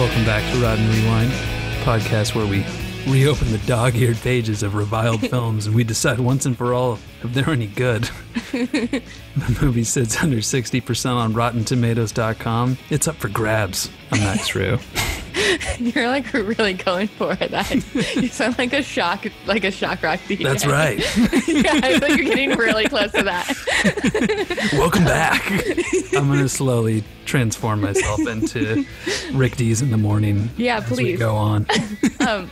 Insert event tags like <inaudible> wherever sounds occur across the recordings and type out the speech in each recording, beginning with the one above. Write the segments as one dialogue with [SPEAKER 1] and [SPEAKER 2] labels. [SPEAKER 1] Rod and Rewind podcast where we reopen the dog eared pages of
[SPEAKER 2] <laughs>
[SPEAKER 1] reviled films and we decide once and for all if they're any good. the movie sits under 60% on RottenTomatoes.com. It's up for grabs. I'm not
[SPEAKER 2] <laughs>
[SPEAKER 1] true.
[SPEAKER 2] You're like really going for it. That you sound like a shock, like a shock rock DJ.
[SPEAKER 1] That's right.
[SPEAKER 2] <laughs> yeah, I feel like you're getting really close to that.
[SPEAKER 1] Welcome back. I'm going to slowly transform myself into Rick D's in the morning.
[SPEAKER 2] Yeah,
[SPEAKER 1] as we
[SPEAKER 2] please.
[SPEAKER 1] go
[SPEAKER 2] <laughs>
[SPEAKER 1] on.
[SPEAKER 2] Um,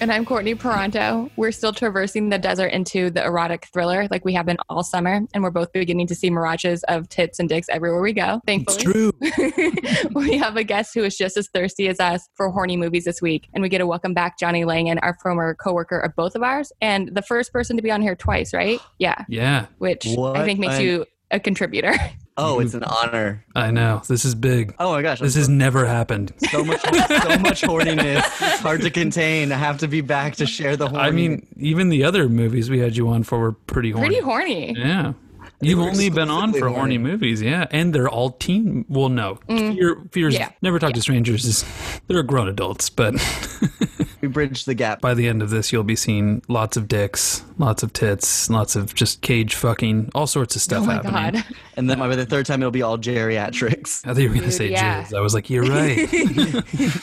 [SPEAKER 2] and I'm Courtney Peranto. We're still traversing the desert into the erotic thriller, like we have been all summer, and we're both beginning to see mirages of tits and dicks everywhere we go.
[SPEAKER 1] It's
[SPEAKER 2] Thankfully,
[SPEAKER 1] true.
[SPEAKER 2] <laughs> we have a guest who is just as thirsty as us for horny movies this week, and we get to welcome back Johnny Langan, our former coworker of both of ours, and the first person to be on here twice, right? Yeah,
[SPEAKER 1] Yeah,
[SPEAKER 2] which I
[SPEAKER 3] What
[SPEAKER 2] think makes
[SPEAKER 3] an-
[SPEAKER 2] you a contributor.
[SPEAKER 3] Oh, it's an honor.
[SPEAKER 1] I know. This is big.
[SPEAKER 3] Oh my gosh,
[SPEAKER 1] This has never happened.
[SPEAKER 3] so much, so much horniness. It's hard to contain. I have to be back to share the horniness.
[SPEAKER 1] I mean, even the other movies we had you on for were pretty horny.
[SPEAKER 2] Pretty horny.
[SPEAKER 1] Yeah. You've
[SPEAKER 3] were
[SPEAKER 1] only been on for
[SPEAKER 3] exclusively
[SPEAKER 1] horny
[SPEAKER 3] horny.
[SPEAKER 1] movies, yeah, and they're all teen. Well, no, fear, fears.
[SPEAKER 2] Mm. Yeah.
[SPEAKER 1] Never talk to strangers. Is, they're grown adults,
[SPEAKER 2] <laughs>
[SPEAKER 1] but
[SPEAKER 3] we bridged the gap.
[SPEAKER 1] by the end of this, you'll be seeing lots of dicks, lots of tits, lots of just cage fucking, all sorts of stuff
[SPEAKER 2] Oh my
[SPEAKER 1] happening.
[SPEAKER 2] god.
[SPEAKER 3] And then by the third time, it'll be all geriatrics.
[SPEAKER 1] I thought you were gonna say
[SPEAKER 2] <laughs> yeah.
[SPEAKER 1] jizz. I was like, you're right. <laughs>
[SPEAKER 2] Isn't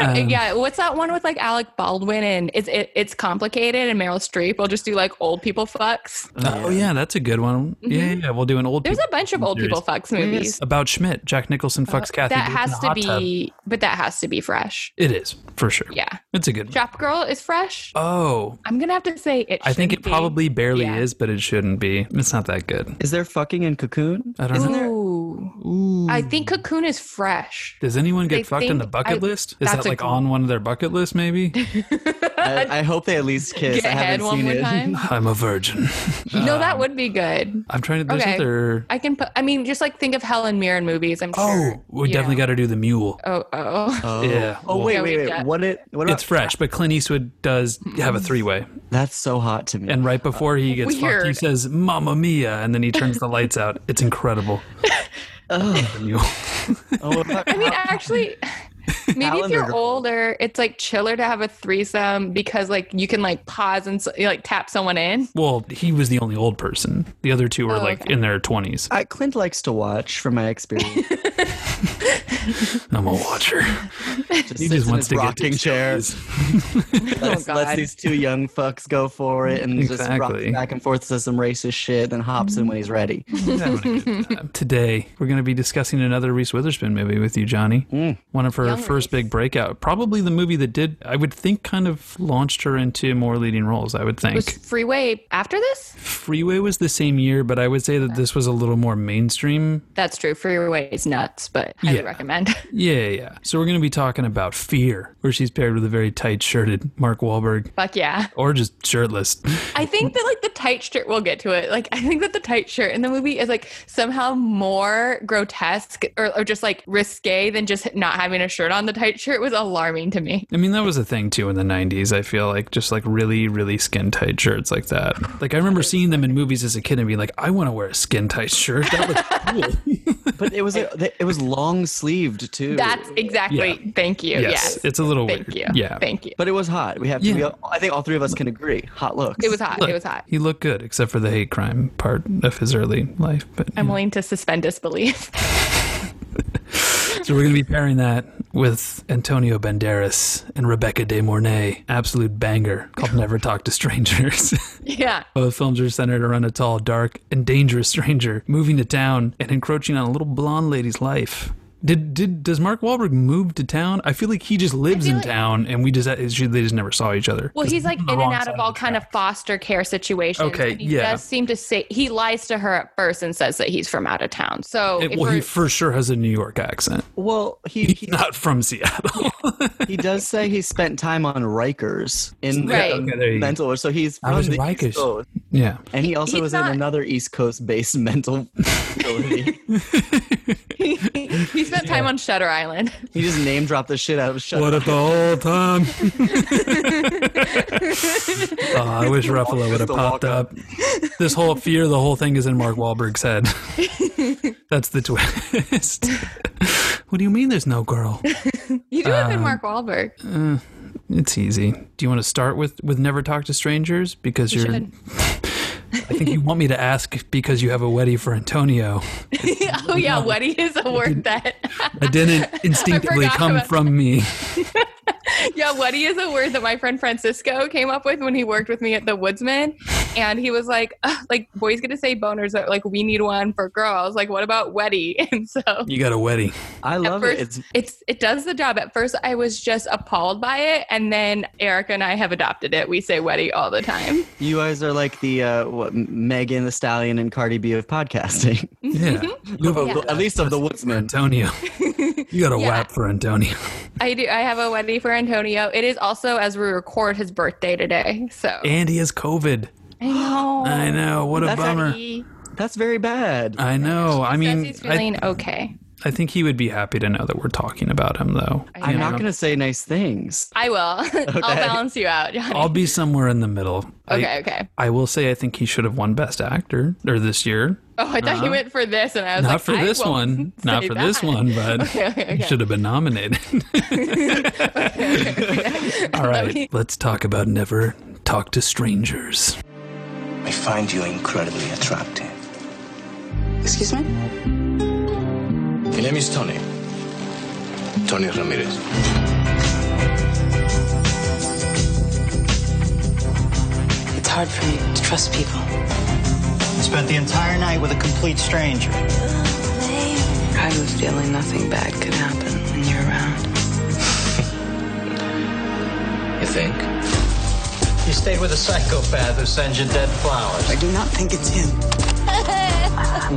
[SPEAKER 2] there? yeah. What's that one with like Alec Baldwin and it's it, it's complicated and Meryl Streep will just do like old people fucks.
[SPEAKER 1] oh yeah, that's a good one. Yeah, yeah, we'll do an old.
[SPEAKER 2] Mm-hmm. There's a bunch of old
[SPEAKER 1] series.
[SPEAKER 2] people fucks movies.
[SPEAKER 1] about Schmidt. Jack Nicholson fucks Kathy.
[SPEAKER 2] That
[SPEAKER 1] Bates in
[SPEAKER 2] has
[SPEAKER 1] a
[SPEAKER 2] to
[SPEAKER 1] hot tub.
[SPEAKER 2] be, but that has to be fresh.
[SPEAKER 1] It is for sure.
[SPEAKER 2] Yeah.
[SPEAKER 1] it's a good. one.
[SPEAKER 2] Shop Girl is fresh.
[SPEAKER 1] Oh,
[SPEAKER 2] I'm gonna have to say it.
[SPEAKER 1] I think it
[SPEAKER 2] shouldn't be.
[SPEAKER 1] probably barely
[SPEAKER 2] Yeah.
[SPEAKER 1] is, but it shouldn't be. It's not that good.
[SPEAKER 3] Is there fucking in cocoon?
[SPEAKER 1] I don't know.
[SPEAKER 2] Ooh.
[SPEAKER 3] Ooh.
[SPEAKER 2] I think Cocoon is fresh.
[SPEAKER 1] Does anyone
[SPEAKER 2] They
[SPEAKER 1] get fucked on the
[SPEAKER 2] think
[SPEAKER 1] bucket
[SPEAKER 2] I-
[SPEAKER 1] list? Is that
[SPEAKER 2] that's a
[SPEAKER 1] like
[SPEAKER 2] cool-
[SPEAKER 1] on one of their bucket lists? Maybe
[SPEAKER 2] <laughs>
[SPEAKER 3] I, I hope they at least kiss.
[SPEAKER 2] Get
[SPEAKER 3] I
[SPEAKER 2] ahead
[SPEAKER 3] haven't
[SPEAKER 2] one
[SPEAKER 3] seen
[SPEAKER 2] more
[SPEAKER 3] it.
[SPEAKER 2] time.
[SPEAKER 1] I'm a virgin.
[SPEAKER 2] no, that would be good.
[SPEAKER 1] I'm trying to. There's
[SPEAKER 2] Okay.
[SPEAKER 1] other.
[SPEAKER 2] I can put. I mean, just like think of Helen Mirren movies. I'm
[SPEAKER 1] Oh,
[SPEAKER 2] sure.
[SPEAKER 1] we
[SPEAKER 2] you
[SPEAKER 1] definitely
[SPEAKER 2] know.
[SPEAKER 1] got to do the mule.
[SPEAKER 2] Oh, oh.
[SPEAKER 3] <laughs> Oh.
[SPEAKER 1] Yeah,
[SPEAKER 3] Oh
[SPEAKER 1] well-
[SPEAKER 3] wait,
[SPEAKER 2] Yeah,
[SPEAKER 3] wait,
[SPEAKER 2] we've
[SPEAKER 3] wait.
[SPEAKER 2] got-
[SPEAKER 3] What it? What
[SPEAKER 2] Uh,
[SPEAKER 3] about?
[SPEAKER 1] It's fresh, but Clint Eastwood does have
[SPEAKER 2] Mm.
[SPEAKER 1] a three-way,
[SPEAKER 3] That's so hot to me.
[SPEAKER 1] and right before
[SPEAKER 2] Uh,
[SPEAKER 1] he gets fucked, he
[SPEAKER 2] Weird.
[SPEAKER 1] says "Mamma Mia," and then he turns the lights
[SPEAKER 2] <laughs>
[SPEAKER 1] out. It's incredible. <laughs> The mule.
[SPEAKER 3] oh, what about-
[SPEAKER 2] I mean,
[SPEAKER 1] <laughs>
[SPEAKER 2] actually, maybe if
[SPEAKER 3] Calendar
[SPEAKER 2] you're
[SPEAKER 3] girl.
[SPEAKER 2] older, it's like chiller to have a threesome because like you can like pause and s- like tap
[SPEAKER 1] <laughs>
[SPEAKER 2] someone in.
[SPEAKER 1] Well, he was the only old person. The other two were
[SPEAKER 2] Oh,
[SPEAKER 1] like
[SPEAKER 2] okay.
[SPEAKER 1] in their twenties.
[SPEAKER 3] I, Clint likes to watch, from
[SPEAKER 1] <laughs>
[SPEAKER 3] my experience.
[SPEAKER 1] I'm a
[SPEAKER 2] <laughs>
[SPEAKER 1] watcher.
[SPEAKER 3] Just
[SPEAKER 1] He
[SPEAKER 3] sits
[SPEAKER 1] just
[SPEAKER 3] in
[SPEAKER 1] wants
[SPEAKER 3] his
[SPEAKER 1] to get
[SPEAKER 3] rocking
[SPEAKER 1] to
[SPEAKER 3] chair.
[SPEAKER 1] chairs.
[SPEAKER 3] Let's,
[SPEAKER 2] Oh, God.
[SPEAKER 3] lets these two young fucks go for it and just rock
[SPEAKER 1] Exactly.
[SPEAKER 3] back and forth to some racist shit, then hops in when he's ready.
[SPEAKER 1] He's having a
[SPEAKER 2] <laughs>
[SPEAKER 1] good time. Today, we're going to be discussing another Reese Witherspoon movie with you, Johnny. One of her
[SPEAKER 2] Young
[SPEAKER 1] first
[SPEAKER 2] Reese.
[SPEAKER 1] big breakout. Probably the movie that did, I would think, kind of launched her into more leading roles, I would think.
[SPEAKER 2] Was Freeway after this?
[SPEAKER 1] Freeway was the same year, but I would say that this was a little more mainstream.
[SPEAKER 2] That's true. Freeway is nuts, but
[SPEAKER 1] Yeah.
[SPEAKER 2] I would recommend. <laughs>
[SPEAKER 1] Yeah, yeah, yeah. So we're going to be talking about Fear, where she's paired with a very tight shirted Mark Wahlberg.
[SPEAKER 2] Fuck yeah.
[SPEAKER 1] Or just shirtless. <laughs>
[SPEAKER 2] I think that like the tight shirt, we'll get to it. Like, I think that the tight shirt in the movie is like somehow more grotesque or, or just like risque than just not having a shirt on. The tight shirt was alarming to me.
[SPEAKER 1] I mean, that was a thing too in the 90s. I feel like just like really, really skin tight shirts like that. Like, I remember seeing them in movies as a kid and being like, I want to wear a skin tight shirt.
[SPEAKER 2] <laughs>
[SPEAKER 1] That looks cool.
[SPEAKER 3] But it was like, it was long sleeved too.
[SPEAKER 2] That's exactly.
[SPEAKER 1] Yeah.
[SPEAKER 2] Thank you.
[SPEAKER 1] yes,
[SPEAKER 2] yes.
[SPEAKER 1] It's a little
[SPEAKER 2] Thank you.
[SPEAKER 1] weird. Yeah.
[SPEAKER 2] Thank you.
[SPEAKER 3] But it was hot. We have to.
[SPEAKER 1] Yeah.
[SPEAKER 3] We, I think all three of us can agree. Hot looks.
[SPEAKER 2] It was hot.
[SPEAKER 1] Look,
[SPEAKER 2] it was hot.
[SPEAKER 1] He looked good, except for the hate crime part of his early life. But
[SPEAKER 2] I'm willing to suspend disbelief. <laughs>
[SPEAKER 1] so we're going to be pairing that with Antonio Banderas and Rebecca De Mornay, absolute banger called "Never Talk to Strangers." <laughs>
[SPEAKER 2] yeah.
[SPEAKER 1] Both films are centered around a tall, dark, and dangerous stranger moving to town and encroaching on a little blonde lady's life. Did did does Mark Wahlberg move to town? I feel like he just lives
[SPEAKER 2] feel
[SPEAKER 1] in
[SPEAKER 2] like-
[SPEAKER 1] town, and we just they just never saw each other.
[SPEAKER 2] Well,
[SPEAKER 1] Just
[SPEAKER 2] he's like in
[SPEAKER 1] on the
[SPEAKER 2] and
[SPEAKER 1] wrong
[SPEAKER 2] out
[SPEAKER 1] side
[SPEAKER 2] of all
[SPEAKER 1] the
[SPEAKER 2] kind of
[SPEAKER 1] tracks.
[SPEAKER 2] foster care situations.
[SPEAKER 1] Okay,
[SPEAKER 2] and he
[SPEAKER 1] yeah.
[SPEAKER 2] does seem to say he lies to her at first and says that he's from out of town. So
[SPEAKER 1] It-
[SPEAKER 2] if
[SPEAKER 1] Eh, well, he
[SPEAKER 2] we're-
[SPEAKER 1] for sure has a New York accent.
[SPEAKER 3] Well, he
[SPEAKER 1] He's
[SPEAKER 3] he,
[SPEAKER 1] <laughs> not from Seattle.
[SPEAKER 3] he does say he spent time on Rikers in
[SPEAKER 2] Right.
[SPEAKER 1] <laughs>
[SPEAKER 3] um,
[SPEAKER 1] Okay, there you go.
[SPEAKER 3] mental. So he's
[SPEAKER 1] I
[SPEAKER 3] from
[SPEAKER 1] was in
[SPEAKER 3] the
[SPEAKER 1] Rikers.
[SPEAKER 3] East Coast,
[SPEAKER 1] yeah.
[SPEAKER 3] and he also
[SPEAKER 2] He's
[SPEAKER 3] was
[SPEAKER 2] not-
[SPEAKER 3] in another East Coast based <laughs> mental
[SPEAKER 1] <laughs>
[SPEAKER 3] facility.
[SPEAKER 2] <laughs> he spent time on Shutter Island. <laughs>
[SPEAKER 3] he just name dropped the shit out of shut.
[SPEAKER 1] What if the whole
[SPEAKER 3] <laughs>
[SPEAKER 1] time? oh, I wish Ruffalo would have
[SPEAKER 3] the
[SPEAKER 1] popped
[SPEAKER 3] walk-up.
[SPEAKER 1] up. This whole fear, the whole thing is in Mark Wahlberg's
[SPEAKER 3] <laughs>
[SPEAKER 1] head. That's the twist. what do you mean there's no girl?
[SPEAKER 2] You do
[SPEAKER 1] Um,
[SPEAKER 2] have been Mark Wahlberg.
[SPEAKER 1] uh, It's easy. Do you want to start with with never talk to strangers because
[SPEAKER 2] You
[SPEAKER 1] you're
[SPEAKER 2] should.
[SPEAKER 1] I think you want me to ask because you have a wedding for Antonio.
[SPEAKER 2] <laughs> oh yeah, Weddy is a word that. <laughs>
[SPEAKER 1] That didn't instinctively
[SPEAKER 2] forgot
[SPEAKER 1] come
[SPEAKER 2] about-
[SPEAKER 1] from me.
[SPEAKER 2] yeah, Weddy is a word that my friend Francisco came up with when he worked with me at the Woodsman, and he was like, "Ugh, like boys get to say boners, but, like we need one for girls. Like what about Weddy? <laughs> And so
[SPEAKER 1] You got a
[SPEAKER 2] <laughs>
[SPEAKER 1] wedding.
[SPEAKER 3] I love it.
[SPEAKER 2] first-
[SPEAKER 3] It's
[SPEAKER 2] it's it does the job. At first, I was just appalled by it, and then Erica and I have adopted it. We say Weddy all the time.
[SPEAKER 3] you guys are like the uh, what Megan the Stallion and Cardi B of <laughs> podcasting.
[SPEAKER 1] Yeah. You have a
[SPEAKER 2] Yeah.
[SPEAKER 3] At least of the Woodsman.
[SPEAKER 1] Antonio. You got a
[SPEAKER 2] Yeah.
[SPEAKER 1] whap for Antonio.
[SPEAKER 2] I do. I have a Weddy for Antonio. It is also as we record his birthday today. So
[SPEAKER 1] And he has COVID.
[SPEAKER 2] I know.
[SPEAKER 1] Uh, I know. What a
[SPEAKER 3] That's
[SPEAKER 1] bummer.
[SPEAKER 2] He
[SPEAKER 3] That's very bad.
[SPEAKER 1] I know. I
[SPEAKER 2] says
[SPEAKER 1] mean,
[SPEAKER 2] he's
[SPEAKER 1] I,
[SPEAKER 2] feeling okay.
[SPEAKER 1] I think he would be happy to know that we're talking about him, though.
[SPEAKER 2] I
[SPEAKER 1] You
[SPEAKER 3] I'm not
[SPEAKER 1] know?
[SPEAKER 3] going to say nice things.
[SPEAKER 2] I will. <laughs> I'll balance you out, Johnny.
[SPEAKER 1] I'll be somewhere in the middle. I-
[SPEAKER 2] okay, okay.
[SPEAKER 1] I will say I think he should have won Best Actor or this year.
[SPEAKER 2] Oh, I thought you went for this, and I was
[SPEAKER 1] Uh-huh. Not
[SPEAKER 2] like,
[SPEAKER 1] for
[SPEAKER 2] I
[SPEAKER 1] this
[SPEAKER 2] won't <laughs>
[SPEAKER 1] one. Not
[SPEAKER 2] say
[SPEAKER 1] for this
[SPEAKER 2] that.
[SPEAKER 1] one, but
[SPEAKER 2] <laughs> Okay, okay,
[SPEAKER 1] he
[SPEAKER 2] okay.
[SPEAKER 1] should have been
[SPEAKER 2] <laughs>
[SPEAKER 1] nominated. <laughs> All right.
[SPEAKER 2] me-
[SPEAKER 1] Let's talk about Never Talk to Strangers.
[SPEAKER 4] I find you incredibly attractive.
[SPEAKER 5] Excuse me?
[SPEAKER 4] My name is Tony. Tony Ramirez.
[SPEAKER 5] It's hard for me to trust people.
[SPEAKER 6] Spent the entire night with a complete stranger.
[SPEAKER 5] I have a feeling nothing bad could happen when you're around.
[SPEAKER 4] You think?
[SPEAKER 6] You stayed with a psychopath who sends you dead flowers.
[SPEAKER 5] I do not think it's <laughs> him.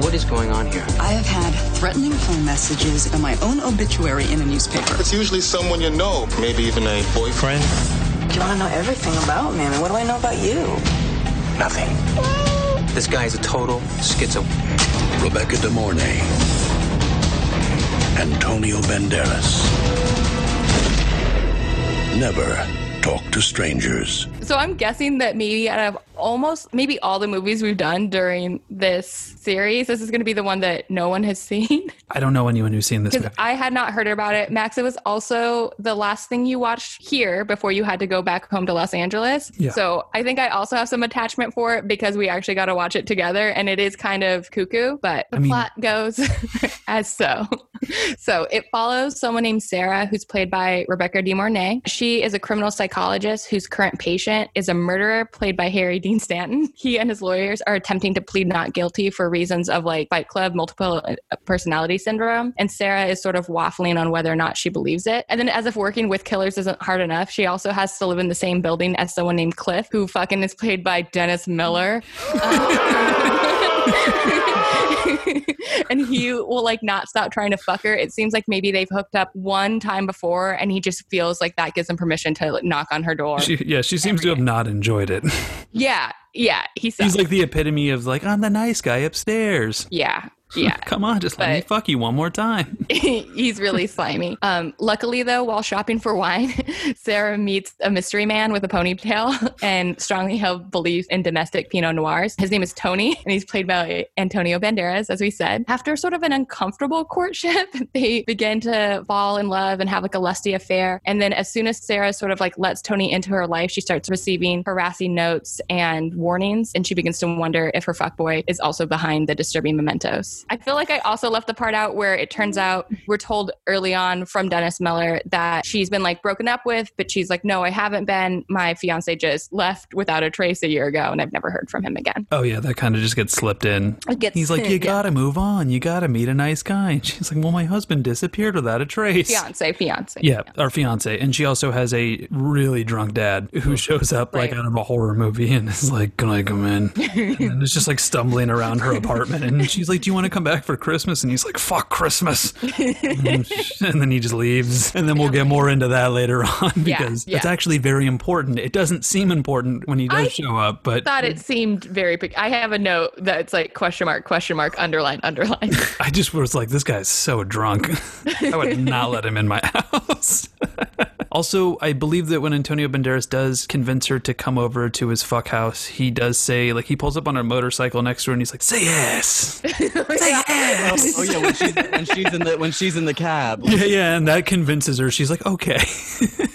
[SPEAKER 4] What is going on here?
[SPEAKER 5] I have had threatening phone messages and my own obituary in a newspaper.
[SPEAKER 7] It's usually someone you know, maybe even a boyfriend.
[SPEAKER 5] You want to know everything about me. I mean, what do I know about you?
[SPEAKER 4] Nothing. This guy's a total schizo. Rebecca De Mornay. Antonio Banderas. Never talk to strangers.
[SPEAKER 2] So I'm guessing that maybe out of almost maybe all the movies we've done during this series, this is going to be the one that no one has <laughs> seen
[SPEAKER 1] I don't know anyone who's seen this
[SPEAKER 2] because
[SPEAKER 1] movie.
[SPEAKER 2] I had not heard about it. Max, it was also the last thing you watched here before you had to go back home to Los Angeles.
[SPEAKER 1] Yeah.
[SPEAKER 2] So I think I also have some attachment for it because we actually got to watch it together, and it is kind of cuckoo, but the
[SPEAKER 1] I mean-
[SPEAKER 2] plot goes <laughs> as so. So it follows someone named Sarah, who's played by Rebecca De Mornay. She is a criminal psychologist whose current patient is a murderer played by Harry Dean Stanton. He and his lawyers are attempting to plead not guilty for reasons of like Fight Club, multiple uh, personality syndrome. And Sarah is sort of waffling on whether or not she believes it. And then, as if working with killers isn't hard enough, she also has to live in the same building as someone named Cliff, who fucking is played by Dennis Miller. <laughs> and he will like not stop trying to fuck her. It seems like maybe they've hooked up one time before, and he just feels like that gives him permission to like, knock on her door.
[SPEAKER 1] She, yeah, she seems to have not enjoyed it.
[SPEAKER 2] yeah, yeah, he says.
[SPEAKER 1] He's like the epitome of like, I'm the nice guy upstairs. <laughs>
[SPEAKER 2] yeah, yeah.
[SPEAKER 1] Come on, just let me
[SPEAKER 2] But-
[SPEAKER 1] fuck you one more time.
[SPEAKER 2] <laughs> he's really slimy. Um, luckily, though, while shopping for wine, <laughs> Sarah meets a mystery man with a ponytail <laughs> and strongly held beliefs in domestic Pinot Noirs. His name is Tony, <laughs> and he's played by Antonio Banderas, as we said. After sort of an uncomfortable courtship, <laughs> they begin to fall in love and have like a lusty affair. And then, as soon as Sarah sort of like lets Tony into her life, she starts receiving harassing notes and warnings, and she begins to wonder if her fuckboy is also behind the disturbing mementos. I feel like I also left the part out where it turns out we're told early on from Dennis Miller that she's been like broken up with, but she's like, no, I haven't been. My fiance just left without a trace a year ago, and I've never heard from him again.
[SPEAKER 1] Oh yeah, that kind of just gets slipped in.
[SPEAKER 2] It gets-
[SPEAKER 1] He's like, you
[SPEAKER 2] yeah.
[SPEAKER 1] gotta move on. You gotta meet a nice guy. <laughs> And she's like, well, my husband disappeared without a trace.
[SPEAKER 2] Fiance, fiance.
[SPEAKER 1] Yeah, our fiance, and she also has a really drunk dad who shows up like
[SPEAKER 2] Right.
[SPEAKER 1] out of a horror movie and is like, "Can I come
[SPEAKER 2] <laughs>
[SPEAKER 1] in?" and then it's just like stumbling around her apartment, and she's like, "Do you want to come back for Christmas?" And he's like, "Fuck
[SPEAKER 2] <laughs>
[SPEAKER 1] Christmas," and then he just leaves, and then we'll get more into that later on
[SPEAKER 2] Yeah,
[SPEAKER 1] because it's
[SPEAKER 2] yeah.
[SPEAKER 1] actually very important. It doesn't seem important when he does
[SPEAKER 2] I
[SPEAKER 1] show up, but
[SPEAKER 2] Thought it seemed very. pe- I have a note that's like question mark, question mark, underline, underline. <laughs>
[SPEAKER 1] I just was like, "This guy's so drunk. I would not let him in my <laughs> house." Also, I believe that when Antonio Banderas does convince her to come over to his fuck house, he does say, like, he pulls up on her motorcycle next to her and he's like, say yes.
[SPEAKER 3] Oh, <laughs> oh, yeah, when she's, when she's in the when she's in the cab,
[SPEAKER 1] <laughs> yeah, yeah. And that convinces her. She's like, okay. <laughs>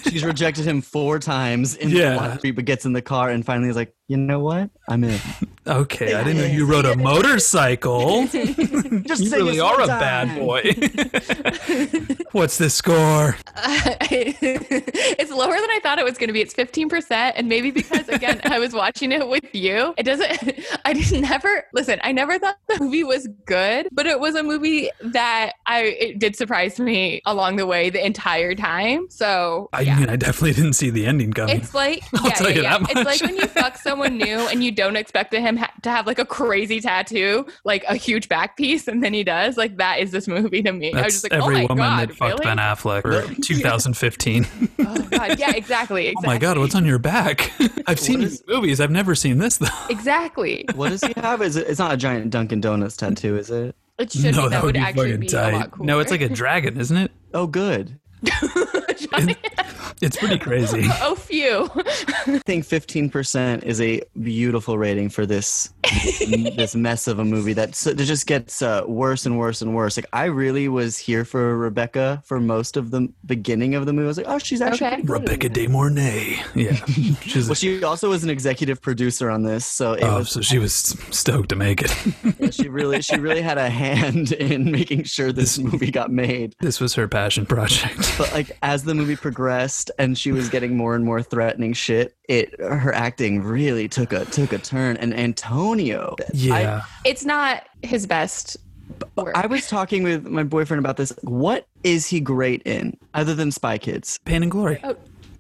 [SPEAKER 3] she's rejected him four times in
[SPEAKER 1] Yeah.
[SPEAKER 3] the one street, but gets in the car and finally is like, you know what, I'm
[SPEAKER 1] <laughs>
[SPEAKER 3] in.
[SPEAKER 1] okay. I didn't know you rode a
[SPEAKER 2] <laughs>
[SPEAKER 1] motorcycle.
[SPEAKER 3] Just
[SPEAKER 1] You really are a bad boy.
[SPEAKER 2] <laughs>
[SPEAKER 1] What's the score?
[SPEAKER 2] it's lower than I thought it was going to be. It's 15%. And maybe because, again, I was watching it with you, it doesn't, <laughs> I didn't never, listen, I never thought the movie was good, but it was a movie that I, it did surprise me along the way the entire time. So,
[SPEAKER 1] I
[SPEAKER 2] yeah.
[SPEAKER 1] mean, I definitely didn't see the ending coming.
[SPEAKER 2] It's like
[SPEAKER 1] <laughs> I'll
[SPEAKER 2] yeah,
[SPEAKER 1] tell
[SPEAKER 2] yeah,
[SPEAKER 1] you
[SPEAKER 2] yeah.
[SPEAKER 1] that
[SPEAKER 2] it's
[SPEAKER 1] much.
[SPEAKER 2] like when you fuck someone new and you don't expect him ha- to have like a crazy tattoo, like a huge back piece, and then he does. Like that is this movie to me. I
[SPEAKER 1] That's
[SPEAKER 2] was just like,
[SPEAKER 1] every
[SPEAKER 2] oh my
[SPEAKER 1] woman
[SPEAKER 2] god,
[SPEAKER 1] that fucked
[SPEAKER 2] really?
[SPEAKER 1] Ben
[SPEAKER 2] <laughs>
[SPEAKER 1] Affleck for 2015.
[SPEAKER 2] Oh god, yeah, exactly,
[SPEAKER 1] <laughs>
[SPEAKER 2] exactly.
[SPEAKER 1] Oh my god, what's on your back? <laughs> I've seen
[SPEAKER 3] is-
[SPEAKER 1] these movies. I've never seen this though. <laughs>
[SPEAKER 2] Exactly.
[SPEAKER 3] What does he have? Is it? It's not a giant Dunkin' Donuts tattoo, is it?
[SPEAKER 2] It
[SPEAKER 1] <laughs>
[SPEAKER 2] should
[SPEAKER 1] no,
[SPEAKER 2] be. That, would, actually be a lot cooler.
[SPEAKER 1] No, it's like a dragon, isn't it?
[SPEAKER 3] Oh, good.
[SPEAKER 1] It's pretty crazy.
[SPEAKER 2] <laughs> oh phew.
[SPEAKER 3] I think 15% is a beautiful rating for this this mess of a movie that so, that just gets uh, worse and worse and worse. Like I really was here for Rebecca for most of the beginning of the movie. I was like, oh, she's actually
[SPEAKER 2] Okay.
[SPEAKER 3] pretty good in
[SPEAKER 1] Rebecca
[SPEAKER 3] this.
[SPEAKER 1] De Mornay. Yeah, she's
[SPEAKER 3] Well, she also was an executive producer on this, so it
[SPEAKER 1] oh,
[SPEAKER 3] was
[SPEAKER 1] so she was stoked to make it. <laughs>
[SPEAKER 3] she really she really had a hand <laughs> in making sure this movie got made.
[SPEAKER 1] this was her passion
[SPEAKER 2] <laughs>
[SPEAKER 1] project.
[SPEAKER 3] But like as the movie progressed and she was getting more and more threatening shit, it her acting really took a took a turn. And Antonio,
[SPEAKER 1] Yeah,
[SPEAKER 2] <laughs> It's not his best. Work.
[SPEAKER 3] I was talking with my boyfriend about this. What is he great in other than Spy Kids?
[SPEAKER 1] Pain and Glory.
[SPEAKER 2] Oh,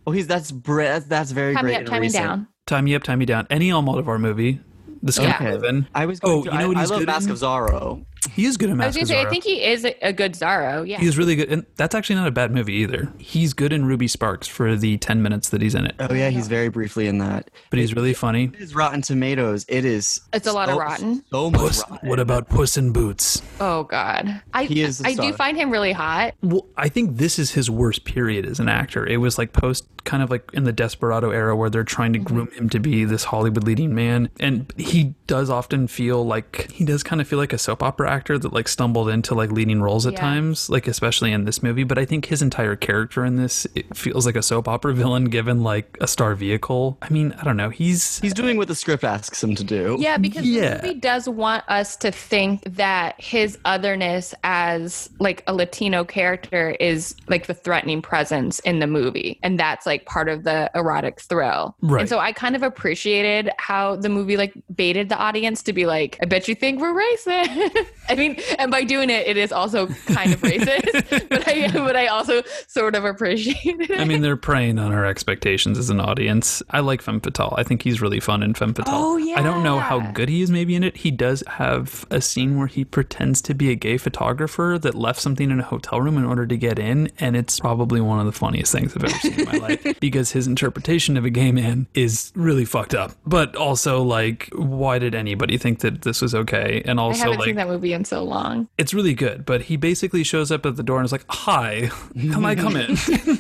[SPEAKER 3] Oh, he's that's bre- that's very
[SPEAKER 2] time me
[SPEAKER 3] great.
[SPEAKER 2] up,
[SPEAKER 3] and
[SPEAKER 2] time me
[SPEAKER 3] recent.
[SPEAKER 2] down.
[SPEAKER 1] Tie me up, tie me down. Any Almodovar movie. The Skin
[SPEAKER 2] Yeah.
[SPEAKER 1] of Heaven.
[SPEAKER 3] I was. Going
[SPEAKER 1] Oh,
[SPEAKER 3] through-
[SPEAKER 1] you know what
[SPEAKER 3] I,
[SPEAKER 1] he's
[SPEAKER 3] I love Oh,
[SPEAKER 1] good
[SPEAKER 3] Mask
[SPEAKER 1] in?
[SPEAKER 3] of Zorro.
[SPEAKER 1] He is good in
[SPEAKER 2] I
[SPEAKER 1] Mask
[SPEAKER 2] was gonna
[SPEAKER 1] of
[SPEAKER 2] say, I
[SPEAKER 1] Zorro.
[SPEAKER 2] think he is a, a good Zorro. Yeah.
[SPEAKER 1] He was really good, and that's actually not a bad movie either. He's good in Ruby Sparks for the ten minutes that he's in it,
[SPEAKER 3] Oh yeah, he's very briefly in that.
[SPEAKER 1] but he's really funny.
[SPEAKER 3] His Rotten Tomatoes. It is.
[SPEAKER 2] It's a lot of
[SPEAKER 3] so-
[SPEAKER 2] rotten.
[SPEAKER 3] So much
[SPEAKER 1] Puss,
[SPEAKER 3] rotten.
[SPEAKER 1] what about Puss in Boots?
[SPEAKER 2] oh god. I
[SPEAKER 3] He is a
[SPEAKER 2] I
[SPEAKER 3] star.
[SPEAKER 2] do find him really hot.
[SPEAKER 1] Well, I think this is his worst period as an actor. It was like post, kind of like in the Desperado era, where they're trying to groom him to be this Hollywood leading man, and he does often feel like he does kind of feel like a soap opera actor that like stumbled into like leading roles at
[SPEAKER 2] Yeah.
[SPEAKER 1] times, like especially in this movie. But I think his entire character in this it feels like a soap opera <laughs> villain given like a star vehicle. I mean, I don't know. He's
[SPEAKER 3] He's doing what the script asks him to do.
[SPEAKER 2] Yeah, because
[SPEAKER 1] Yeah.
[SPEAKER 2] the movie does want us to think that his otherness as like a Latino character is like the threatening presence in the movie. And that's like part of the erotic thrill.
[SPEAKER 1] Right.
[SPEAKER 2] And so I kind of appreciated how the movie like baited the audience to be like, I bet you think we're racist. <laughs> I mean, and by doing it, it is also kind of
[SPEAKER 1] <laughs>
[SPEAKER 2] racist. but I but I also sort of appreciated it.
[SPEAKER 1] I mean, they're preying on our expectations as an audience. I like Femme Fatale. I think he's really fun in Femme Fatale.
[SPEAKER 2] Oh,
[SPEAKER 1] I don't know how
[SPEAKER 2] yeah.
[SPEAKER 1] good he is maybe in it. He does have a scene where he pretends to be a gay photographer that left something in a hotel room in order to get in, and it's probably one of the funniest things I've ever seen in my
[SPEAKER 2] <laughs>
[SPEAKER 1] life because his interpretation of a gay man is really fucked up. But also, like, why did anybody think that this was okay? And
[SPEAKER 2] I
[SPEAKER 1] also,
[SPEAKER 2] haven't
[SPEAKER 1] like,
[SPEAKER 2] seen that movie in so long.
[SPEAKER 1] it's really good, but he basically shows up at the door and is like, "Hi, can I come
[SPEAKER 3] <laughs>
[SPEAKER 1] in?" <laughs> and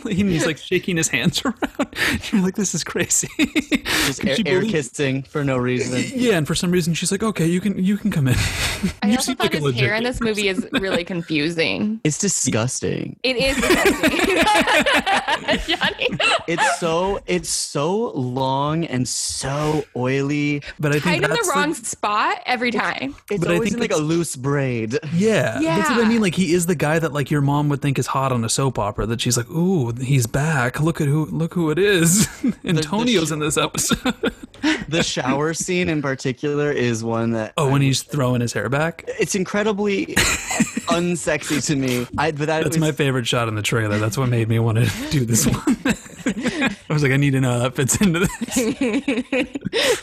[SPEAKER 1] he's like shaking his hands <laughs> around. You're like, "This is crazy."
[SPEAKER 3] Just
[SPEAKER 1] Could
[SPEAKER 3] air,
[SPEAKER 1] you
[SPEAKER 3] air
[SPEAKER 1] believe-
[SPEAKER 3] kissing for no reason.
[SPEAKER 1] Yeah, and for some reason she's like, "Okay, you can you can come in."
[SPEAKER 2] I
[SPEAKER 1] You
[SPEAKER 2] also
[SPEAKER 1] seem
[SPEAKER 2] thought
[SPEAKER 1] like a
[SPEAKER 2] his hair
[SPEAKER 1] legit
[SPEAKER 2] in this movie is
[SPEAKER 1] <laughs>
[SPEAKER 2] really confusing.
[SPEAKER 3] It's disgusting.
[SPEAKER 2] It is disgusting. <laughs> Johnny.
[SPEAKER 3] It's so it's so long and so oily.
[SPEAKER 1] but I
[SPEAKER 2] Tied
[SPEAKER 1] think
[SPEAKER 2] in the
[SPEAKER 1] that's
[SPEAKER 2] wrong spot every time.
[SPEAKER 3] It's
[SPEAKER 1] But I
[SPEAKER 3] always
[SPEAKER 1] think
[SPEAKER 3] in like a
[SPEAKER 1] it's-
[SPEAKER 3] loose braid.
[SPEAKER 1] yeah, that's what I
[SPEAKER 2] Yeah.
[SPEAKER 1] mean. Like he is the guy that like your mom would think is hot on a soap opera. That she's like, "Ooh, he's back! Look at who look who it is." <laughs> Antonio's in this episode.
[SPEAKER 3] <laughs> The shower scene in particular is one that
[SPEAKER 1] oh, when he's throwing his hair back.
[SPEAKER 3] it's
[SPEAKER 1] <laughs>
[SPEAKER 3] incredibly unsexy to me. I but that
[SPEAKER 1] That's
[SPEAKER 2] <laughs>
[SPEAKER 3] was-
[SPEAKER 1] my favorite shot in the trailer. That's what made me want to do this one. I was like, I need to know how that fits into
[SPEAKER 2] <laughs>
[SPEAKER 1] this.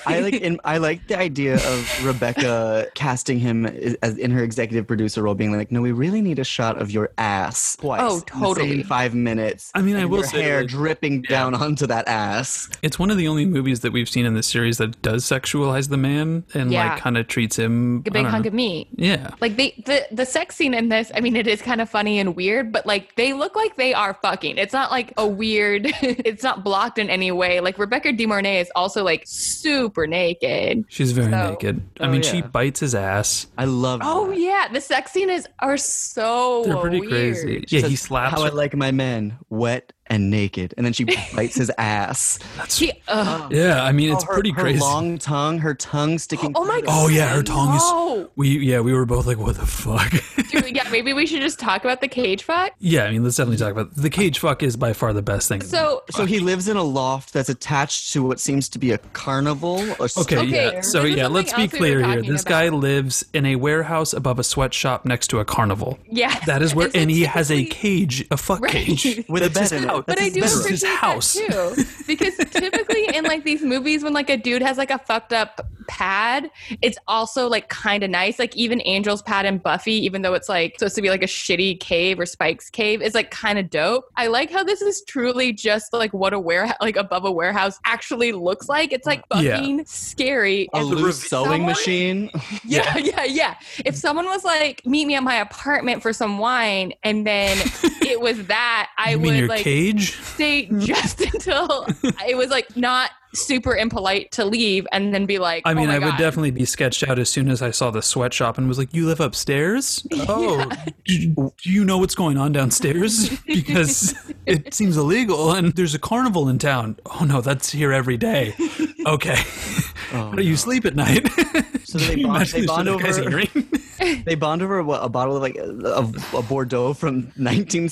[SPEAKER 3] I like in, I like the idea of Rebecca casting him i- as in her executive producer role, being like, "No, we really need a shot of your ass twice.
[SPEAKER 2] Oh,
[SPEAKER 3] in the
[SPEAKER 2] totally.
[SPEAKER 3] same five minutes.
[SPEAKER 1] I mean, I
[SPEAKER 3] and
[SPEAKER 1] will
[SPEAKER 3] your
[SPEAKER 1] say,
[SPEAKER 3] hair
[SPEAKER 1] like-
[SPEAKER 3] dripping down onto that ass.
[SPEAKER 1] It's one of the only movies that we've seen in this series that does sexualize the man and
[SPEAKER 2] Yeah.
[SPEAKER 1] like kind of treats him.
[SPEAKER 2] a
[SPEAKER 1] I
[SPEAKER 2] big
[SPEAKER 1] don't
[SPEAKER 2] hunk
[SPEAKER 1] know.
[SPEAKER 2] of meat.
[SPEAKER 1] Yeah.
[SPEAKER 2] Like they the the sex scene in this, I mean, it is kind of funny and weird, but like they look like they are fucking. It's not like a weird. <laughs> it's not blocked in any way. Like Rebecca De Mornay is also like super naked.
[SPEAKER 1] She's very
[SPEAKER 2] So-
[SPEAKER 1] naked. I
[SPEAKER 3] Oh,
[SPEAKER 1] mean, she
[SPEAKER 3] yeah.
[SPEAKER 1] bites his ass.
[SPEAKER 3] I love.
[SPEAKER 2] Oh
[SPEAKER 3] that.
[SPEAKER 2] yeah, the sex sccenes are so
[SPEAKER 1] They're pretty
[SPEAKER 2] weird.
[SPEAKER 1] crazy. Yeah,
[SPEAKER 3] Says,
[SPEAKER 1] he slaps
[SPEAKER 3] How
[SPEAKER 1] her.
[SPEAKER 3] I like my men wet and naked, and
[SPEAKER 1] <laughs>
[SPEAKER 3] then she bites his ass.
[SPEAKER 1] That's-
[SPEAKER 2] She, ugh.
[SPEAKER 1] yeah, I mean, it's
[SPEAKER 3] Oh, her,
[SPEAKER 1] pretty
[SPEAKER 3] her
[SPEAKER 1] crazy.
[SPEAKER 3] long tongue, her tongue sticking.
[SPEAKER 2] Oh my
[SPEAKER 3] through the-
[SPEAKER 1] <gasps> oh yeah, her tongue
[SPEAKER 2] No.
[SPEAKER 1] is. We yeah, we were both like, what the fuck. <laughs>
[SPEAKER 2] Dude, yeah, maybe we should just talk about the cage fuck.
[SPEAKER 1] yeah, I mean, let's definitely talk about the cage. Fuck is by far the best thing.
[SPEAKER 2] So
[SPEAKER 3] So he lives in a loft that's attached to what seems to be a carnival. Or
[SPEAKER 1] Okay,
[SPEAKER 2] Okay,
[SPEAKER 1] yeah.
[SPEAKER 2] this
[SPEAKER 1] So
[SPEAKER 2] is
[SPEAKER 1] yeah,
[SPEAKER 2] something
[SPEAKER 1] let's be
[SPEAKER 2] else we were
[SPEAKER 1] clear here.
[SPEAKER 2] talking
[SPEAKER 1] This
[SPEAKER 2] about.
[SPEAKER 1] guy lives in a warehouse above a sweatshop next to a carnival.
[SPEAKER 2] yeah,
[SPEAKER 1] That
[SPEAKER 2] <laughs>
[SPEAKER 1] is where,
[SPEAKER 2] And so
[SPEAKER 1] and he has a
[SPEAKER 2] typically-
[SPEAKER 1] cage, a fuck
[SPEAKER 2] Right. <laughs>
[SPEAKER 1] cage.
[SPEAKER 3] With a bed in it.
[SPEAKER 1] house.
[SPEAKER 3] That's
[SPEAKER 2] but I
[SPEAKER 3] his
[SPEAKER 2] do
[SPEAKER 3] bedroom.
[SPEAKER 1] bedroom.
[SPEAKER 2] appreciate
[SPEAKER 1] It's his house.
[SPEAKER 2] that
[SPEAKER 1] <laughs>
[SPEAKER 2] too, because typically in like these movies, when like a dude has like a fucked up pad, it's also like kind of nice. Like even Angel's pad and Buffy, even though it's like supposed to be like a shitty cave or Spike's cave, is like kind of dope. I like how this is truly just like what a warehouse, like above a warehouse, actually looks like. It's like
[SPEAKER 1] Yeah.
[SPEAKER 2] fucking scary.
[SPEAKER 3] a
[SPEAKER 2] and- <laughs>
[SPEAKER 3] loose sewing
[SPEAKER 2] Someone- <laughs>
[SPEAKER 3] machine.
[SPEAKER 2] yeah, yeah, yeah. If someone was like, "Meet me at my apartment for some wine,"
[SPEAKER 1] <laughs>
[SPEAKER 2] and then it was that, I
[SPEAKER 1] you
[SPEAKER 2] would
[SPEAKER 1] mean your
[SPEAKER 2] like
[SPEAKER 1] cage?
[SPEAKER 2] stay just <laughs> until it was like not super impolite to leave and then be like
[SPEAKER 1] I mean,
[SPEAKER 2] oh my
[SPEAKER 1] I would
[SPEAKER 2] God.
[SPEAKER 1] definitely be sketched out as soon as I saw the sweatshop and was like, "You live
[SPEAKER 2] <laughs>
[SPEAKER 1] upstairs? Oh, do, do you know what's going on
[SPEAKER 2] <laughs>
[SPEAKER 1] downstairs? Because it seems illegal, and there's a carnival in town. Oh no, that's here every day. Okay,
[SPEAKER 3] <laughs> Oh,
[SPEAKER 1] how do you
[SPEAKER 3] no.
[SPEAKER 1] sleep at night? <laughs>
[SPEAKER 3] So they
[SPEAKER 1] Can you
[SPEAKER 3] bond-
[SPEAKER 1] imagine
[SPEAKER 3] they
[SPEAKER 1] this
[SPEAKER 3] bond
[SPEAKER 1] other
[SPEAKER 3] <laughs>
[SPEAKER 1] guy's
[SPEAKER 3] over-
[SPEAKER 1] earring?
[SPEAKER 3] They bond over what, a bottle of like a, a Bordeaux from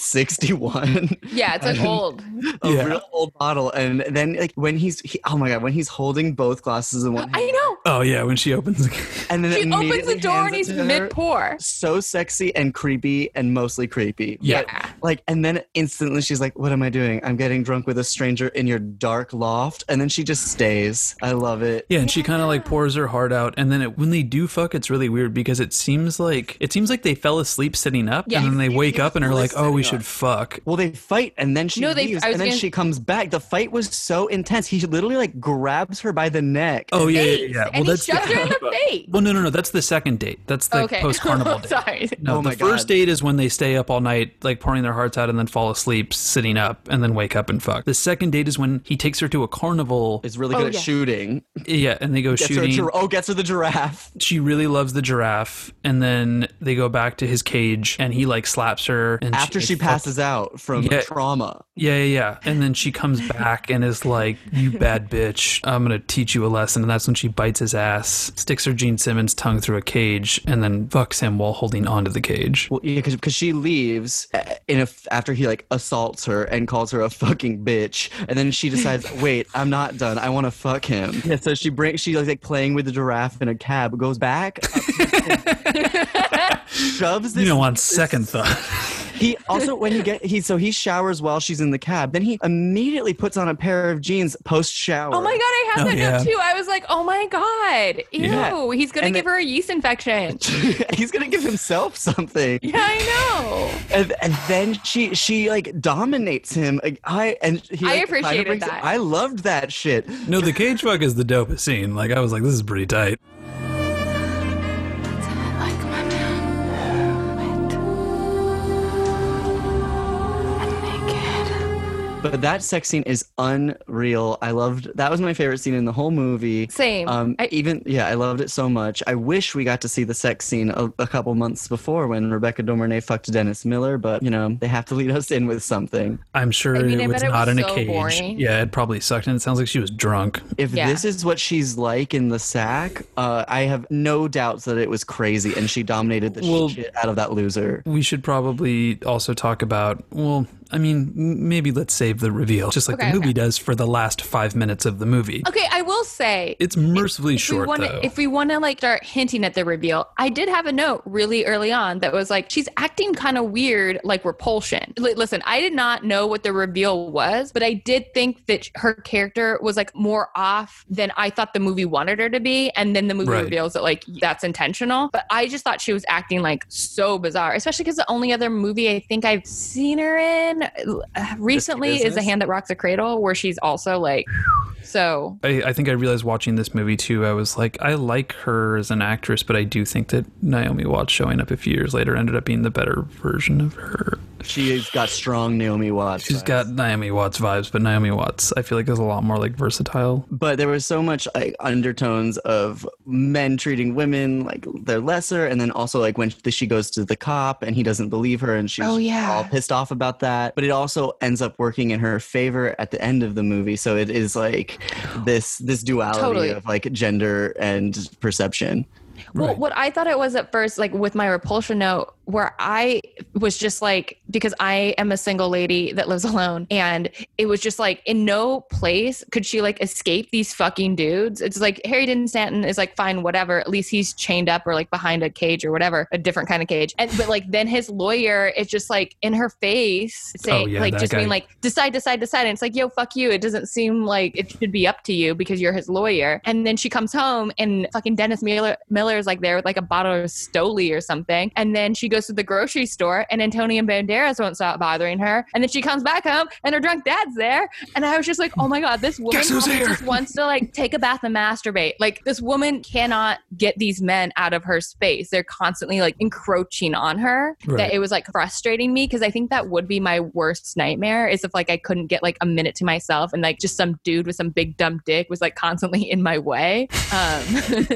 [SPEAKER 3] 1961,
[SPEAKER 2] yeah it's like old
[SPEAKER 3] <laughs> a
[SPEAKER 1] Yeah.
[SPEAKER 3] real old bottle, and then like when he's he, oh my god, when he's holding both glasses in one hand,
[SPEAKER 1] <laughs>
[SPEAKER 2] i know
[SPEAKER 1] Oh yeah, when she opens, the-
[SPEAKER 3] and then
[SPEAKER 2] she opens
[SPEAKER 3] immediately
[SPEAKER 2] the door
[SPEAKER 3] hands
[SPEAKER 2] and
[SPEAKER 3] it
[SPEAKER 2] he's
[SPEAKER 3] to her.
[SPEAKER 2] mid-pour
[SPEAKER 3] So sexy and creepy and mostly creepy.
[SPEAKER 1] Yeah.
[SPEAKER 2] yeah
[SPEAKER 3] Like, and then instantly she's like, What am I doing? I'm getting drunk with a stranger in your dark loft. And then she just stays. I love it.
[SPEAKER 1] yeah, and she kind of like pours her heart out, and then it, when they do fuck, it's really weird because it seems like it seems like they fell asleep sitting up,
[SPEAKER 2] Yeah.
[SPEAKER 1] and then they wake up and are like, "Oh, we
[SPEAKER 3] sitting
[SPEAKER 1] should
[SPEAKER 3] up.
[SPEAKER 1] fuck."
[SPEAKER 3] Well, they fight and then she
[SPEAKER 2] No, they-
[SPEAKER 3] leaves
[SPEAKER 2] I was
[SPEAKER 3] and then
[SPEAKER 2] gonna-
[SPEAKER 3] she comes back. The fight was so intense. He literally like grabs her by the neck.
[SPEAKER 1] Oh yeah, yeah,
[SPEAKER 2] Face.
[SPEAKER 1] yeah. Well,
[SPEAKER 2] and he
[SPEAKER 1] that's the
[SPEAKER 2] shoved her in the face
[SPEAKER 1] <laughs> Well, no, no, no. That's the second date. That's the
[SPEAKER 2] okay <laughs>
[SPEAKER 1] post carnival date.
[SPEAKER 2] sorry
[SPEAKER 1] No,
[SPEAKER 3] Oh
[SPEAKER 1] the
[SPEAKER 3] my
[SPEAKER 1] first
[SPEAKER 3] God.
[SPEAKER 1] date is when they stay up all night, like pouring their hearts out, and then fall asleep, sitting up, and then wake up and fuck. The second date is when he takes her to a carnival.
[SPEAKER 3] Is really good at
[SPEAKER 2] Oh, yeah.
[SPEAKER 3] shooting.
[SPEAKER 1] Yeah, and they go
[SPEAKER 3] Gets her a
[SPEAKER 1] shooting.
[SPEAKER 3] gir- oh, gets her the giraffe.
[SPEAKER 1] she really loves the giraffe, and then they go back to his cage, and he like slaps her. And
[SPEAKER 3] After she
[SPEAKER 1] like, fuck-
[SPEAKER 3] passes out from
[SPEAKER 1] Yeah.
[SPEAKER 3] trauma.
[SPEAKER 1] Yeah, yeah, yeah. And then she comes back and is like, "You bad bitch, I'm gonna teach you a lesson." And that's when she bites his ass, sticks her Gene Simmons tongue through a cage, and then fucks him while holding onto the cage.
[SPEAKER 3] Well, yeah, because she leaves uh, in a f after he like assaults her and calls her a fucking bitch, and then she <laughs> decides, wait, I'm not done. I want to fuck him. Yeah, so she brings she like, like playing with the giraffe in a cab, goes back, up to <laughs> him, shoves this.
[SPEAKER 1] You know, on second thought, <laughs>
[SPEAKER 3] He also when he get he so he showers while she's in the cab. Then he immediately puts on a pair of jeans post shower.
[SPEAKER 2] Oh my god, I had
[SPEAKER 1] Oh,
[SPEAKER 2] that
[SPEAKER 1] yeah.
[SPEAKER 2] note too. I was like, oh my god, ew,
[SPEAKER 1] Yeah.
[SPEAKER 2] he's gonna
[SPEAKER 3] And
[SPEAKER 2] give
[SPEAKER 3] the-
[SPEAKER 2] her a
[SPEAKER 1] <laughs>
[SPEAKER 2] yeast infection.
[SPEAKER 3] <laughs> He's gonna give himself something.
[SPEAKER 2] yeah, I
[SPEAKER 3] and, and then she she like dominates him. Like, I and he,
[SPEAKER 2] I
[SPEAKER 3] like, kinda
[SPEAKER 2] appreciated
[SPEAKER 3] brings-
[SPEAKER 2] that.
[SPEAKER 3] I loved that shit.
[SPEAKER 1] no, the cage fuck is the dopest scene. Like, I was like, "This is pretty tight."
[SPEAKER 5] I like my man. Wet. And naked.
[SPEAKER 3] But that sex scene is unreal. I loved that was my favorite scene in the whole movie.
[SPEAKER 2] Same.
[SPEAKER 3] Um,
[SPEAKER 2] I-
[SPEAKER 3] even yeah, I loved it so much. I wish we got to see the sex scene a, a couple months before when Rebecca De Mornay fucked Dennis Miller. But you know they have to lead us in with something.
[SPEAKER 1] I'm sure
[SPEAKER 2] I mean, I
[SPEAKER 1] it was
[SPEAKER 2] bet it
[SPEAKER 1] not
[SPEAKER 2] was
[SPEAKER 1] in a
[SPEAKER 2] so
[SPEAKER 1] cage.
[SPEAKER 2] boring.
[SPEAKER 1] Yeah, it probably sucked, and it sounds like she was drunk.
[SPEAKER 3] If
[SPEAKER 2] Yeah.
[SPEAKER 3] this is what she's like in the sack, uh, I have no doubts that it was crazy and she dominated the
[SPEAKER 1] Well-
[SPEAKER 3] shit out of that loser.
[SPEAKER 1] We should probably also talk about. Well, I mean, m- maybe let's save the reveal, just like
[SPEAKER 2] Okay,
[SPEAKER 1] the movie
[SPEAKER 2] okay.
[SPEAKER 1] does for the last five minutes of the movie.
[SPEAKER 2] Okay, I will say
[SPEAKER 1] It's mercifully
[SPEAKER 2] if we
[SPEAKER 1] short,
[SPEAKER 2] wanna,
[SPEAKER 1] though.
[SPEAKER 2] If we want to like start hinting at the reveal, I did have a note really early on that was like, she's acting kind of weird, like repulsion. Li- listen, I did not know what the reveal was, but I did think that her character was like more off than I thought the movie wanted her to be. And then the movie
[SPEAKER 1] Right.
[SPEAKER 2] reveals that like that's intentional. But I just thought she was acting like so bizarre, especially because the only other movie I think I've seen her in uh, recently is The
[SPEAKER 1] Business?
[SPEAKER 2] Hand That Rocks the Cradle, where she's also like, so
[SPEAKER 1] I, I think I realized watching this movie too. I was like, I like her as an actress, but I do think that Naomi Watts showing up a few years later ended up being the better version of her.
[SPEAKER 3] She's got strong Naomi Watts.
[SPEAKER 1] She's got Naomi Watts vibes, but Naomi Watts, I feel like, is a lot more like versatile.
[SPEAKER 3] but there was so much like, undertones of men treating women like they're lesser and then also like when she goes to the cop and he doesn't believe her and she's
[SPEAKER 2] Oh, yeah.
[SPEAKER 3] all pissed off about that but it also ends up working in her favor at the end of the movie so it is like this this duality
[SPEAKER 2] Totally.
[SPEAKER 3] of like gender and perception
[SPEAKER 2] Well,
[SPEAKER 1] Right.
[SPEAKER 2] what I thought it was at first, like with my repulsion note, where I was just like, because I am a single lady that lives <laughs> alone, and it was just like, in no place could she like escape these fucking dudes. It's like Harry Dean Stanton is like, fine, whatever. At least he's chained up or like behind a cage or whatever, a different kind of cage. And but like then his lawyer is just like in her face, saying
[SPEAKER 1] Oh, yeah,
[SPEAKER 2] like
[SPEAKER 1] that
[SPEAKER 2] just
[SPEAKER 1] guy.
[SPEAKER 2] being like, decide, decide, decide. And it's like, yo, fuck you. It doesn't seem like it should be up to you because you're his lawyer. And then she comes home and fucking Dennis Miller Miller is like there with like a bottle of Stoli or something. And then she goes to the grocery store and Antonio Banderas won't stop bothering her. And then she comes back home and her drunk dad's there. And I was just like, oh my god, this woman
[SPEAKER 1] Guess who's
[SPEAKER 2] probably
[SPEAKER 1] here?
[SPEAKER 2] just wants to like take a bath and masturbate. Like this woman cannot get these men out of her space. They're constantly like encroaching on her.
[SPEAKER 1] Right.
[SPEAKER 2] That it was like frustrating me because I think that would be my worst nightmare is if like I couldn't get like a minute to myself and like just some dude with some big dumb dick was like constantly <laughs> in my
[SPEAKER 1] <laughs>
[SPEAKER 2] way. Um,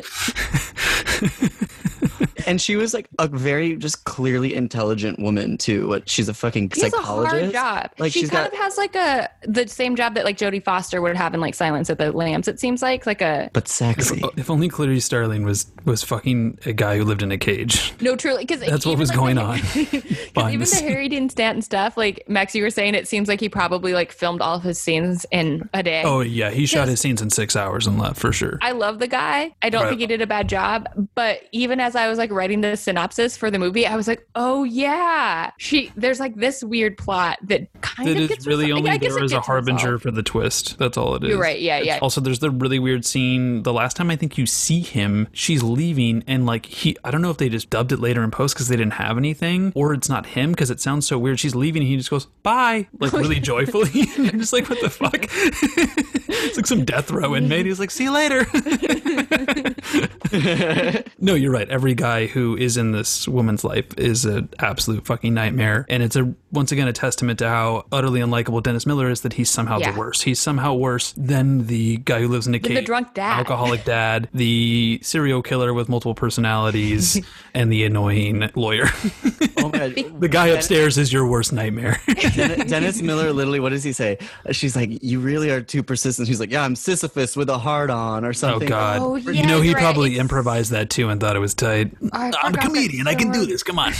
[SPEAKER 3] and she was like a very just clearly intelligent woman too what she's a fucking
[SPEAKER 2] she has a
[SPEAKER 3] psychologist
[SPEAKER 2] hard job.
[SPEAKER 3] Like,
[SPEAKER 2] she
[SPEAKER 3] she's
[SPEAKER 2] kind
[SPEAKER 3] got-
[SPEAKER 2] of has like a the same job that like Jodie Foster would have in like Silence of the Lambs. It seems like like a <laughs>
[SPEAKER 3] but sexy
[SPEAKER 1] If only Clary Starling was was fucking a guy who lived in a cage.
[SPEAKER 2] No, truly, because
[SPEAKER 1] That's what was going
[SPEAKER 2] <laughs>
[SPEAKER 1] on behind
[SPEAKER 2] even
[SPEAKER 1] the
[SPEAKER 2] the
[SPEAKER 1] scenes.
[SPEAKER 2] Harry Dean Stanton stuff, like Max, you were saying, it seems like he probably like filmed all of his scenes in a day.
[SPEAKER 1] Oh yeah, he shot his scenes in six hours and left for sure.
[SPEAKER 2] I love the guy. I don't
[SPEAKER 1] Right.
[SPEAKER 2] think he did a bad job. But even as I was like writing the synopsis for the movie, I was like, oh yeah, she. There's like this weird plot that kind
[SPEAKER 1] That
[SPEAKER 2] of
[SPEAKER 1] is
[SPEAKER 2] gets
[SPEAKER 1] really
[SPEAKER 2] resol-
[SPEAKER 1] only
[SPEAKER 2] yeah, I guess
[SPEAKER 1] there
[SPEAKER 2] it
[SPEAKER 1] is a
[SPEAKER 2] gets
[SPEAKER 1] harbinger
[SPEAKER 2] resolved.
[SPEAKER 1] for the twist. That's all it is.
[SPEAKER 2] You're right. Yeah, yeah.
[SPEAKER 1] Also, there's the really weird scene. The last time I think you see him, she's leaving, and like he, I don't know if they just dubbed it later in post because they didn't have anything, or it's not him because it sounds so weird. She's leaving, and he just goes bye,
[SPEAKER 2] <laughs>
[SPEAKER 1] like really joyfully. <laughs> and you're just like, what the fuck? <laughs> it's like some death row inmate. He's like, see you later. <laughs> No, you're right. Every guy who is in this woman's life is an absolute fucking nightmare. And it's a once again a testament to how utterly unlikable Dennis Miller is that he's somehow
[SPEAKER 2] Yeah.
[SPEAKER 1] the worst. He's somehow worse than the guy who lives in a
[SPEAKER 2] the
[SPEAKER 1] cage.
[SPEAKER 2] drunk dad.
[SPEAKER 1] Alcoholic
[SPEAKER 2] <laughs>
[SPEAKER 1] dad, the serial killer with multiple
[SPEAKER 2] <laughs>
[SPEAKER 1] personalities, and the annoying lawyer. <laughs>
[SPEAKER 3] oh my god
[SPEAKER 1] the guy upstairs is your worst
[SPEAKER 2] <laughs>
[SPEAKER 1] nightmare.
[SPEAKER 3] Den- <laughs> Dennis Miller literally, what does he say? She's like, "You really are too persistent." He's like, "Yeah, I'm Sisyphus with a hard on," or
[SPEAKER 1] oh
[SPEAKER 3] something.
[SPEAKER 1] god.
[SPEAKER 2] Oh,
[SPEAKER 1] you
[SPEAKER 2] yeah,
[SPEAKER 1] know he
[SPEAKER 2] you're right.
[SPEAKER 1] probably
[SPEAKER 2] It's-
[SPEAKER 1] improvised that too and thought it was tight.
[SPEAKER 2] I
[SPEAKER 1] I'm a
[SPEAKER 2] forgot that
[SPEAKER 1] comedian. I can do
[SPEAKER 2] so
[SPEAKER 1] this.
[SPEAKER 2] <laughs>
[SPEAKER 1] Come on.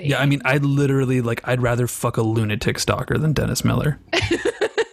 [SPEAKER 1] yeah, I mean, I literally like I'd rather fuck a lunatic stalker than Dennis
[SPEAKER 2] <laughs>
[SPEAKER 1] Miller.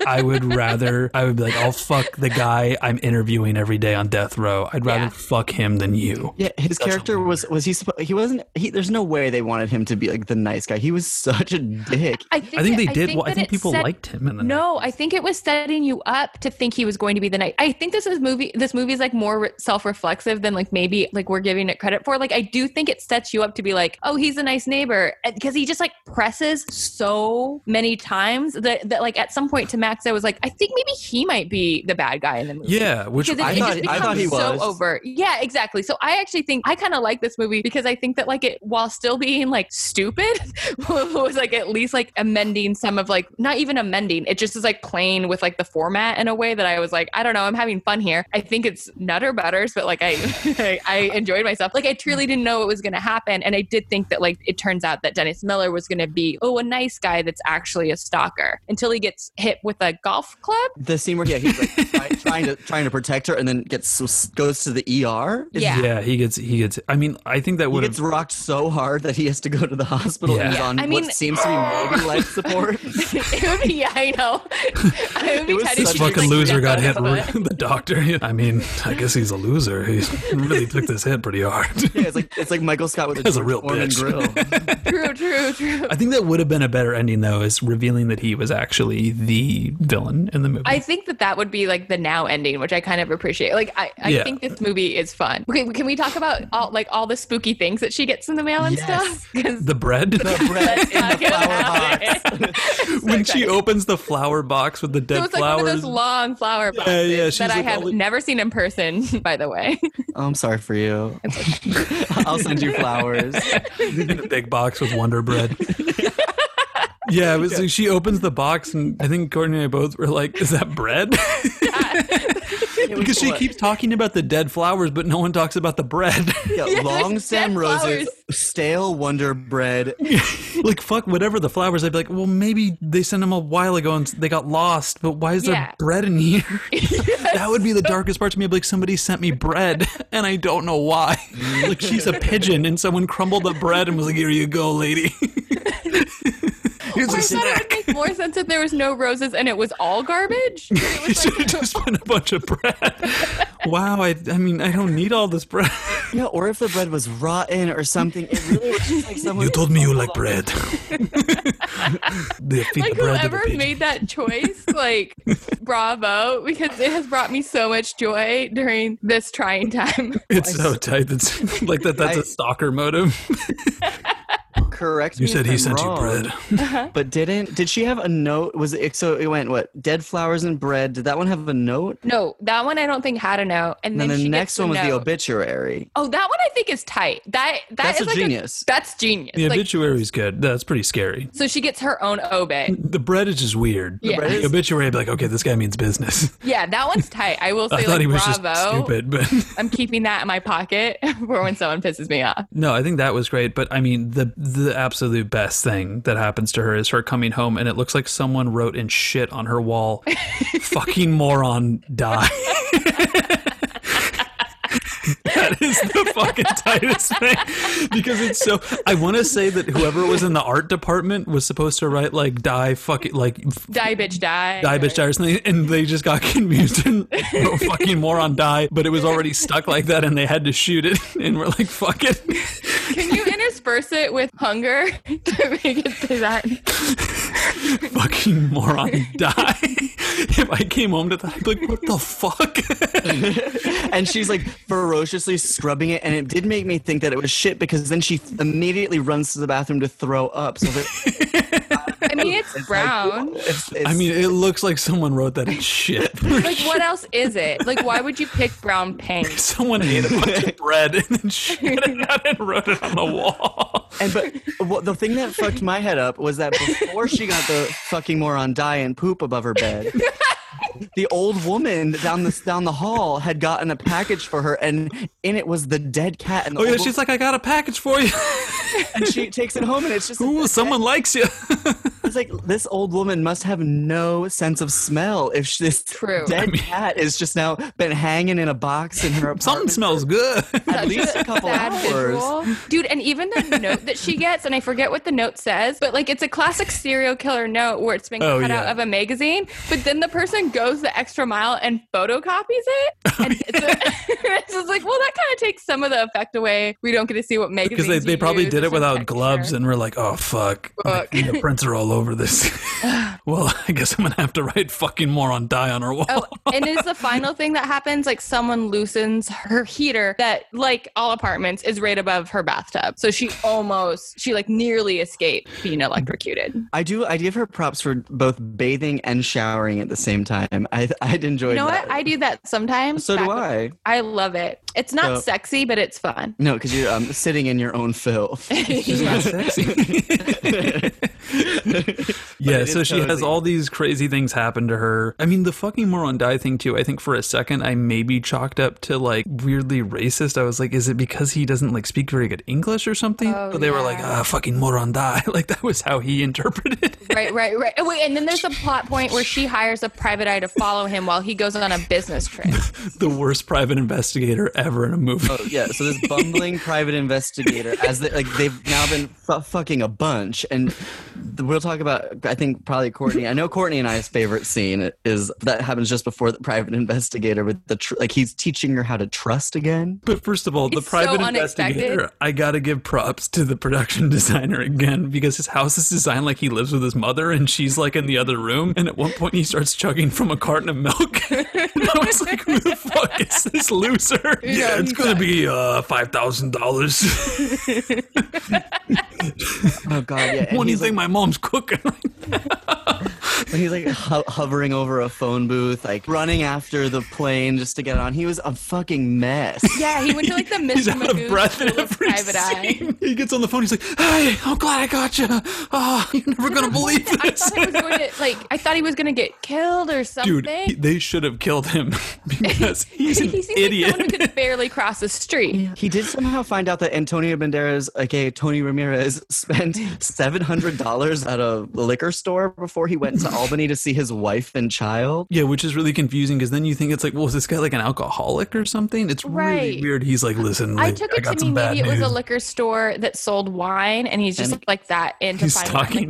[SPEAKER 1] I would rather I would be like I'll fuck the guy I'm interviewing every day on death row. I'd rather
[SPEAKER 2] Yeah.
[SPEAKER 1] fuck him than you.
[SPEAKER 3] Yeah, his character was was he suppo- he wasn't he there's no way they wanted him to be like the nice guy. He was such a dick.
[SPEAKER 2] I think,
[SPEAKER 1] I think
[SPEAKER 2] that-
[SPEAKER 1] they did. well, I
[SPEAKER 2] that
[SPEAKER 1] think
[SPEAKER 2] it
[SPEAKER 1] people
[SPEAKER 2] set-
[SPEAKER 1] liked him in the
[SPEAKER 2] No, I think it was setting you up to think he was going to be the night. I think this is movie. This movie is like more re- self-reflexive than like maybe like we're giving it credit for. Like I do think it sets you up to be like, oh, he's a nice neighbor because he just like presses so many times that that like at some point to Max, I was like, I think maybe he might be the bad guy in the movie.
[SPEAKER 1] Yeah, which
[SPEAKER 2] Because it,
[SPEAKER 3] I
[SPEAKER 2] it
[SPEAKER 3] thought-
[SPEAKER 2] just
[SPEAKER 3] I
[SPEAKER 2] becomes
[SPEAKER 3] thought he was.
[SPEAKER 2] so over. Yeah, exactly. So I actually think I kind of like this movie because I think that like it while still being like stupid <laughs> was like at least like amending some of like not even amending. It just is like playing with like the format in a way that I was like I don't know. I'm having fun here. I think it's nutter butters, but like I <laughs> I, I enjoyed myself. Like I truly didn't know what was going to happen, and I did think that like it turns out that Dennis Miller was going to be oh a nice guy that's actually a stalker until he gets hit with the golf club.
[SPEAKER 3] The scene where yeah, he's
[SPEAKER 1] <laughs>
[SPEAKER 3] like try, trying to trying to protect her, and then gets so- goes to the ER. It's-
[SPEAKER 2] Yeah.
[SPEAKER 1] he gets he gets. I mean, I think that
[SPEAKER 3] He
[SPEAKER 1] would
[SPEAKER 3] gets
[SPEAKER 1] have.
[SPEAKER 3] rocked so hard that he has to go to the hospital and
[SPEAKER 1] Yeah.
[SPEAKER 3] is on
[SPEAKER 2] I mean-
[SPEAKER 3] what seems to
[SPEAKER 2] <laughs>
[SPEAKER 3] be maybe life support.
[SPEAKER 2] it would be, yeah, <laughs> I know.
[SPEAKER 1] <laughs>
[SPEAKER 2] It would be
[SPEAKER 3] It was
[SPEAKER 2] tight if
[SPEAKER 1] This
[SPEAKER 3] such
[SPEAKER 2] she just,
[SPEAKER 1] fucking
[SPEAKER 2] like,
[SPEAKER 1] loser
[SPEAKER 2] stepped
[SPEAKER 1] got hit.
[SPEAKER 2] on <laughs> his
[SPEAKER 1] <laughs>
[SPEAKER 2] foot.
[SPEAKER 1] the doctor. I mean, I guess he's a loser. He really took this hit pretty hard.
[SPEAKER 3] Yeah, it's like it's like Michael Scott with a,
[SPEAKER 1] That's a real
[SPEAKER 3] Foreman
[SPEAKER 1] bitch.
[SPEAKER 3] grill.
[SPEAKER 2] True, true, true.
[SPEAKER 1] <laughs> I think that would have been a better ending, though, is revealing that he was actually the villain in the movie.
[SPEAKER 2] I think that that would be like the now ending, which I kind of appreciate. Like, I, I
[SPEAKER 1] Yeah.
[SPEAKER 2] think this movie is fun. Okay, can we talk about all like all the spooky things that she gets in the mail and stuff? <laughs>
[SPEAKER 1] <laughs>
[SPEAKER 2] Because
[SPEAKER 1] the bread.
[SPEAKER 3] Bread in the flower
[SPEAKER 1] <laughs>
[SPEAKER 3] box.
[SPEAKER 1] when she opens the flower box with the dead
[SPEAKER 2] So it's like
[SPEAKER 1] flowers.
[SPEAKER 2] one of those long flower boxes
[SPEAKER 1] yeah, she's
[SPEAKER 2] that I
[SPEAKER 1] like
[SPEAKER 2] have
[SPEAKER 1] all the-
[SPEAKER 2] never seen in person, <laughs> by the way. <laughs>
[SPEAKER 3] Oh, I'm sorry for you. <laughs> I'll send you flowers.
[SPEAKER 1] <laughs> in a big box with Wonder <laughs> Bread. Yeah, but so she opens the box, and I think Courtney and I both were like, "Is that bread?" <laughs> because she
[SPEAKER 3] what?
[SPEAKER 1] keeps talking about the dead flowers, but no one talks about the bread. <laughs>
[SPEAKER 2] <laughs>
[SPEAKER 3] Yeah, long
[SPEAKER 2] there's
[SPEAKER 3] stem
[SPEAKER 2] dead
[SPEAKER 3] roses,
[SPEAKER 2] flowers.
[SPEAKER 3] stale wonder
[SPEAKER 1] <laughs>
[SPEAKER 3] bread.
[SPEAKER 1] like, fuck, whatever the flowers. I'd be like, "Well, maybe they sent them a while ago and they got lost, but why is
[SPEAKER 2] Yeah.
[SPEAKER 1] there bread in
[SPEAKER 2] <laughs>
[SPEAKER 1] here?" that would be the darkest part to me. I'd be like, "Somebody sent me bread, <laughs> and I don't know why." <laughs> like, she's a pigeon, and someone crumbled the bread and was like, "Here you go, lady." <laughs> Here's
[SPEAKER 2] Or
[SPEAKER 1] a
[SPEAKER 2] I
[SPEAKER 1] <laughs>
[SPEAKER 2] thought <laughs>
[SPEAKER 1] snack.
[SPEAKER 2] "Oh it would make more sense if there was no roses and it was
[SPEAKER 1] <laughs>
[SPEAKER 2] all garbage. It
[SPEAKER 1] You
[SPEAKER 2] was
[SPEAKER 1] should
[SPEAKER 2] like,
[SPEAKER 1] have just been a bunch of bread. wow, I, I mean, I don't need all this bread.
[SPEAKER 3] Yeah, or if the bread was rotten or something. It really was
[SPEAKER 1] <laughs>
[SPEAKER 3] just like someone.
[SPEAKER 1] <laughs> You told me you like <laughs> bread. they feed the bread to the
[SPEAKER 2] like whoever
[SPEAKER 1] pigeon.
[SPEAKER 2] made that choice,
[SPEAKER 1] <laughs>
[SPEAKER 2] like bravo, because it has brought me so much joy during this
[SPEAKER 1] <laughs>
[SPEAKER 2] trying time.
[SPEAKER 1] It's <laughs> so tight. That's like that. That's a
[SPEAKER 3] I-
[SPEAKER 1] stalker motive.
[SPEAKER 3] correct.
[SPEAKER 1] You
[SPEAKER 3] me
[SPEAKER 1] said
[SPEAKER 3] if
[SPEAKER 1] he
[SPEAKER 3] I'm
[SPEAKER 1] sent
[SPEAKER 3] wrong,
[SPEAKER 1] you bread.
[SPEAKER 3] but didn't. Did she have a note? Was it so? It went what? Dead flowers and bread. Did that one have a note?
[SPEAKER 2] No, that one I don't think had a note. And
[SPEAKER 3] And
[SPEAKER 2] then,
[SPEAKER 3] then
[SPEAKER 2] she
[SPEAKER 3] the
[SPEAKER 2] gets
[SPEAKER 3] next one was the
[SPEAKER 2] note.
[SPEAKER 3] obituary.
[SPEAKER 2] Oh, that one I think is tight. That, that
[SPEAKER 3] That's
[SPEAKER 2] is
[SPEAKER 3] a
[SPEAKER 2] like
[SPEAKER 3] genius.
[SPEAKER 2] that's genius.
[SPEAKER 1] <laughs> The
[SPEAKER 2] Like,
[SPEAKER 1] obituary's good. That's pretty scary.
[SPEAKER 2] so she gets her own obit.
[SPEAKER 1] The bread is just weird.
[SPEAKER 2] Yeah.
[SPEAKER 3] bread
[SPEAKER 1] The
[SPEAKER 3] is-
[SPEAKER 1] obituary, I'd be like, okay, this guy means business.
[SPEAKER 2] Yeah, that one's tight. I will say,
[SPEAKER 1] <laughs> I thought
[SPEAKER 2] like,
[SPEAKER 1] he was
[SPEAKER 2] bravo.
[SPEAKER 1] just stupid, but <laughs>
[SPEAKER 2] I'm keeping that in my pocket <laughs> for when someone pisses me off.
[SPEAKER 1] No, I think that was great, but I mean the the absolute best thing that happens to her is her coming home and it looks like someone wrote in shit on her wall, fucking moron die. <laughs> that is the fucking tightest thing because it's so I want to say that whoever was in the art department was supposed to write like die fucking like f-
[SPEAKER 2] Die, bitch, die.
[SPEAKER 1] die bitch die or something and they just got confused and wrote fucking moron die but it was already stuck like that and they had to shoot it <laughs> and we're like fuck it
[SPEAKER 2] Can you intersperse it with hunger <laughs> to make it say that?
[SPEAKER 1] fucking moron <laughs> die. if I came home to that, I'd be like, what the fuck?
[SPEAKER 3] and
[SPEAKER 2] <laughs>
[SPEAKER 3] she's like ferociously scrubbing it, and it did make me think that it was shit because then she immediately runs to the bathroom to throw up. So that,
[SPEAKER 2] I mean, it's brown.
[SPEAKER 3] it's, it's,
[SPEAKER 1] I mean, it looks like someone wrote that in shit.
[SPEAKER 2] <laughs> Like, what else is it? Like, why would you pick brown paint?
[SPEAKER 1] someone ate a bunch of bread and then shit
[SPEAKER 2] <laughs>
[SPEAKER 1] it out and wrote it on the wall.
[SPEAKER 3] And but what, the thing that fucked my head up was that before she got the fucking moron die and poop above her bed, the old woman down the down the hall had gotten a package for her, and in it was the dead cat. And the
[SPEAKER 1] Oh yeah,
[SPEAKER 3] old
[SPEAKER 1] she's like, I got a package for
[SPEAKER 2] <laughs>
[SPEAKER 1] you.
[SPEAKER 3] woman- and she takes it home, and it's just
[SPEAKER 1] Ooh, someone likes
[SPEAKER 2] <laughs>
[SPEAKER 1] you.
[SPEAKER 3] it's like this old woman must have no sense of smell if she, this
[SPEAKER 2] True.
[SPEAKER 3] dead cat is just now been hanging in a box in
[SPEAKER 1] <laughs>
[SPEAKER 3] her apartment.
[SPEAKER 1] Something smells good. <laughs>
[SPEAKER 3] at least a couple
[SPEAKER 2] Sad
[SPEAKER 3] hours.
[SPEAKER 2] visual. Dude, and even the note that she gets, and I forget what the note says, but like it's a classic serial killer note where it's been
[SPEAKER 1] Oh,
[SPEAKER 2] cut
[SPEAKER 1] yeah.
[SPEAKER 2] out of a magazine, but then the person goes the extra mile and photocopies it.
[SPEAKER 1] Oh,
[SPEAKER 2] And it's, <laughs> it's just like, well, that kind of takes some of the effect away. We don't get to see what magazine
[SPEAKER 1] Because they, they probably did it without gloves and we're like, oh fuck.
[SPEAKER 2] Fuck.
[SPEAKER 1] Like, the prints are all over
[SPEAKER 2] <laughs>
[SPEAKER 1] this. <laughs> well, I guess I'm gonna have to write fucking moron die on her wall.
[SPEAKER 2] Oh, and is the
[SPEAKER 1] <laughs>
[SPEAKER 2] final thing that happens like someone loosens her heater that, like all apartments, is right above her bathtub. So she almost, she like nearly escaped being electrocuted.
[SPEAKER 3] I do. I give her props for both bathing and showering at the same time. I I'd enjoyed.
[SPEAKER 2] You know
[SPEAKER 3] that.
[SPEAKER 2] what? I do that sometimes.
[SPEAKER 3] So do
[SPEAKER 2] Back-
[SPEAKER 3] I.
[SPEAKER 2] I love it. It's not
[SPEAKER 3] So-
[SPEAKER 2] sexy, but it's fun.
[SPEAKER 3] No, because you're
[SPEAKER 2] <laughs>
[SPEAKER 3] um, <laughs> sitting in your own filth.
[SPEAKER 1] It's not sexy. Yeah,
[SPEAKER 3] it
[SPEAKER 1] so
[SPEAKER 3] is
[SPEAKER 1] she has
[SPEAKER 3] cozy.
[SPEAKER 1] all these crazy things happen to her. I mean, the fucking moron die thing too. I think for a second I maybe chalked up to like weirdly racist. I was like, is it because he doesn't like speak very good English or something?
[SPEAKER 2] Oh,
[SPEAKER 1] but they were like,
[SPEAKER 2] yeah.
[SPEAKER 1] ah, fucking moron die. <laughs> Like that was how he <laughs> interpreted it.
[SPEAKER 2] Right, right, right. Oh, wait, and then there's a plot point where she hires a private eye to follow him while he goes on a business trip.
[SPEAKER 1] the worst private investigator ever in a movie.
[SPEAKER 3] Oh, yeah, so this bumbling private investigator, as they, like they've now been fu- fucking a bunch, and th- we'll talk about. I think probably Courtney. I know Courtney and I's favorite scene is that happens just before the private investigator with the tr- like he's teaching her how to trust again.
[SPEAKER 1] But first of all, the
[SPEAKER 2] It's so
[SPEAKER 1] private
[SPEAKER 2] unexpected.
[SPEAKER 1] investigator, I gotta give props to the production <laughs> designer again because his house is designed like he lives with his mother and she's like in the other room. And at one point, he starts chugging from a carton of milk. <laughs> and I was like, who the fuck is this
[SPEAKER 2] <laughs>
[SPEAKER 1] loser? Yeah, it's gonna be uh, <laughs> $5,000.
[SPEAKER 3] Oh god, yeah.
[SPEAKER 1] What
[SPEAKER 3] And
[SPEAKER 1] do you
[SPEAKER 3] he's
[SPEAKER 1] think
[SPEAKER 3] like,
[SPEAKER 1] my mom's cooking? <laughs>
[SPEAKER 3] and he's like ho- hovering over a phone booth, like running after the plane just to get on. He was a fucking mess.
[SPEAKER 2] Yeah, he went to like
[SPEAKER 1] <laughs>
[SPEAKER 2] the
[SPEAKER 1] He's
[SPEAKER 2] Mr.
[SPEAKER 1] out of
[SPEAKER 2] Magoo
[SPEAKER 1] breath in
[SPEAKER 2] School of
[SPEAKER 1] every
[SPEAKER 2] Private Eye.
[SPEAKER 1] scene. He gets on the phone. He's like, "Hey, I'm glad I got you. Oh, you're never gonna believe
[SPEAKER 2] <laughs> I
[SPEAKER 1] this."
[SPEAKER 2] thought he was going to like. I thought he was going to get killed or something.
[SPEAKER 1] Dude, he- they should have killed him <laughs>
[SPEAKER 2] <laughs>
[SPEAKER 1] because he's an
[SPEAKER 2] he seems
[SPEAKER 1] idiot.
[SPEAKER 2] like someone who could barely cross the street.
[SPEAKER 3] <laughs> He did somehow find out that Antonio Banderas, aka Tony Ramirez, spent seven hundred dollars at a liquor store before he went to Albany to see his wife and child.
[SPEAKER 1] <laughs> yeah, which is really confusing because then you think it's like, well, is this guy like an alcoholic or something? It's really
[SPEAKER 2] Right.
[SPEAKER 1] weird. He's like, listen,
[SPEAKER 2] I
[SPEAKER 1] like,
[SPEAKER 2] took it
[SPEAKER 1] got
[SPEAKER 2] to
[SPEAKER 1] some
[SPEAKER 2] mean
[SPEAKER 1] bad
[SPEAKER 2] maybe it was a
[SPEAKER 1] news.
[SPEAKER 2] liquor store that sold wine, and he's just
[SPEAKER 3] And-
[SPEAKER 2] like that into
[SPEAKER 1] He's
[SPEAKER 2] finding-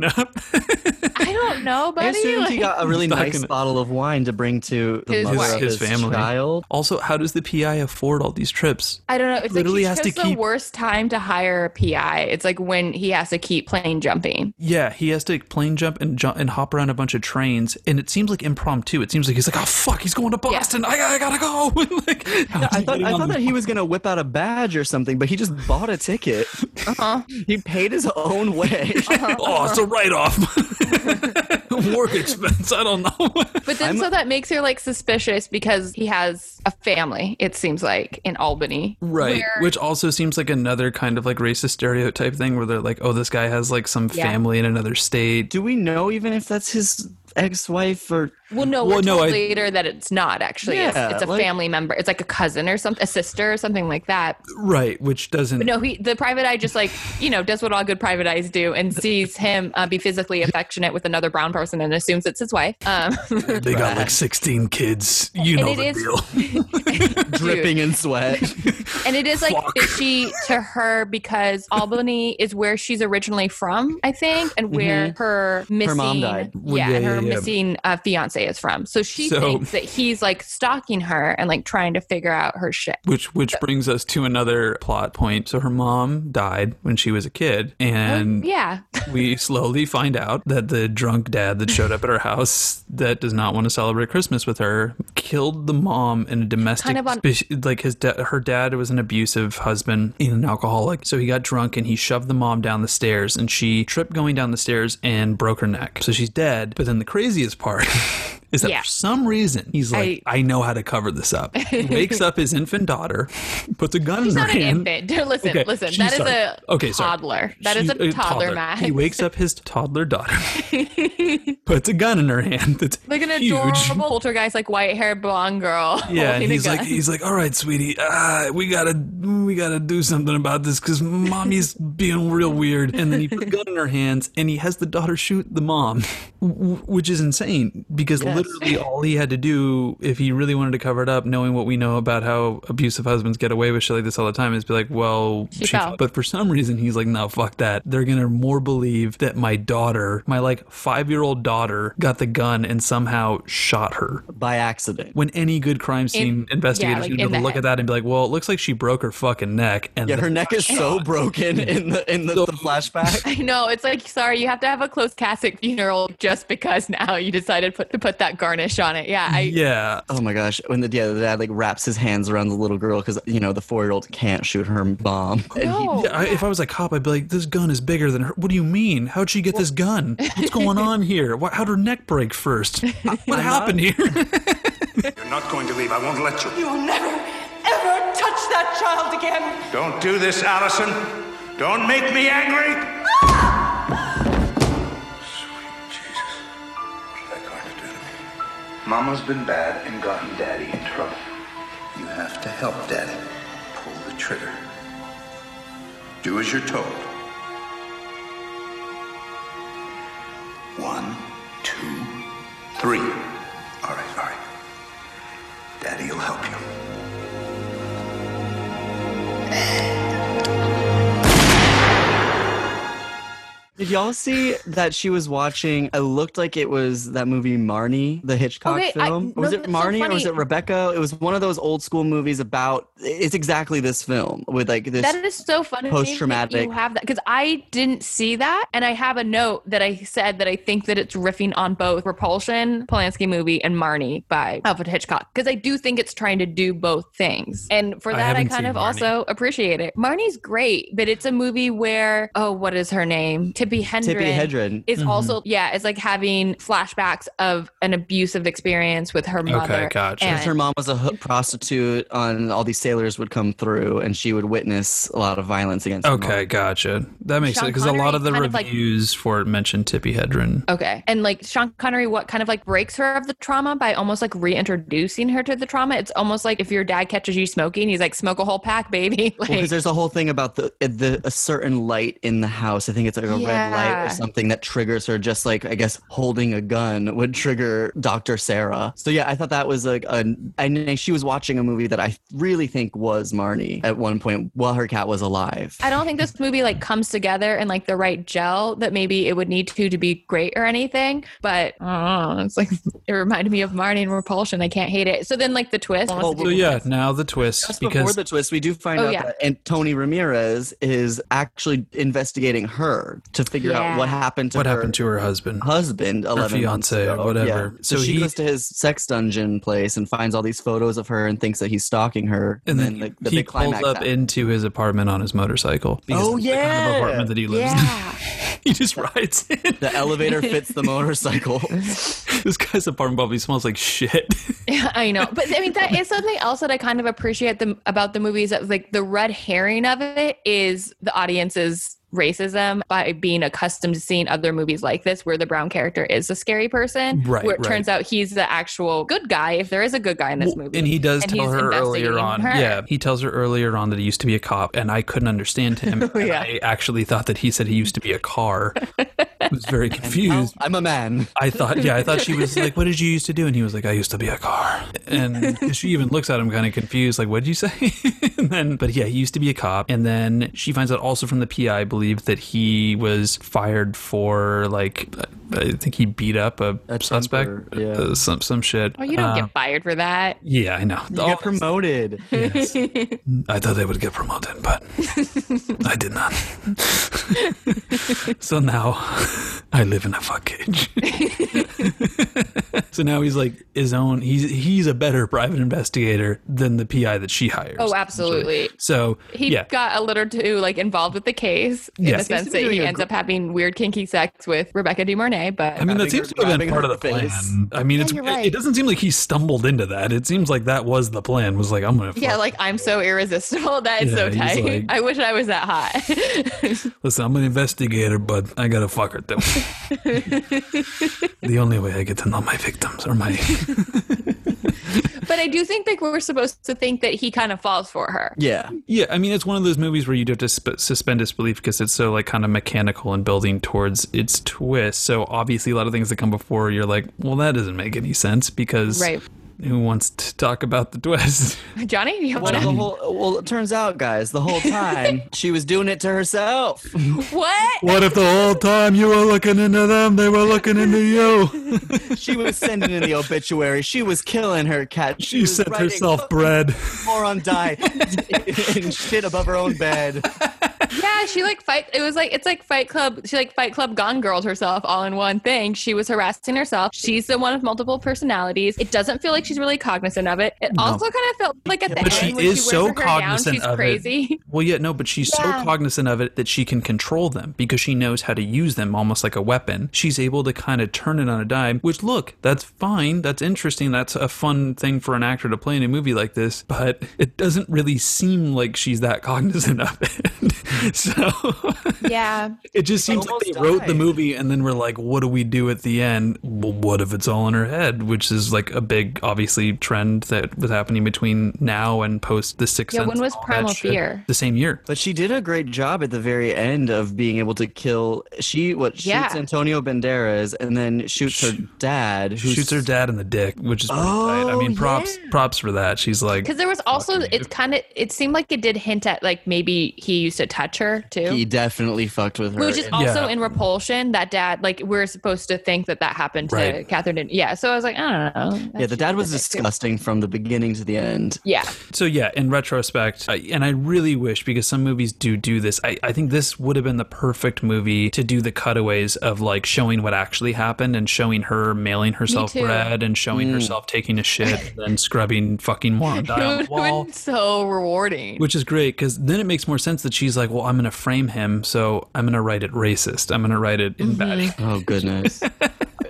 [SPEAKER 1] stocking
[SPEAKER 2] like,
[SPEAKER 1] up. <laughs>
[SPEAKER 2] I don't know,
[SPEAKER 3] I
[SPEAKER 2] buddy.
[SPEAKER 3] assumed
[SPEAKER 2] Like,
[SPEAKER 3] he got a really
[SPEAKER 1] He's not
[SPEAKER 3] nice
[SPEAKER 1] gonna-
[SPEAKER 3] bottle of wine to bring to the
[SPEAKER 2] His
[SPEAKER 3] mother
[SPEAKER 2] wife.
[SPEAKER 3] of
[SPEAKER 1] His
[SPEAKER 3] his,
[SPEAKER 1] family. <laughs>
[SPEAKER 3] child.
[SPEAKER 1] also, how does the PI afford all these trips?
[SPEAKER 2] I don't know. It's
[SPEAKER 1] Literally
[SPEAKER 2] like
[SPEAKER 1] has
[SPEAKER 2] he
[SPEAKER 1] to
[SPEAKER 2] chose
[SPEAKER 1] keep-
[SPEAKER 2] the worst time to hire a PI. It's like when he has to keep plane jumping.
[SPEAKER 1] Yeah, he has to plane jump and jump and hop around a bunch of trains, and it seems like impromptu. It seems like he's like, oh fuck, he's going to Boston. I, I gotta go. <laughs> And, like,
[SPEAKER 3] I thought, I thought that he was going to whip out a badge or something, but he just bought a ticket. <laughs> He paid his own way.
[SPEAKER 1] oh, it's a write <laughs> off. Work expense. I don't know.
[SPEAKER 2] But then, so that makes her like suspicious because he has a family. It seems like in Albany,
[SPEAKER 1] Right,
[SPEAKER 2] where-
[SPEAKER 1] which also seems like another kind of like racist stereotype thing where they're like, oh, this guy has like some
[SPEAKER 2] Yeah.
[SPEAKER 1] family in another state.
[SPEAKER 3] Do we know even if that's his ex-wife or
[SPEAKER 2] Well, no,
[SPEAKER 1] Well,
[SPEAKER 2] we're
[SPEAKER 1] no,
[SPEAKER 2] told
[SPEAKER 1] I-
[SPEAKER 2] later that it's not actually. It's-
[SPEAKER 3] Yeah,
[SPEAKER 2] it's, a
[SPEAKER 3] like-
[SPEAKER 2] family member. It's like a cousin or something, a sister or something like that.
[SPEAKER 1] Right, which doesn't.
[SPEAKER 2] But no, he the private eye just like you know does what all good private eyes do and sees him uh, be physically affectionate with another brown person and assumes it's his wife. Um, <laughs>
[SPEAKER 1] they got like 16 kids. You
[SPEAKER 2] And
[SPEAKER 1] know
[SPEAKER 2] it
[SPEAKER 1] the
[SPEAKER 2] is- <laughs>
[SPEAKER 1] deal.
[SPEAKER 3] dripping in sweat?
[SPEAKER 2] and it is like
[SPEAKER 1] Fuck.
[SPEAKER 2] fishy to her because Albany is where she's originally from, I think, and
[SPEAKER 1] Mm-hmm.
[SPEAKER 2] where her missing
[SPEAKER 3] mom died.
[SPEAKER 1] Well,
[SPEAKER 2] yeah,
[SPEAKER 1] yeah,
[SPEAKER 2] and her
[SPEAKER 1] yeah, yeah.
[SPEAKER 2] missing uh, fiance is from. So she
[SPEAKER 1] So-
[SPEAKER 2] thinks that he's like stalking her and like trying to figure out her shit.
[SPEAKER 1] Which which brings us to another plot point. So her mom died when she was a kid, and
[SPEAKER 2] Oh, Yeah,
[SPEAKER 1] we slowly find out that the drunk dad that showed up at her house that does not want to celebrate Christmas with her killed the mom in a domestic
[SPEAKER 2] Kind of on-
[SPEAKER 1] speci- like his da- her dad was an abusive husband and an alcoholic so he got drunk and he shoved the mom down the stairs and she tripped going down the stairs and broke her neck so she's dead but then the craziest part <laughs> is that
[SPEAKER 2] Yeah.
[SPEAKER 1] for some reason he's like I, know how to cover this up he wakes up his infant daughter puts a gun
[SPEAKER 2] She's
[SPEAKER 1] in her
[SPEAKER 2] not an
[SPEAKER 1] hand
[SPEAKER 2] infant. <laughs> Listen,
[SPEAKER 1] Okay,
[SPEAKER 2] listen.
[SPEAKER 1] she's
[SPEAKER 2] That is
[SPEAKER 1] sorry.
[SPEAKER 2] a
[SPEAKER 1] Okay, sorry.
[SPEAKER 2] toddler. That is
[SPEAKER 1] She-
[SPEAKER 2] a toddler, Matt.
[SPEAKER 1] He wakes up his toddler
[SPEAKER 2] <laughs>
[SPEAKER 1] daughter, puts a gun in her hand. That's
[SPEAKER 2] like an
[SPEAKER 1] huge.
[SPEAKER 2] adorable poltergeist, like white haired blonde girl. <laughs>
[SPEAKER 1] Yeah,
[SPEAKER 2] holding
[SPEAKER 1] and
[SPEAKER 2] a
[SPEAKER 1] he's like,
[SPEAKER 2] gun.
[SPEAKER 1] he's like, all right, sweetie, uh, we gotta, we gotta do something about this because mommy's <laughs> being real weird. And then he puts a gun in her hands, and he has the daughter shoot the mom, w- which is insane because literally all he had to do, if he really wanted to cover it up, knowing what we know about how abusive husbands get away with shit like this all the time, is be like, well,
[SPEAKER 2] She fell.
[SPEAKER 1] but for some reason, he's like, no, fuck that. They're gonna more believe that my daughter, my like five year old daughter, got the gun and somehow shot her
[SPEAKER 3] By accident.
[SPEAKER 1] when any good crime scene investigator
[SPEAKER 2] yeah, like
[SPEAKER 1] would
[SPEAKER 2] in the
[SPEAKER 1] look at
[SPEAKER 2] head.
[SPEAKER 1] that and be like, "Well, it looks like she broke her fucking neck." And
[SPEAKER 3] Yeah,
[SPEAKER 1] the-
[SPEAKER 3] her neck is so broken in the in the, the flashback.
[SPEAKER 2] I know. It's like, sorry, you have to have a closed cassock funeral just because now you decided put, to put that garnish on it. Yeah, I,
[SPEAKER 1] yeah,
[SPEAKER 3] Oh my gosh! When the yeah, the dad like wraps his hands around the little girl because you know the four year old can't shoot her mom.
[SPEAKER 2] <laughs>
[SPEAKER 3] And he-
[SPEAKER 2] no.
[SPEAKER 1] yeah. I, if I was a cop, I'd be like, "This gun is bigger than her." What do you mean? How'd she get this gun? What's
[SPEAKER 3] <laughs>
[SPEAKER 1] going on here? Why, how'd her neck break
[SPEAKER 2] <laughs>
[SPEAKER 1] first? What happened
[SPEAKER 3] <laughs>
[SPEAKER 1] here?
[SPEAKER 8] You're not going to leave. I won't let you.
[SPEAKER 9] You'll never, ever touch that child again.
[SPEAKER 8] Don't do this, Allison. Don't make me angry. Sweet Jesus.
[SPEAKER 10] Mama's been bad and gotten Daddy in trouble. You have to help Daddy pull the trigger. Do as you're told. One, two, three. All right, all right. Daddy will help you.
[SPEAKER 3] Did y'all see that she was watching? It looked like it was that movie Marnie, the Hitchcock
[SPEAKER 2] Okay, I-
[SPEAKER 3] film.
[SPEAKER 2] no,
[SPEAKER 3] was it
[SPEAKER 2] that's so
[SPEAKER 3] Marnie or
[SPEAKER 2] funny.
[SPEAKER 3] was it Rebecca? It was one of those old school movies about. It's exactly this film with like this.
[SPEAKER 2] That is so funny. that
[SPEAKER 3] post-traumatic-
[SPEAKER 2] You have that because I didn't see that, and I have a note that I said that I think that it's riffing on both Repulsion, Polanski movie, and Marnie by Alfred Hitchcock because I do think it's trying to do both things. And for
[SPEAKER 1] I
[SPEAKER 2] that, I,
[SPEAKER 1] haven't
[SPEAKER 2] kind
[SPEAKER 1] seen
[SPEAKER 2] of
[SPEAKER 1] Marnie.
[SPEAKER 2] also appreciate it. Marnie's great, but it's a movie where oh, what is her name? Tippi Hendren.
[SPEAKER 3] Tippi Hedren.
[SPEAKER 1] Mm-hmm.
[SPEAKER 2] Is also yeah, it's like having flashbacks of an abusive experience with her mother.
[SPEAKER 1] gotcha.
[SPEAKER 2] and-
[SPEAKER 3] Because her mom was a hook prostitute, and all these sailors would come through, and she would witness a lot of violence against. her mom.
[SPEAKER 1] Okay, gotcha. That makes
[SPEAKER 2] Sean
[SPEAKER 1] sense because a lot
[SPEAKER 2] Connery
[SPEAKER 1] of the
[SPEAKER 2] kind of, like-
[SPEAKER 1] reviews for it mentioned Tippi Hedren.
[SPEAKER 2] Okay. And like Sean Connery, what kind of like breaks her of the trauma by almost like reintroducing her to the trauma? It's almost like if your dad catches you smoking, he's like, smoke a whole pack, baby. <laughs> Like,
[SPEAKER 3] Because there's a whole thing about the eh, the a certain light in the house. I think it's like a red light
[SPEAKER 2] Yeah.
[SPEAKER 3] or something that triggers her. Just like I guess holding a gun would trigger Doctor Sarah. So yeah, I thought that was like a. I knew she was watching a movie that I really think was Marnie at one point while her cat was alive.
[SPEAKER 2] I don't think this movie like comes together in like the right gel that maybe it would need to to be great or anything. But uh, it's like <laughs> it reminded me of Marnie and Repulsion. I can't hate it. So then like the twist.
[SPEAKER 3] Well,
[SPEAKER 1] So yeah, now the twist
[SPEAKER 3] Just before
[SPEAKER 1] because
[SPEAKER 3] the twist, we do find
[SPEAKER 2] Oh,
[SPEAKER 3] out
[SPEAKER 2] yeah.
[SPEAKER 3] that and Tony Ramirez is actually investigating her to figure out
[SPEAKER 2] Yeah.
[SPEAKER 3] what happened to
[SPEAKER 1] what
[SPEAKER 3] her
[SPEAKER 1] happened to her husband?
[SPEAKER 3] husband,
[SPEAKER 1] Or
[SPEAKER 3] 11 months
[SPEAKER 1] fiance or
[SPEAKER 3] ago.
[SPEAKER 1] whatever.
[SPEAKER 3] So,
[SPEAKER 1] So
[SPEAKER 3] she
[SPEAKER 1] he-
[SPEAKER 3] goes to his sex dungeon place and finds all these photos of her and thinks that he's stalking her.
[SPEAKER 1] And then
[SPEAKER 3] like,
[SPEAKER 1] he pulls up
[SPEAKER 3] happens.
[SPEAKER 1] into his apartment on his motorcycle. because
[SPEAKER 3] Oh,
[SPEAKER 1] that's the kind of
[SPEAKER 3] yeah.
[SPEAKER 1] apartment that he lives
[SPEAKER 2] yeah.
[SPEAKER 1] in. <laughs> He just rides in.
[SPEAKER 3] the
[SPEAKER 1] <laughs>
[SPEAKER 3] elevator fits the motorcycle.
[SPEAKER 1] this guy's apartment probably smells like shit.
[SPEAKER 2] Yeah, <laughs> I know. But I mean, that is something else that I kind of appreciate the, about the movies. That, like the red herring of it is the audience's racism by being accustomed to seeing other movies like this where the brown character is the scary person.
[SPEAKER 1] Right,
[SPEAKER 2] Where it
[SPEAKER 1] right.
[SPEAKER 2] turns out he's the actual good guy, if there is a good guy in this
[SPEAKER 1] Well,
[SPEAKER 2] movie.
[SPEAKER 1] And he does
[SPEAKER 2] And
[SPEAKER 1] tell
[SPEAKER 2] he's
[SPEAKER 1] her earlier
[SPEAKER 2] investigating
[SPEAKER 1] on.
[SPEAKER 2] her.
[SPEAKER 1] Yeah, he tells her earlier on that he used to be a cop, and I couldn't understand
[SPEAKER 2] <laughs>
[SPEAKER 1] him. and
[SPEAKER 2] Yeah.
[SPEAKER 1] I actually thought that he said he used to be a
[SPEAKER 2] <laughs>
[SPEAKER 1] car. I was very
[SPEAKER 3] <laughs> Oh,
[SPEAKER 1] confused.
[SPEAKER 3] I'm a man.
[SPEAKER 1] I thought, yeah, I thought she
[SPEAKER 2] <laughs>
[SPEAKER 1] was like, "What did you used to do?" And he was like, "I used to be a car." And
[SPEAKER 2] <laughs>
[SPEAKER 1] she even looks at him kind of confused, like, "What did you say?" <laughs> and then, but yeah, he used to be a cop. And then she finds out also from the PI, I believe, that he was fired for like, I think he beat up a,
[SPEAKER 3] A
[SPEAKER 1] suspect,
[SPEAKER 3] temper, yeah.
[SPEAKER 1] uh, some some shit.
[SPEAKER 2] Oh, you don't
[SPEAKER 1] Uh,
[SPEAKER 2] get fired for that.
[SPEAKER 1] yeah, I know.
[SPEAKER 3] You
[SPEAKER 1] All- <laughs>
[SPEAKER 3] get promoted.
[SPEAKER 1] I thought they would get promoted, but I did not. so now <laughs> I live in a fuck cage. <laughs> so now he's like his own. He's he's a better private investigator than the PI that she hires.
[SPEAKER 2] Oh, absolutely.
[SPEAKER 1] So
[SPEAKER 2] He
[SPEAKER 1] yeah,
[SPEAKER 2] got a little too like involved with the case in
[SPEAKER 1] Yeah.
[SPEAKER 2] the
[SPEAKER 1] Seems to
[SPEAKER 2] sense
[SPEAKER 3] be
[SPEAKER 2] that he
[SPEAKER 3] doing a
[SPEAKER 2] ends
[SPEAKER 3] gr-
[SPEAKER 2] up having weird kinky sex with Rebecca De Mornay, but
[SPEAKER 1] I mean that
[SPEAKER 3] Grabbing
[SPEAKER 1] seems
[SPEAKER 3] her-
[SPEAKER 1] to have been
[SPEAKER 3] grabbing
[SPEAKER 1] part
[SPEAKER 3] her
[SPEAKER 1] of the
[SPEAKER 3] face.
[SPEAKER 1] plan. I mean, it's
[SPEAKER 2] you're
[SPEAKER 1] it-
[SPEAKER 2] right.
[SPEAKER 1] it doesn't seem like he stumbled into that. It seems like that was the plan. Was like I'm gonna
[SPEAKER 2] Yeah,
[SPEAKER 1] fuck-
[SPEAKER 2] like I'm so irresistible. <laughs> That is
[SPEAKER 1] Yeah,
[SPEAKER 2] so
[SPEAKER 1] he's
[SPEAKER 2] tight.
[SPEAKER 1] like-
[SPEAKER 2] <laughs> I wish I was that hot. <laughs>
[SPEAKER 1] Listen, I'm an investigator, but I gotta fuck her
[SPEAKER 3] <laughs>
[SPEAKER 1] though. <laughs> the only way I get to know my victims or
[SPEAKER 3] <laughs>
[SPEAKER 1] my
[SPEAKER 2] but I do think like we're supposed to think that he kind of falls for her.
[SPEAKER 3] Yeah.
[SPEAKER 1] Yeah, I mean it's one of those movies where you do have to sp- suspend disbelief because it's so like kind of mechanical and building towards its twist. So obviously a lot of things that come before you're like, well, that doesn't make any sense because
[SPEAKER 2] Right.
[SPEAKER 1] who wants to talk about the twist?
[SPEAKER 2] <laughs> Johnny, do you
[SPEAKER 3] Well,
[SPEAKER 2] want
[SPEAKER 3] the
[SPEAKER 2] to?
[SPEAKER 3] whole, well, it turns out, guys, the
[SPEAKER 2] <laughs>
[SPEAKER 3] whole time she was doing it to herself.
[SPEAKER 1] <laughs>
[SPEAKER 2] What?
[SPEAKER 1] what if the whole time you were looking into them, they were looking into
[SPEAKER 3] <laughs>
[SPEAKER 1] you?
[SPEAKER 3] She was sending in the obituary. She was killing her cat. She,
[SPEAKER 1] She
[SPEAKER 3] was
[SPEAKER 1] sent
[SPEAKER 3] writing,
[SPEAKER 1] herself
[SPEAKER 3] "Fuck
[SPEAKER 1] bread.
[SPEAKER 3] Moron
[SPEAKER 1] <laughs>
[SPEAKER 3] die and shit above her own bed.
[SPEAKER 2] Yeah, she like fight. It was like it's like Fight Club. She like Fight Club Gone Girls herself all in one thing. She was harassing herself. She's the one with multiple personalities. It doesn't feel like she's really cognizant of it. It also kind of felt like at the
[SPEAKER 1] But she
[SPEAKER 2] end when
[SPEAKER 1] is
[SPEAKER 2] wears
[SPEAKER 1] so
[SPEAKER 2] her
[SPEAKER 1] cognizant
[SPEAKER 2] gown, she's
[SPEAKER 1] of
[SPEAKER 2] crazy.
[SPEAKER 1] <laughs>
[SPEAKER 2] <laughs>
[SPEAKER 1] it. Well, yeah, no, but she's so
[SPEAKER 2] Yeah.
[SPEAKER 1] cognizant of it that she can control them because she knows how to use them almost like a weapon. She's able to kind of turn it on a dime, which look, that's fine, that's interesting, that's a fun thing for an actor to play in a movie like this, but it <laughs> doesn't really seem like she's that <laughs> cognizant of it. So
[SPEAKER 2] <laughs> Yeah.
[SPEAKER 1] it just seems like
[SPEAKER 3] Almost
[SPEAKER 1] they wrote the
[SPEAKER 3] died.
[SPEAKER 1] movie and then were like, what do we do at the end? Well, what if it's all in her head? Which is like a big, obviously, trend that was happening between now and post The Sixth
[SPEAKER 2] Yeah,
[SPEAKER 1] Sense
[SPEAKER 2] when
[SPEAKER 1] and
[SPEAKER 2] was
[SPEAKER 3] Oh,
[SPEAKER 1] all that
[SPEAKER 2] Primal
[SPEAKER 1] shit.
[SPEAKER 2] Fear?
[SPEAKER 1] The same year.
[SPEAKER 3] But she did a great job at the very end of being able to kill. She what shoots
[SPEAKER 2] Yeah.
[SPEAKER 3] Antonio Banderas and then shoots her dad. Who
[SPEAKER 1] Shoots her dad in the dick, which is pretty tight. I
[SPEAKER 3] Oh,
[SPEAKER 1] mean, props props for that. She's like,
[SPEAKER 2] Because there was also it's kind of it seemed like it did hint at like maybe he used to touch her too.
[SPEAKER 3] He definitely fucked with her.
[SPEAKER 2] which is
[SPEAKER 3] in-
[SPEAKER 2] also
[SPEAKER 1] Yeah.
[SPEAKER 2] in repulsion that dad like we're supposed to think that that happened to
[SPEAKER 1] Right.
[SPEAKER 2] catherine and, yeah so i was like i don't know
[SPEAKER 3] yeah, the dad was disgusting from the beginning to the end.
[SPEAKER 2] yeah
[SPEAKER 1] So yeah, in retrospect, I, and I really wish because some movies do do this. I, I think this would have been the perfect movie to do the cutaways of like showing what actually happened and showing her mailing herself
[SPEAKER 2] too.
[SPEAKER 1] bread and showing
[SPEAKER 3] Mm.
[SPEAKER 1] herself taking a shit and then scrubbing fucking
[SPEAKER 2] <laughs>
[SPEAKER 1] Moron
[SPEAKER 2] it
[SPEAKER 1] die on
[SPEAKER 2] would
[SPEAKER 1] the wall.
[SPEAKER 2] have been so rewarding
[SPEAKER 1] Which is great because then it makes more sense that she's like, well, I'm going to frame him, so I'm going to write it racist. I'm going to write it
[SPEAKER 2] Mm-hmm.
[SPEAKER 1] in bad English. <laughs>
[SPEAKER 3] Oh goodness.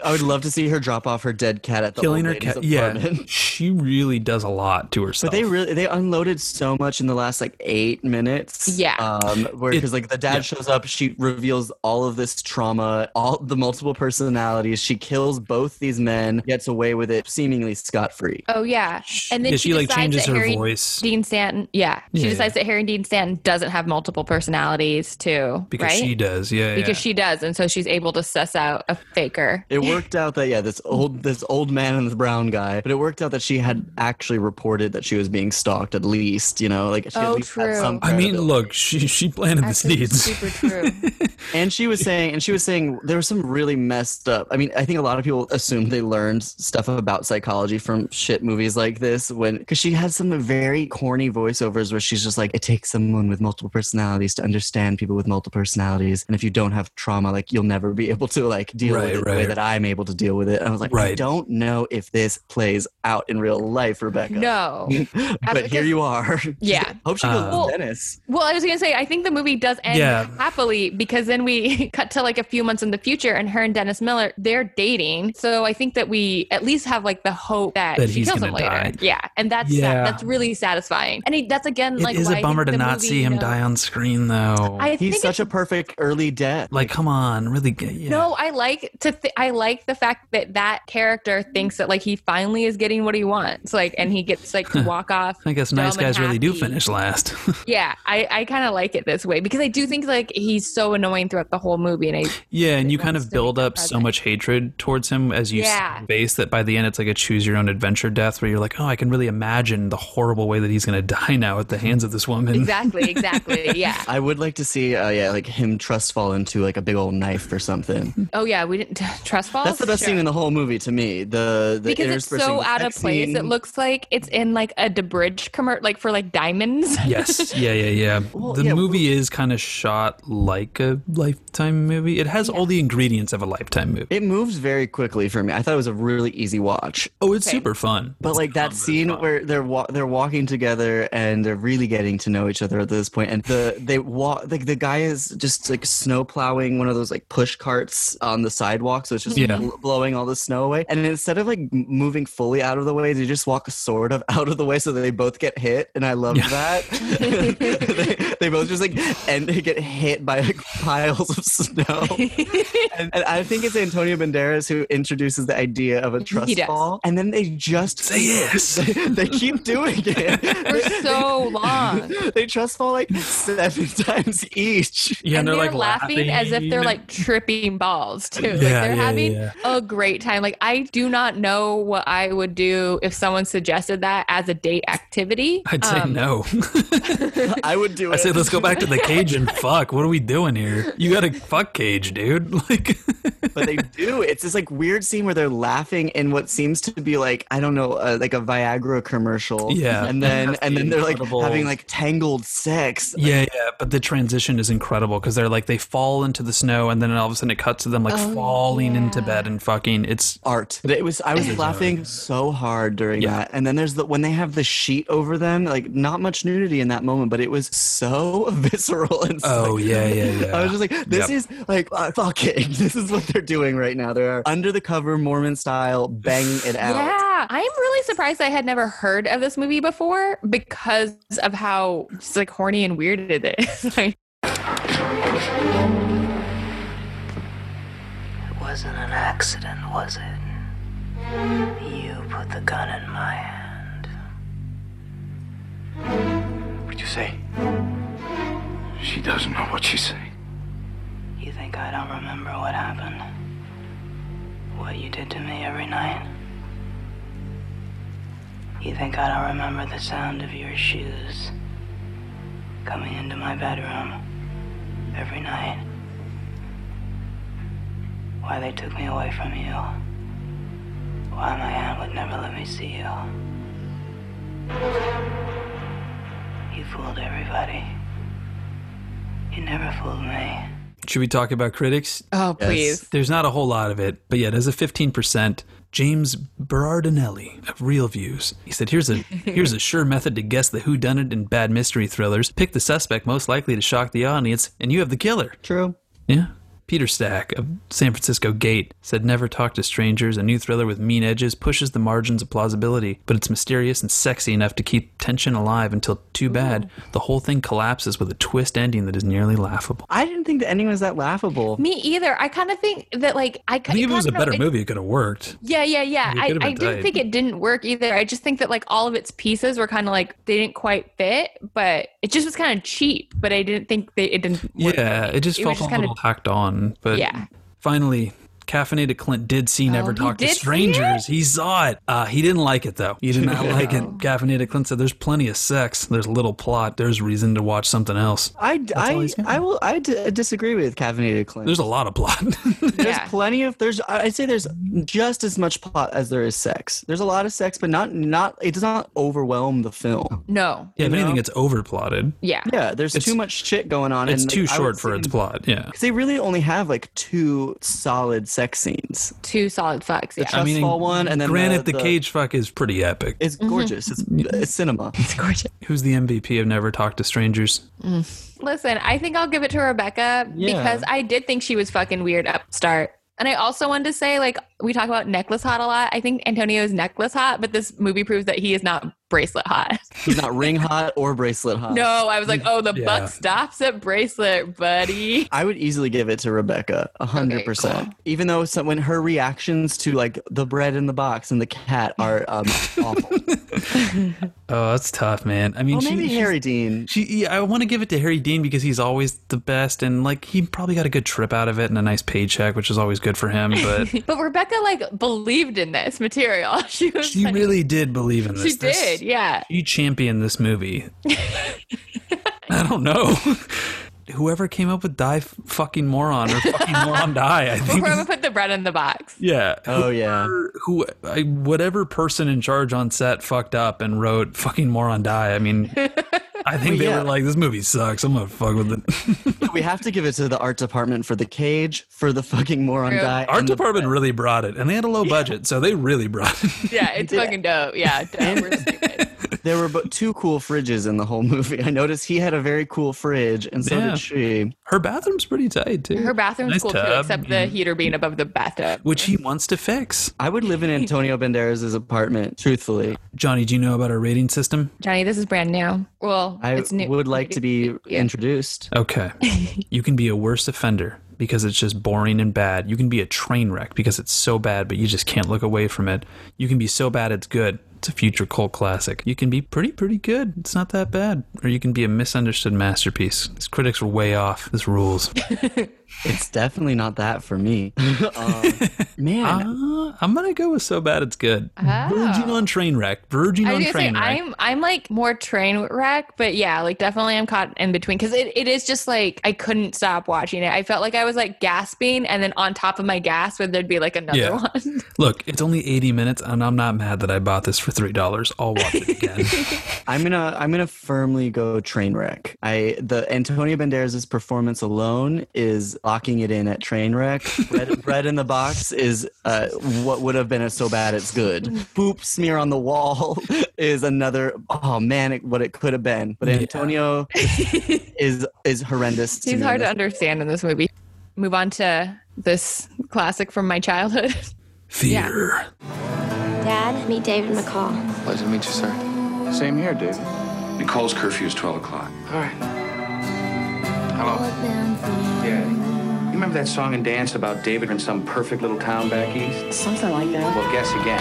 [SPEAKER 3] I would love to see her drop off her dead cat at the
[SPEAKER 1] Killing
[SPEAKER 3] old
[SPEAKER 1] her
[SPEAKER 3] lady's
[SPEAKER 1] cat. Yeah.
[SPEAKER 3] apartment.
[SPEAKER 1] <laughs> She really does a lot to herself.
[SPEAKER 3] But they really they unloaded so much in the last like eight minutes.
[SPEAKER 2] Yeah.
[SPEAKER 3] Um, where
[SPEAKER 1] It-
[SPEAKER 3] because like the dad shows up, she reveals all of this trauma, all the multiple personalities. She kills both these men, gets away with it seemingly scot free.
[SPEAKER 2] oh yeah and then
[SPEAKER 1] Yeah,
[SPEAKER 2] she,
[SPEAKER 1] she, like,
[SPEAKER 2] decides
[SPEAKER 1] changes
[SPEAKER 2] that
[SPEAKER 1] her
[SPEAKER 2] harry
[SPEAKER 1] voice.
[SPEAKER 2] dean stanton yeah she
[SPEAKER 1] Yeah,
[SPEAKER 2] decides that harry dean stanton doesn't have multiple personalities too
[SPEAKER 1] because
[SPEAKER 2] right
[SPEAKER 1] she does. Yeah.
[SPEAKER 2] because
[SPEAKER 1] yeah.
[SPEAKER 2] she does and so she's able to suss out a faker
[SPEAKER 3] It worked out that yeah, this old this old man and the brown guy. But it worked out that she had actually reported that she was being stalked. At least you know, like she
[SPEAKER 2] Oh,
[SPEAKER 3] at least had
[SPEAKER 2] true.
[SPEAKER 3] some.
[SPEAKER 1] I mean,
[SPEAKER 3] credibility.
[SPEAKER 1] look, she she planted the
[SPEAKER 2] Actually,
[SPEAKER 1] seeds.
[SPEAKER 2] super true
[SPEAKER 3] And she was saying, and she was saying there was some really messed up. I mean, I think a lot of people assumed they learned stuff about psychology from shit movies like this when, because she had some very corny voiceovers where she's just like, it takes someone with multiple personalities to understand people with multiple personalities. And if you don't have trauma, like you'll never be able to like deal
[SPEAKER 1] Right,
[SPEAKER 3] with it the way
[SPEAKER 1] right.
[SPEAKER 3] that I'm able to deal with it. And I was like, I
[SPEAKER 1] Right.
[SPEAKER 3] don't know if this plays out in real life, Rebecca.
[SPEAKER 2] <laughs> no
[SPEAKER 3] but here you are. <laughs>
[SPEAKER 2] Yeah.
[SPEAKER 3] Hope she goes
[SPEAKER 1] Uh,
[SPEAKER 3] to Venice.
[SPEAKER 2] Well, I was gonna say, I think the movie does end
[SPEAKER 1] Yeah.
[SPEAKER 2] happily because then we <laughs> cut to like a few months in the future, and her and Dennis Miller they're dating. So I think that we at least have like the hope that,
[SPEAKER 1] That
[SPEAKER 2] she
[SPEAKER 1] he's
[SPEAKER 2] kills him
[SPEAKER 1] gonna die.
[SPEAKER 2] later. Yeah, and that's
[SPEAKER 1] Yeah.
[SPEAKER 2] that's really satisfying. And it, that's again like
[SPEAKER 1] it is
[SPEAKER 2] why I
[SPEAKER 1] a
[SPEAKER 2] think
[SPEAKER 1] bummer to
[SPEAKER 2] the
[SPEAKER 1] not
[SPEAKER 2] movie
[SPEAKER 1] see him
[SPEAKER 2] knows-
[SPEAKER 1] die on screen, though.
[SPEAKER 2] I think
[SPEAKER 3] He's such a
[SPEAKER 2] it's-
[SPEAKER 3] perfect early death.
[SPEAKER 1] like, come on, really? g- Yeah.
[SPEAKER 2] No, I like to. Th- I like the fact that that character thinks that like he finally is getting what he wants, like, and he gets like
[SPEAKER 1] <laughs>
[SPEAKER 2] to walk off.
[SPEAKER 1] I guess nice
[SPEAKER 2] dumb and
[SPEAKER 1] guys really do
[SPEAKER 2] happy.
[SPEAKER 1] finish last. <laughs>
[SPEAKER 2] Yeah, I, I kind of like it this way because I do think like he's so annoying throughout the whole movie, and I
[SPEAKER 1] yeah, and you kind
[SPEAKER 2] wants
[SPEAKER 1] of
[SPEAKER 2] to make
[SPEAKER 1] build
[SPEAKER 2] that
[SPEAKER 1] up so
[SPEAKER 2] present.
[SPEAKER 1] much hatred towards him as you
[SPEAKER 2] Yeah.
[SPEAKER 1] base that by the end it's like a choose your own adventure death where you're like, oh, I can really imagine the horrible way that he's going to <laughs> die now at the hands of this woman.
[SPEAKER 2] exactly, exactly, yeah.
[SPEAKER 3] I would like to see, uh, yeah, like him trust fall into like a big old knife or
[SPEAKER 2] <laughs>
[SPEAKER 3] something.
[SPEAKER 2] Oh yeah, we didn't <sighs> trust falls.
[SPEAKER 3] That's the best scene in the whole movie to me. The, the
[SPEAKER 2] Oh, because it's
[SPEAKER 3] interspersing
[SPEAKER 2] so out of
[SPEAKER 3] sex
[SPEAKER 2] place. It
[SPEAKER 3] scene.
[SPEAKER 2] looks like it's in like a debridge commercial, like for like diamonds.
[SPEAKER 1] <laughs> Yes. Yeah, yeah,
[SPEAKER 2] <laughs>
[SPEAKER 1] yeah. the
[SPEAKER 3] yeah,
[SPEAKER 1] movie is kind of shot like a lifetime movie. It has all the ingredients of a lifetime movie.
[SPEAKER 3] It moves very quickly for me. I thought it was a really easy watch.
[SPEAKER 1] oh, it's
[SPEAKER 2] Okay.
[SPEAKER 1] super fun.
[SPEAKER 3] But like that scene where they're wa- they're walking together and they're really getting to know each other at this point, and the they walk like the guy is just like snow plowing one of those like push carts on the sidewalk, so it's just
[SPEAKER 1] Yeah.
[SPEAKER 3] bl- blowing all the snow away. And instead of like m- moving fully out of the way, they just walk sort of out of the way so that they both get hit. And I love
[SPEAKER 1] Yeah. <laughs>
[SPEAKER 3] that <laughs> they, they both just like and they get hit by like piles of snow.
[SPEAKER 1] <laughs>
[SPEAKER 3] and, and I think it's Antonio Banderas who introduces the idea of a trust
[SPEAKER 2] does.
[SPEAKER 3] fall, and then they just
[SPEAKER 1] Say yes.
[SPEAKER 3] <laughs> they, they keep
[SPEAKER 1] <laughs>
[SPEAKER 2] <laughs>
[SPEAKER 3] doing
[SPEAKER 2] for
[SPEAKER 3] it.
[SPEAKER 2] so long.
[SPEAKER 3] they trust fall like seven <laughs> times each.
[SPEAKER 1] Yeah,
[SPEAKER 2] and
[SPEAKER 1] they're,
[SPEAKER 2] they're,
[SPEAKER 1] like
[SPEAKER 2] laughing, as if they're
[SPEAKER 1] laughing.
[SPEAKER 2] like tripping balls too. like
[SPEAKER 1] Yeah,
[SPEAKER 2] they're
[SPEAKER 1] yeah,
[SPEAKER 2] having
[SPEAKER 1] yeah.
[SPEAKER 2] a great time. Like I do not know what I would do if someone suggested that as a date activity.
[SPEAKER 1] I'd say no.
[SPEAKER 3] I would do it.
[SPEAKER 1] I say let's go back
[SPEAKER 2] <laughs>
[SPEAKER 1] to the cage and fuck. What are we doing here? You got a fuck cage, dude. <laughs> Like
[SPEAKER 3] but they do. It's this like weird scene where they're laughing in what seems to be like I don't know, uh, like a Viagra commercial.
[SPEAKER 1] Yeah. <laughs>
[SPEAKER 3] and then and then they're like
[SPEAKER 1] Incredible.
[SPEAKER 3] having like tangled sex.
[SPEAKER 1] Yeah, yeah, but the transition is incredible because they're like they fall into the snow and then all of a sudden it cuts to them like
[SPEAKER 2] Oh,
[SPEAKER 1] falling into bed and fucking. It's
[SPEAKER 3] art. But it was I was laughing so hard during
[SPEAKER 1] Yeah.
[SPEAKER 3] that. And then there's the when they have the sheet over them, like not much nudity in that moment, but it was so <laughs> visceral and so,
[SPEAKER 1] Oh, yeah, yeah, yeah.
[SPEAKER 3] <laughs> I was just like, this
[SPEAKER 1] Yep.
[SPEAKER 3] is like uh, fucking. <laughs> This is what they're doing right now. They're under the cover Mormon style banging
[SPEAKER 1] <laughs>
[SPEAKER 3] it out.
[SPEAKER 2] Yeah, I'm really surprised I had never heard of this movie before because of how just like horny and weird it is. <laughs> like,
[SPEAKER 5] It wasn't an accident, was it? You put the gun in my hand.
[SPEAKER 10] What'd you say? She doesn't know what she's saying.
[SPEAKER 5] You think I don't remember what happened? What you did to me every night? You think I don't remember the sound of your shoes coming into my bedroom every night? Why they took me away from you? Why my aunt would never let me see you? You fooled everybody. You never fooled me.
[SPEAKER 1] Should we talk about critics?
[SPEAKER 2] Oh, please.
[SPEAKER 1] There's not a whole lot of it, but yeah, there's a 15%. James Berardinelli of Real Views. He said, "Here's a here's a sure method to guess the who done it in bad mystery thrillers. Pick the suspect most likely to shock the audience, and you have the killer."
[SPEAKER 3] True.
[SPEAKER 1] Yeah. Peter Stack of San Francisco Gate said, Never talk to strangers. A new thriller with mean edges pushes the margins of plausibility, but it's mysterious and sexy enough to keep tension alive until, too bad, the whole thing collapses with a twist ending that is nearly laughable.
[SPEAKER 3] I didn't think that anyone was that laughable.
[SPEAKER 2] Me either. I kind of think that like I,
[SPEAKER 1] I think if it was a better movie, it could have worked.
[SPEAKER 2] Yeah, yeah, yeah.
[SPEAKER 1] It
[SPEAKER 2] I,
[SPEAKER 1] could've been
[SPEAKER 2] I didn't
[SPEAKER 1] tight.
[SPEAKER 2] think it didn't work either. I just think that like all of its pieces were kind of like they didn't quite fit, but it just was kind of cheap. But I didn't think they it didn't. Work for
[SPEAKER 1] Yeah,
[SPEAKER 2] me.
[SPEAKER 1] it just
[SPEAKER 2] It
[SPEAKER 1] felt
[SPEAKER 2] was
[SPEAKER 1] a
[SPEAKER 2] just kinda-
[SPEAKER 1] little tacked on. But
[SPEAKER 2] Yeah. Oh,
[SPEAKER 1] finally, Caffeinated Clint did see Never
[SPEAKER 2] he
[SPEAKER 1] Talk to
[SPEAKER 2] did see
[SPEAKER 1] Strangers. He saw it. Uh, he didn't like it, though. He did not like it.
[SPEAKER 2] Oh.
[SPEAKER 1] Caffeinated Clint said, There's plenty of sex. There's little plot. There's reason to watch something else.
[SPEAKER 3] I,
[SPEAKER 1] all
[SPEAKER 3] I,
[SPEAKER 1] he's got.
[SPEAKER 3] I will I d- disagree with Caffeinated Clint.
[SPEAKER 1] There's a lot of plot. <laughs>
[SPEAKER 3] There's
[SPEAKER 2] Yeah.
[SPEAKER 3] plenty of there's I'd say there's just as much plot as there is sex. There's a lot of sex, but not not it does not overwhelm the
[SPEAKER 1] Oh.
[SPEAKER 3] film.
[SPEAKER 2] no.
[SPEAKER 1] yeah, if anything,
[SPEAKER 3] know?
[SPEAKER 1] it's overplotted.
[SPEAKER 2] Yeah.
[SPEAKER 3] Yeah, there's too much shit going on.
[SPEAKER 1] It's
[SPEAKER 3] and, like,
[SPEAKER 1] too
[SPEAKER 3] I
[SPEAKER 1] short
[SPEAKER 3] would
[SPEAKER 1] for
[SPEAKER 3] say-
[SPEAKER 1] its plot. Yeah.
[SPEAKER 3] 'cause they really only have like two solid sex scenes.
[SPEAKER 2] Two solid fucks. Yeah.
[SPEAKER 3] Trust fall one, and then
[SPEAKER 1] granted, the,
[SPEAKER 3] the, the-
[SPEAKER 1] cage fuck is pretty epic.
[SPEAKER 3] It's
[SPEAKER 2] Mm-hmm.
[SPEAKER 3] gorgeous. It's,
[SPEAKER 1] <laughs>
[SPEAKER 3] it's cinema.
[SPEAKER 2] It's gorgeous.
[SPEAKER 1] Who's the MVP of Never Talk to Strangers?
[SPEAKER 2] Listen, I think I'll give it to Rebecca because I did think she was fucking weird upstart. And I also wanted to say, like, we talk about necklace hot a lot. I think Antonio is necklace hot, but this movie proves that he is not bracelet hot. <laughs>
[SPEAKER 3] He's not ring hot or bracelet hot.
[SPEAKER 2] No, I was like, oh, the
[SPEAKER 1] Yeah.
[SPEAKER 2] buck stops at bracelet, buddy. <laughs>
[SPEAKER 3] I would easily give it to Rebecca, a hundred
[SPEAKER 2] Okay,
[SPEAKER 3] percent. Even though some, when her reactions to like the bread in the box and the cat are
[SPEAKER 1] <laughs>
[SPEAKER 3] um, awful.
[SPEAKER 1] Oh, that's tough, man. I mean,
[SPEAKER 3] well,
[SPEAKER 1] she-
[SPEAKER 3] maybe
[SPEAKER 1] she's-
[SPEAKER 3] Harry Dean.
[SPEAKER 1] She, yeah, I want to give it to Harry Dean because he's always the best, and like he probably got a good trip out of it and a nice paycheck, which is always good for him.
[SPEAKER 3] <laughs>
[SPEAKER 1] But
[SPEAKER 2] But Rebecca like believed in this material. <laughs> She was
[SPEAKER 1] she
[SPEAKER 2] like-
[SPEAKER 1] really did believe in this.
[SPEAKER 2] she
[SPEAKER 1] This-
[SPEAKER 2] did, yeah.
[SPEAKER 1] She championed this movie. I don't know. Whoever came up with "die F- fucking moron" or "fucking moron die," I think.
[SPEAKER 2] We're gonna put the bread in the box.
[SPEAKER 1] Yeah.
[SPEAKER 3] Oh yeah.
[SPEAKER 1] Whoever- Who, I, whatever person in charge on set fucked up and wrote "fucking moron die." I mean, I think they
[SPEAKER 3] yeah.
[SPEAKER 1] were like, "This movie sucks. I'm gonna fuck with
[SPEAKER 3] <laughs>
[SPEAKER 1] it."
[SPEAKER 3] we have to give it to the art department for the cage, for the fucking moron
[SPEAKER 2] True.
[SPEAKER 3] guy.
[SPEAKER 1] Art
[SPEAKER 3] and the-
[SPEAKER 1] department really brought it, and they had a low budget, so they really brought it.
[SPEAKER 2] Yeah,
[SPEAKER 1] <laughs>
[SPEAKER 2] it's fucking dope. Yeah, dope. We're stupid.
[SPEAKER 3] there were but two cool fridges in the whole movie. I noticed he had a very cool fridge, and so
[SPEAKER 1] Yeah.
[SPEAKER 3] did she.
[SPEAKER 1] Her bathroom's pretty tight too.
[SPEAKER 2] Her bathroom's
[SPEAKER 1] Nice
[SPEAKER 2] cool too,
[SPEAKER 1] tub, Mm.
[SPEAKER 2] except
[SPEAKER 1] yeah.
[SPEAKER 2] the heater being above the bathtub.
[SPEAKER 1] which he wants to fix.
[SPEAKER 3] I would live in Antonio Banderas' apartment, truthfully.
[SPEAKER 1] Johnny, do you know about our rating system?
[SPEAKER 2] Johnny, this is brand new. Well,
[SPEAKER 3] I
[SPEAKER 2] it's new.
[SPEAKER 3] would like
[SPEAKER 2] <laughs>
[SPEAKER 3] to be introduced.
[SPEAKER 1] Okay, you can be a worse offender because it's just boring and bad. You can be a train wreck because it's so bad, but you just can't look away from it. You can be so bad it's good. It's a future cult classic. You can be pretty, pretty good. It's not that bad. Or you can be a misunderstood masterpiece. These critics were way off. This
[SPEAKER 2] <laughs>
[SPEAKER 1] rules.
[SPEAKER 3] It's definitely not that for me. <laughs>
[SPEAKER 1] <laughs>
[SPEAKER 3] um, man,
[SPEAKER 1] Uh, I'm gonna go with so bad it's good. Virgin on train wreck. Virgin
[SPEAKER 2] Oh. I
[SPEAKER 1] on
[SPEAKER 2] was gonna say,
[SPEAKER 1] train wreck.
[SPEAKER 2] I'm I'm like more train wreck, but yeah, like definitely I'm caught in between because it, it is just like I couldn't stop watching it. I felt like I was like gasping, and then on top of my gasp, there'd be like another
[SPEAKER 1] Yeah.
[SPEAKER 2] one. <laughs>
[SPEAKER 1] Look, it's only 80 minutes, and I'm not mad that I bought this for three dollars. I'll watch it
[SPEAKER 2] <laughs>
[SPEAKER 1] again.
[SPEAKER 3] I'm gonna I'm gonna firmly go train wreck. I the Antonio Banderas' performance alone is locking it in at train wreck. Bread, <laughs> bread in the box is uh, what would have been a so bad it's good. Boop smear on the wall <laughs> is another. Oh man, it, what it could have been. But
[SPEAKER 2] <laughs>
[SPEAKER 3] Antonio is is horrendous. to
[SPEAKER 2] He's
[SPEAKER 3] me
[SPEAKER 2] hard
[SPEAKER 3] in
[SPEAKER 2] to
[SPEAKER 3] this.
[SPEAKER 2] understand in this movie. Move on to this classic from my childhood. <laughs>
[SPEAKER 1] Fear.
[SPEAKER 11] Dad, meet David McCall.
[SPEAKER 10] Pleasure to meet you, sir. Same here, David. Nicole's curfew is 12 o'clock. All right.
[SPEAKER 12] Hello. Yeah. You remember that song and dance about David in some perfect little town back east?
[SPEAKER 13] Something like that.
[SPEAKER 12] Well, guess again.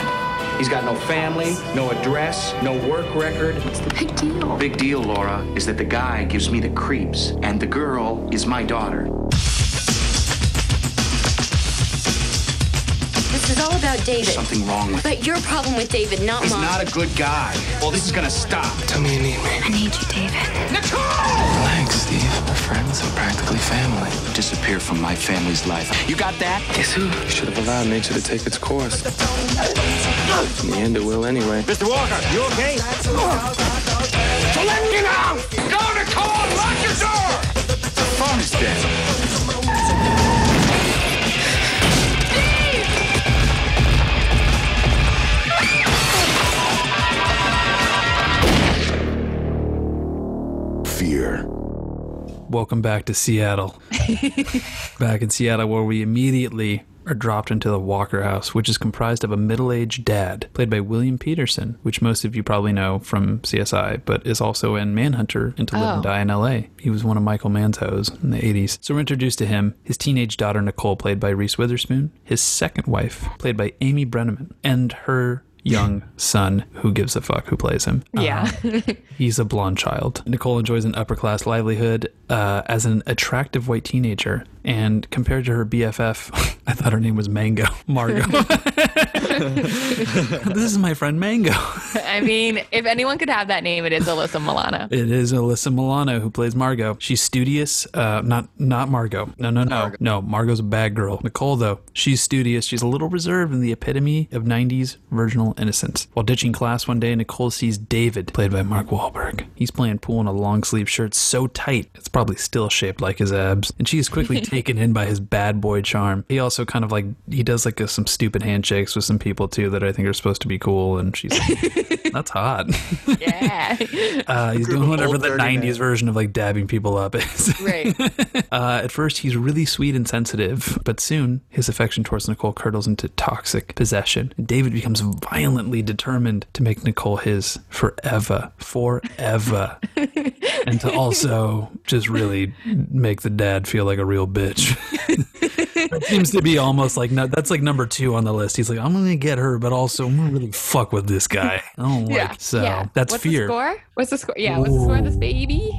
[SPEAKER 12] He's got no family, no address, no work record.
[SPEAKER 13] What's the big deal?
[SPEAKER 12] Big deal, Laura, is that the guy gives me the creeps, and the girl is my daughter.
[SPEAKER 14] This is all about David.
[SPEAKER 12] There's something wrong with
[SPEAKER 14] But your problem with David, not
[SPEAKER 12] He's
[SPEAKER 14] mine.
[SPEAKER 12] not a good guy. Well, this is gonna stop.
[SPEAKER 15] Tell me you need me.
[SPEAKER 14] I need you, David.
[SPEAKER 15] Thanks, Steve. We're friends and practically family.
[SPEAKER 12] Disappear from my family's life. You got that?
[SPEAKER 15] Guess who? You should have allowed nature to take its course. In the end, it will anyway.
[SPEAKER 12] Mr. Walker, you okay? So let me out! Go, Nicole! Lock your door! The phone is dead.
[SPEAKER 10] Fear.
[SPEAKER 1] Welcome back to Seattle. back in Seattle, where we immediately are dropped into the Walker house, which is comprised of a middle aged dad, played by William Peterson, which most of you probably know from CSI, but is also in Manhunter and To Live
[SPEAKER 16] Oh.
[SPEAKER 1] and Die in LA. He was one of Michael Manzo's in the 80s. So we're introduced to him, his teenage daughter Nicole, played by Reese Witherspoon, his second wife, played by Amy Brenneman, and her young son, who gives a fuck who plays him.
[SPEAKER 2] Yeah.
[SPEAKER 1] Um, He's a blonde child. Nicole enjoys an upper class livelihood uh, as an attractive white teenager. And compared to her BFF, <laughs> I thought her name was Mango. <laughs> Margo. this is my friend Mango.
[SPEAKER 2] I mean, if anyone could have that name, it is Alyssa
[SPEAKER 1] <laughs>
[SPEAKER 2] Milano.
[SPEAKER 1] It is Alyssa Milano who plays Margot. She's studious. Uh, not not Margot. No, no, no, no. Margot's a bad girl. Nicole though, she's studious. She's a little reserved and the epitome of '90s virginal innocence. While ditching class one day, Nicole sees David, played by Mark Wahlberg. He's playing pool in a long sleeve shirt so tight it's probably still shaped like his abs, and she is quickly taken in by his bad boy charm. He also kind of like he does like a, some stupid handshakes with some people too that I think are supposed to be cool, and she's like, that's hot. <laughs>
[SPEAKER 2] <laughs>
[SPEAKER 1] Uh, he's doing whatever the 90s version of like dabbing people up is.
[SPEAKER 2] <laughs> Right.
[SPEAKER 1] uh, at first, he's really sweet and sensitive, but soon his affection towards Nicole curdles into toxic possession. And David becomes violently determined to make Nicole his forever,
[SPEAKER 2] <laughs>
[SPEAKER 1] forever, and to also just really make the dad feel like a real bitch. <laughs> That seems to be almost like no, that's like number two on the list. He's like, I'm gonna get her, but also I'm gonna really fuck with this guy.
[SPEAKER 2] <laughs>
[SPEAKER 1] I don't like so. That's
[SPEAKER 2] what's
[SPEAKER 1] fear.
[SPEAKER 2] The score? What's the score? Yeah, what's the score of this baby?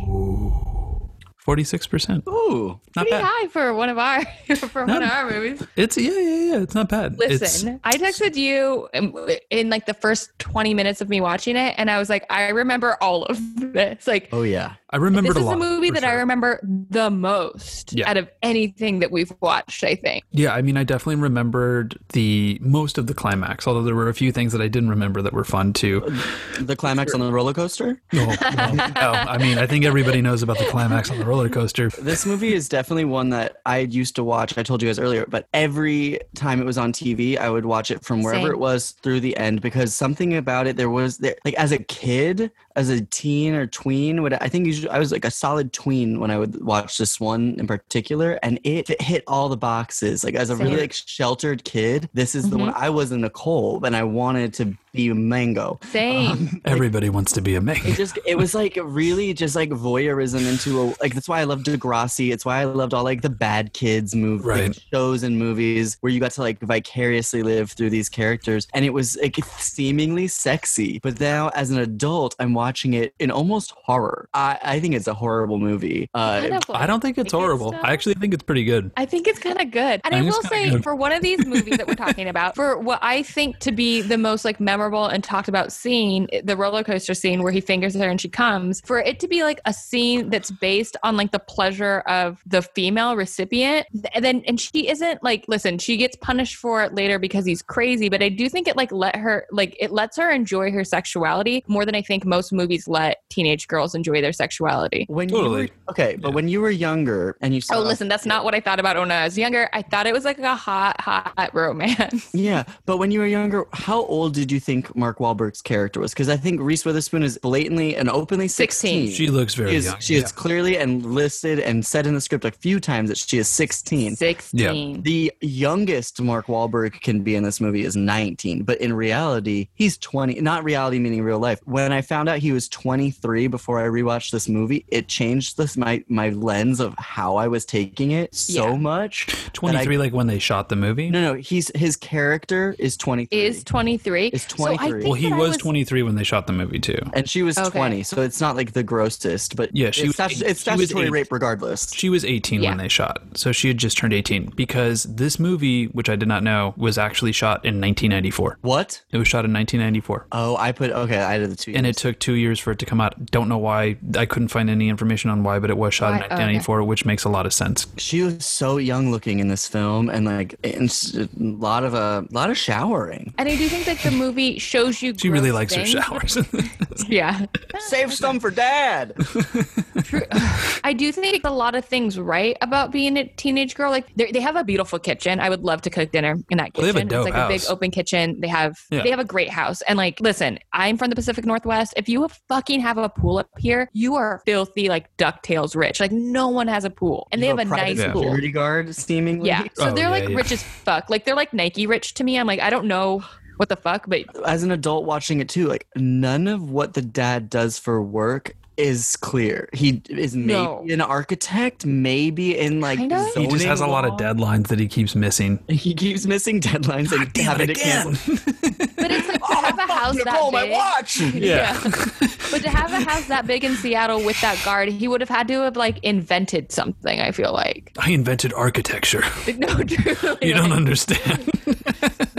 [SPEAKER 1] Forty-six percent. Ooh, not <laughs>
[SPEAKER 2] Pretty
[SPEAKER 1] bad.
[SPEAKER 2] high for one of our <laughs> for one of our movies.
[SPEAKER 1] It's yeah, yeah, yeah. It's not bad.
[SPEAKER 2] Listen,
[SPEAKER 1] It's-
[SPEAKER 2] I texted you in, in like the first 20 minutes of me watching it, and I was like, I remember all of this. Like,
[SPEAKER 1] oh yeah, I remembered
[SPEAKER 2] this
[SPEAKER 1] a
[SPEAKER 2] is
[SPEAKER 1] lot.
[SPEAKER 2] the movie that I remember the most
[SPEAKER 1] Yeah.
[SPEAKER 2] out of anything that we've watched, I think.
[SPEAKER 1] yeah, I mean, I definitely remembered the most of the climax, although there were a few things that I didn't remember that were fun
[SPEAKER 3] <laughs>
[SPEAKER 1] too.
[SPEAKER 3] The climax on the roller coaster?
[SPEAKER 1] No, no, no. I mean, I think everybody knows about the climax on the roller coaster.
[SPEAKER 3] This movie is definitely one that I used to watch. I told you guys earlier, but every time it was on TV, I would watch it from wherever
[SPEAKER 17] Same.
[SPEAKER 3] it was through the end because something about it there was there like as a kid, as a teen or tween, would I think usually I was like a solid tween when I would watch this one in particular, and it, it hit all the boxes. Like as a really
[SPEAKER 17] Same.
[SPEAKER 3] like sheltered kid, this is the one
[SPEAKER 17] Mhm.
[SPEAKER 3] I was in Nicole, and I wanted to be Mango.
[SPEAKER 1] Uh,
[SPEAKER 2] Same.
[SPEAKER 1] Everybody wants to be a man.
[SPEAKER 3] It just it was like really just like voyeurism into a like that's why I loved Degrassi. It's why I loved all like the bad kids movies
[SPEAKER 1] Right.
[SPEAKER 3] shows and movies where you got to like vicariously live through these characters and it was like seemingly sexy. But now as an adult I'm watching it in almost horror. I, I think it's a horrible movie. Uh,
[SPEAKER 2] Kind of I don't
[SPEAKER 1] think it's horrible. I actually think it's pretty good.
[SPEAKER 2] I think it's kind of good. And
[SPEAKER 1] I
[SPEAKER 2] I,
[SPEAKER 1] think
[SPEAKER 2] will
[SPEAKER 1] it's kinda
[SPEAKER 2] say,
[SPEAKER 1] good.
[SPEAKER 2] for one of these movies that we're talking about, for what I think to be the most like memorable and talked about scene, the roller coaster scene where he fingers her and she comes, for it to be like a scene that's based on like the pleasure of the female recipient, th- and then and she isn't like listen, she gets punished for it later because he's crazy, but I do think it like let her like it lets her enjoy her sexuality more than I think most movies let teenage girls enjoy their sexuality.
[SPEAKER 3] when you were, okay, but when you were younger and you saw
[SPEAKER 2] Oh, listen, that's not what I thought about when I was younger. I thought it was like a hot, hot romance.
[SPEAKER 3] <laughs> Yeah, but when you were younger, how old did you think Mark Wahlberg's character was? Because I think Reese Witherspoon is blatantly and openly 16.
[SPEAKER 1] She looks very
[SPEAKER 3] She is,
[SPEAKER 1] young,
[SPEAKER 3] She
[SPEAKER 1] yeah.
[SPEAKER 3] is clearly and listed and said in the script a few times that she is 16.
[SPEAKER 2] 16. Yeah.
[SPEAKER 3] The youngest Mark Wahlberg can be in this movie is 19, but in reality, he's 20. Not reality meaning real life. When I found out he was 23 before I rewatched this movie, it changed this my my lens of how I was taking it so
[SPEAKER 2] Yeah.
[SPEAKER 3] much. that I-
[SPEAKER 1] 23, like when they shot the movie?
[SPEAKER 3] no, no, he's his character is 23.
[SPEAKER 2] Is 23.
[SPEAKER 3] Is
[SPEAKER 2] So I
[SPEAKER 3] 23.
[SPEAKER 2] think
[SPEAKER 1] Well, he
[SPEAKER 2] that I
[SPEAKER 1] was 23 when they shot the movie, too.
[SPEAKER 3] and she was
[SPEAKER 2] Okay.
[SPEAKER 3] 20, so it's not like the grossest, but
[SPEAKER 1] Yeah, she
[SPEAKER 3] it's,
[SPEAKER 1] was
[SPEAKER 3] stat-
[SPEAKER 1] eight-
[SPEAKER 3] it's
[SPEAKER 1] she was
[SPEAKER 3] statutory
[SPEAKER 1] eight.
[SPEAKER 3] rape regardless.
[SPEAKER 1] She was 18
[SPEAKER 2] Yeah.
[SPEAKER 1] when they shot. So she had just turned 18 because this movie, which I did not know, was actually shot in 1994.
[SPEAKER 3] What?
[SPEAKER 1] It was shot in 1994.
[SPEAKER 3] Oh, I put okay. I did the two.
[SPEAKER 1] And it took two years for it to come out. Don't know why. I couldn't find any information on why, but it was shot in
[SPEAKER 2] Why? Oh, okay.
[SPEAKER 1] 1994, which makes a lot of sense.
[SPEAKER 3] she was so young looking in this film, and like and s- a lot of a lot of showering.
[SPEAKER 2] And I do think that the movie shows you.
[SPEAKER 1] <laughs> She really
[SPEAKER 2] gross
[SPEAKER 1] likes her
[SPEAKER 2] things.
[SPEAKER 1] showers. <laughs>
[SPEAKER 2] <laughs> Yeah.
[SPEAKER 3] Save some for dad.
[SPEAKER 2] I do think a lot of things right about being a teenage girl. Like they they have a beautiful kitchen. I would love to cook dinner in that kitchen.
[SPEAKER 1] Well, they have a dope
[SPEAKER 2] it's like a big
[SPEAKER 1] house.
[SPEAKER 2] open kitchen. They have
[SPEAKER 1] Yeah.
[SPEAKER 2] they have a great house. And like, listen, I'm from the Pacific Northwest. If you fucking have a pool up here, you are filthy like ducktails rich. Like no one has a pool, and they have a, nice
[SPEAKER 1] Yeah.
[SPEAKER 2] pool.
[SPEAKER 3] security guard, seemingly.
[SPEAKER 2] Yeah. So
[SPEAKER 1] Oh,
[SPEAKER 2] they're
[SPEAKER 1] yeah,
[SPEAKER 2] like
[SPEAKER 1] yeah.
[SPEAKER 2] rich as fuck. Like they're like Nike rich to me. I'm like, I don't know what the fuck, but
[SPEAKER 3] As an adult watching it too, like none of what the dad does for work is clear. He is maybe
[SPEAKER 2] No.
[SPEAKER 3] an architect, maybe in like
[SPEAKER 2] Kind of?
[SPEAKER 1] he just has a
[SPEAKER 3] zoning
[SPEAKER 1] lot
[SPEAKER 3] law.
[SPEAKER 1] of deadlines that he keeps missing.
[SPEAKER 3] He keeps missing deadlines and having to cancel.
[SPEAKER 2] but it's
[SPEAKER 3] <laughs>
[SPEAKER 2] like
[SPEAKER 3] Oh,
[SPEAKER 2] to have a house that
[SPEAKER 3] Nicole,
[SPEAKER 2] big.
[SPEAKER 3] my
[SPEAKER 1] <laughs>
[SPEAKER 3] watch.
[SPEAKER 1] Yeah.
[SPEAKER 2] but to have a house that big in Seattle with that guard, he would have had to have like invented something. I feel like, <laughs>
[SPEAKER 1] I invented architecture.
[SPEAKER 2] Like, no, <laughs> truly.
[SPEAKER 1] You don't
[SPEAKER 2] like,
[SPEAKER 1] understand.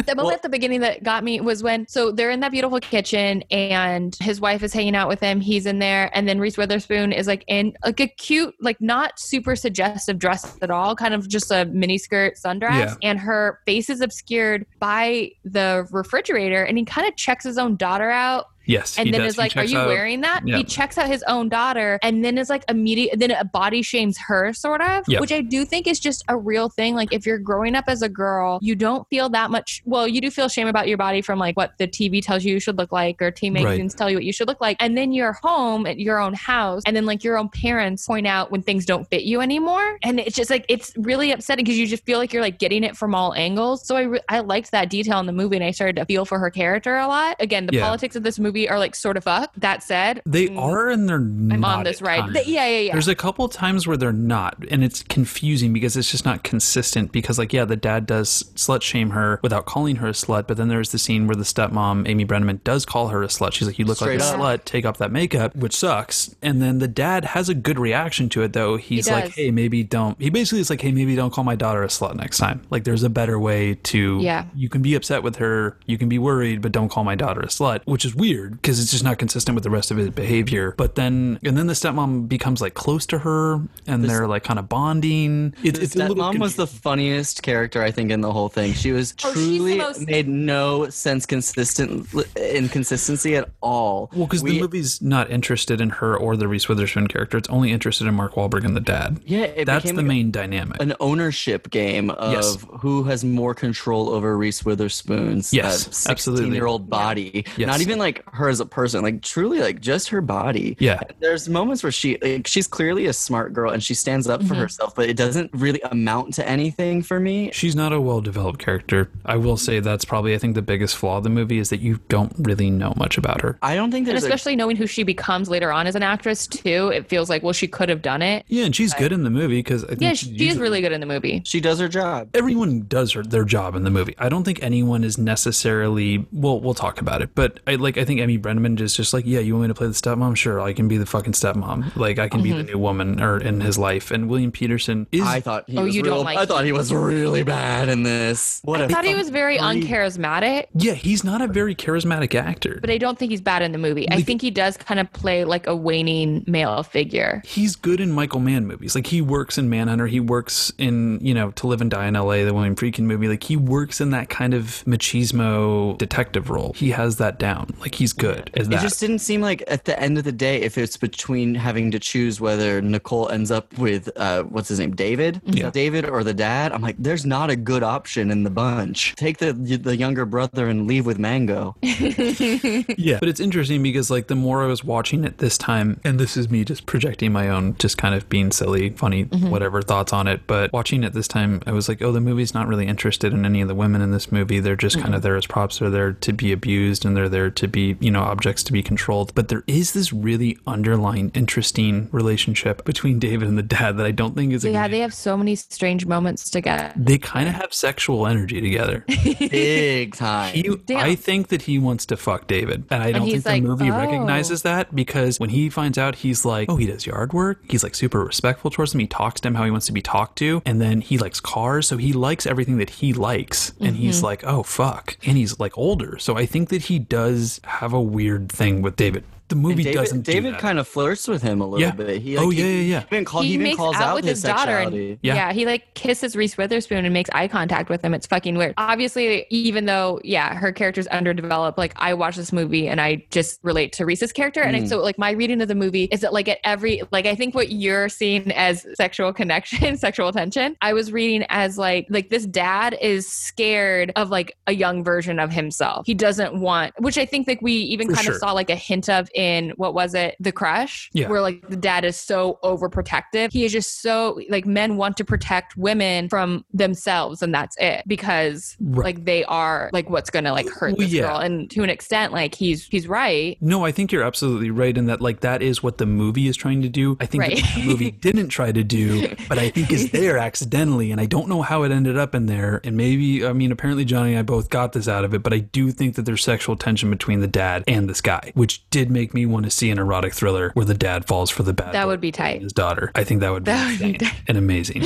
[SPEAKER 2] the moment at the beginning that got me was when so they're in that beautiful kitchen and his wife is hanging out with him. He's in there, and then Reese Witherspoon is like in like a cute, like not super suggestive dress at all, kind of just a mini skirt sundress,
[SPEAKER 1] Yeah.
[SPEAKER 2] and her face is obscured by the refrigerator. And he kind of checks his own daughter out
[SPEAKER 1] Yes.
[SPEAKER 2] and
[SPEAKER 1] he
[SPEAKER 2] then
[SPEAKER 1] does.
[SPEAKER 2] is
[SPEAKER 1] He
[SPEAKER 2] like, "Are
[SPEAKER 1] checks
[SPEAKER 2] you
[SPEAKER 1] out-
[SPEAKER 2] wearing that?"
[SPEAKER 1] Yeah.
[SPEAKER 2] He checks out his own daughter, and then is like immediate. Then a body shames her, sort of,
[SPEAKER 1] Yeah.
[SPEAKER 2] which I do think is just a real thing. Like if you're growing up as a girl, you don't feel that much. Well, you do feel shame about your body from like what the TV tells you you should look like, or teen
[SPEAKER 1] Right.
[SPEAKER 2] magazines tell you what you should look like, and then you're home at your own house, and then like your own parents point out when things don't fit you anymore, and it's just like it's really upsetting because you just feel like you're like getting it from all angles. So I re- I liked that detail in the movie, and I started to feel for her character a lot. Again, the
[SPEAKER 1] Yeah.
[SPEAKER 2] politics politics of this movie are like sort of up. That said,
[SPEAKER 1] They
[SPEAKER 2] mm,
[SPEAKER 1] are and they're not.
[SPEAKER 2] I'm on this
[SPEAKER 1] at
[SPEAKER 2] ride.
[SPEAKER 1] times.
[SPEAKER 2] Th- yeah, yeah, yeah.
[SPEAKER 1] There's a couple times where they're not, and it's confusing because it's just not consistent. Because, like, yeah, the dad does slut shame her without calling her a slut, but then there's the scene where the stepmom, Amy Brenneman, does call her a slut. She's like, You look
[SPEAKER 3] Straight
[SPEAKER 1] like a
[SPEAKER 3] up.
[SPEAKER 1] slut, take off that makeup, which sucks. And then the dad has a good reaction to it, though. He's like,
[SPEAKER 2] does.
[SPEAKER 1] Hey, maybe don't. He basically is like, Hey, maybe don't call my daughter a slut next time. Like, there's a better way to.
[SPEAKER 2] Yeah.
[SPEAKER 1] You can be upset with her, you can be worried, but don't call my daughter a slut, which is weird because it's just not consistent with the rest of his behavior. But then, and then the stepmom becomes like close to her and they're like kind of bonding. It's, it's a
[SPEAKER 3] that
[SPEAKER 1] little
[SPEAKER 3] mom was the funniest character I think in the whole thing. She was
[SPEAKER 2] Oh, she's the
[SPEAKER 3] truly
[SPEAKER 2] most-
[SPEAKER 3] made no sense consistent inconsistency at all.
[SPEAKER 1] Well, because the
[SPEAKER 3] We-
[SPEAKER 1] movie's not interested in her or the Reese Witherspoon character. It's only interested in Mark Wahlberg and the dad.
[SPEAKER 3] Yeah, it
[SPEAKER 1] That's
[SPEAKER 3] became
[SPEAKER 1] the
[SPEAKER 3] like a-
[SPEAKER 1] main dynamic.
[SPEAKER 3] an ownership game of
[SPEAKER 1] Yes.
[SPEAKER 3] who has more control over Reese Witherspoon's
[SPEAKER 1] Yes, absolutely.
[SPEAKER 3] year old body.
[SPEAKER 1] Yes.
[SPEAKER 3] Not even like her as a person, like truly like just her body.
[SPEAKER 1] Yeah.
[SPEAKER 3] There's moments where she like, she's clearly a smart girl and she stands up for
[SPEAKER 2] Mm-hmm.
[SPEAKER 3] herself, but it doesn't really amount to anything for me.
[SPEAKER 1] She's not a well developed character. I will say that's probably, I think, the biggest flaw of the movie is that you don't really know much about her.
[SPEAKER 3] I don't think
[SPEAKER 2] and
[SPEAKER 3] there's a
[SPEAKER 2] especially knowing who she becomes later on as an actress too, it feels like well she could have done it.
[SPEAKER 1] Yeah, and she's good in the movie because I think
[SPEAKER 2] Yeah,
[SPEAKER 1] she's
[SPEAKER 2] she, is
[SPEAKER 1] usually-
[SPEAKER 2] really good in the movie.
[SPEAKER 3] she does her job.
[SPEAKER 1] everyone does her, their job in the movie. I don't think anyone is necessarily. Well, we'll talk about it, but I like. I think Emmy Brenneman is just like, yeah, you want me to play the stepmom? Sure, I can be the fucking stepmom. Like I can be the
[SPEAKER 2] Mm-hmm.
[SPEAKER 1] new woman or in his life. And William Peterson is.
[SPEAKER 3] I thought he
[SPEAKER 2] Oh,
[SPEAKER 3] was
[SPEAKER 2] you don't
[SPEAKER 3] real,
[SPEAKER 2] like-
[SPEAKER 3] I thought he was really bad in this. What
[SPEAKER 2] I
[SPEAKER 3] a
[SPEAKER 2] thought he was very uncharismatic,
[SPEAKER 1] yeah, he's not a very charismatic actor.
[SPEAKER 2] but I don't think he's bad in the movie. I think he does kind of play like a waning male figure.
[SPEAKER 1] he's good in Michael Mann movies. Like he works in Manhunter. He works in you know To Live and Die in L.A. The William Friedkin movie. Like he works in that kind of machismo detective role. He has that down. Like he's good. As
[SPEAKER 3] It
[SPEAKER 1] that.
[SPEAKER 3] just didn't seem like at the end of the day, if it's between having to choose whether Nicole ends up with uh, what's his name, David,
[SPEAKER 2] Mm-hmm.
[SPEAKER 3] Is that David or the dad, I'm like, there's not a good option in the bunch. Take the the younger brother and leave
[SPEAKER 2] <laughs>
[SPEAKER 3] with Mango.
[SPEAKER 1] Yeah. But it's interesting because, like, the more I was watching it this time, and this is me just projecting my own, just kind of being silly, funny, whatever thoughts on it. But watching it this time, I was like, oh, the movie's not Mm-hmm. really interested in any of the women in this movie. They're just kind of there as props. They're there to be abused and they're there to be be, you know, objects to be controlled. But there is this really underlying interesting relationship between David and the dad that I don't think is.
[SPEAKER 2] Yeah, they have so many strange moments together.
[SPEAKER 1] They kind of have sexual energy together.
[SPEAKER 3] Big time.
[SPEAKER 1] He, I think that he wants to fuck David. And I
[SPEAKER 2] And
[SPEAKER 1] don't
[SPEAKER 2] he's
[SPEAKER 1] think the
[SPEAKER 2] like,
[SPEAKER 1] movie
[SPEAKER 2] "Oh."
[SPEAKER 1] recognizes that because when he finds out, he's like, oh, he does yard work. He's like super respectful towards him. He talks to him how he wants to be talked to. And then he likes cars. So he likes everything that he likes. And he's
[SPEAKER 2] Mhm.
[SPEAKER 1] like, oh, fuck. And he's like older. So I think that he does have a weird thing with David. The movie
[SPEAKER 3] David,
[SPEAKER 1] doesn't do
[SPEAKER 3] David
[SPEAKER 1] that.
[SPEAKER 3] kind of flirts with him a little
[SPEAKER 1] Yeah.
[SPEAKER 3] bit. He,
[SPEAKER 1] Oh,
[SPEAKER 3] like, he-
[SPEAKER 1] yeah, yeah, yeah.
[SPEAKER 3] He even, call, he even calls out, his, sexuality.
[SPEAKER 2] and yeah. he like kisses Reese Witherspoon and makes eye contact with him. It's fucking weird. Obviously, even though yeah, her character's underdeveloped. Like I watch this movie and I just relate to Reese's character, and I,
[SPEAKER 3] Hmm.
[SPEAKER 14] Mm.
[SPEAKER 2] so like my reading of the movie is that like at every like I think what you're seeing as sexual connection, <laughs> sexual tension, I was reading as like like this dad is scared of like a young version of himself. He doesn't want, which I think like we even
[SPEAKER 14] For
[SPEAKER 2] kind
[SPEAKER 14] sure.
[SPEAKER 2] of saw like a hint of in what was it, The Crush,
[SPEAKER 14] Yeah.
[SPEAKER 2] where like the dad is so overprotective. He is just so like men want to protect women from themselves, and that's it because
[SPEAKER 1] Right.
[SPEAKER 2] like they are like what's gonna like hurt
[SPEAKER 1] Well,
[SPEAKER 2] this
[SPEAKER 1] yeah.
[SPEAKER 2] girl, and to an extent, like he's he's right.
[SPEAKER 1] No, I think you're absolutely right in that like that is what the movie is trying to do. I think
[SPEAKER 2] Right.
[SPEAKER 1] that the
[SPEAKER 2] <laughs>
[SPEAKER 1] movie didn't try to do, but I think is there accidentally and I don't know how it ended up in there. And maybe I mean apparently Johnny and I both got this out of it, but I do think that there's sexual tension between the dad and this guy, which did make me want to see an erotic thriller where the dad falls for the bad
[SPEAKER 2] that
[SPEAKER 1] boy
[SPEAKER 2] would be tight.
[SPEAKER 1] and his daughter. I think that would be
[SPEAKER 2] That would be
[SPEAKER 1] insane and
[SPEAKER 2] <laughs>
[SPEAKER 1] amazing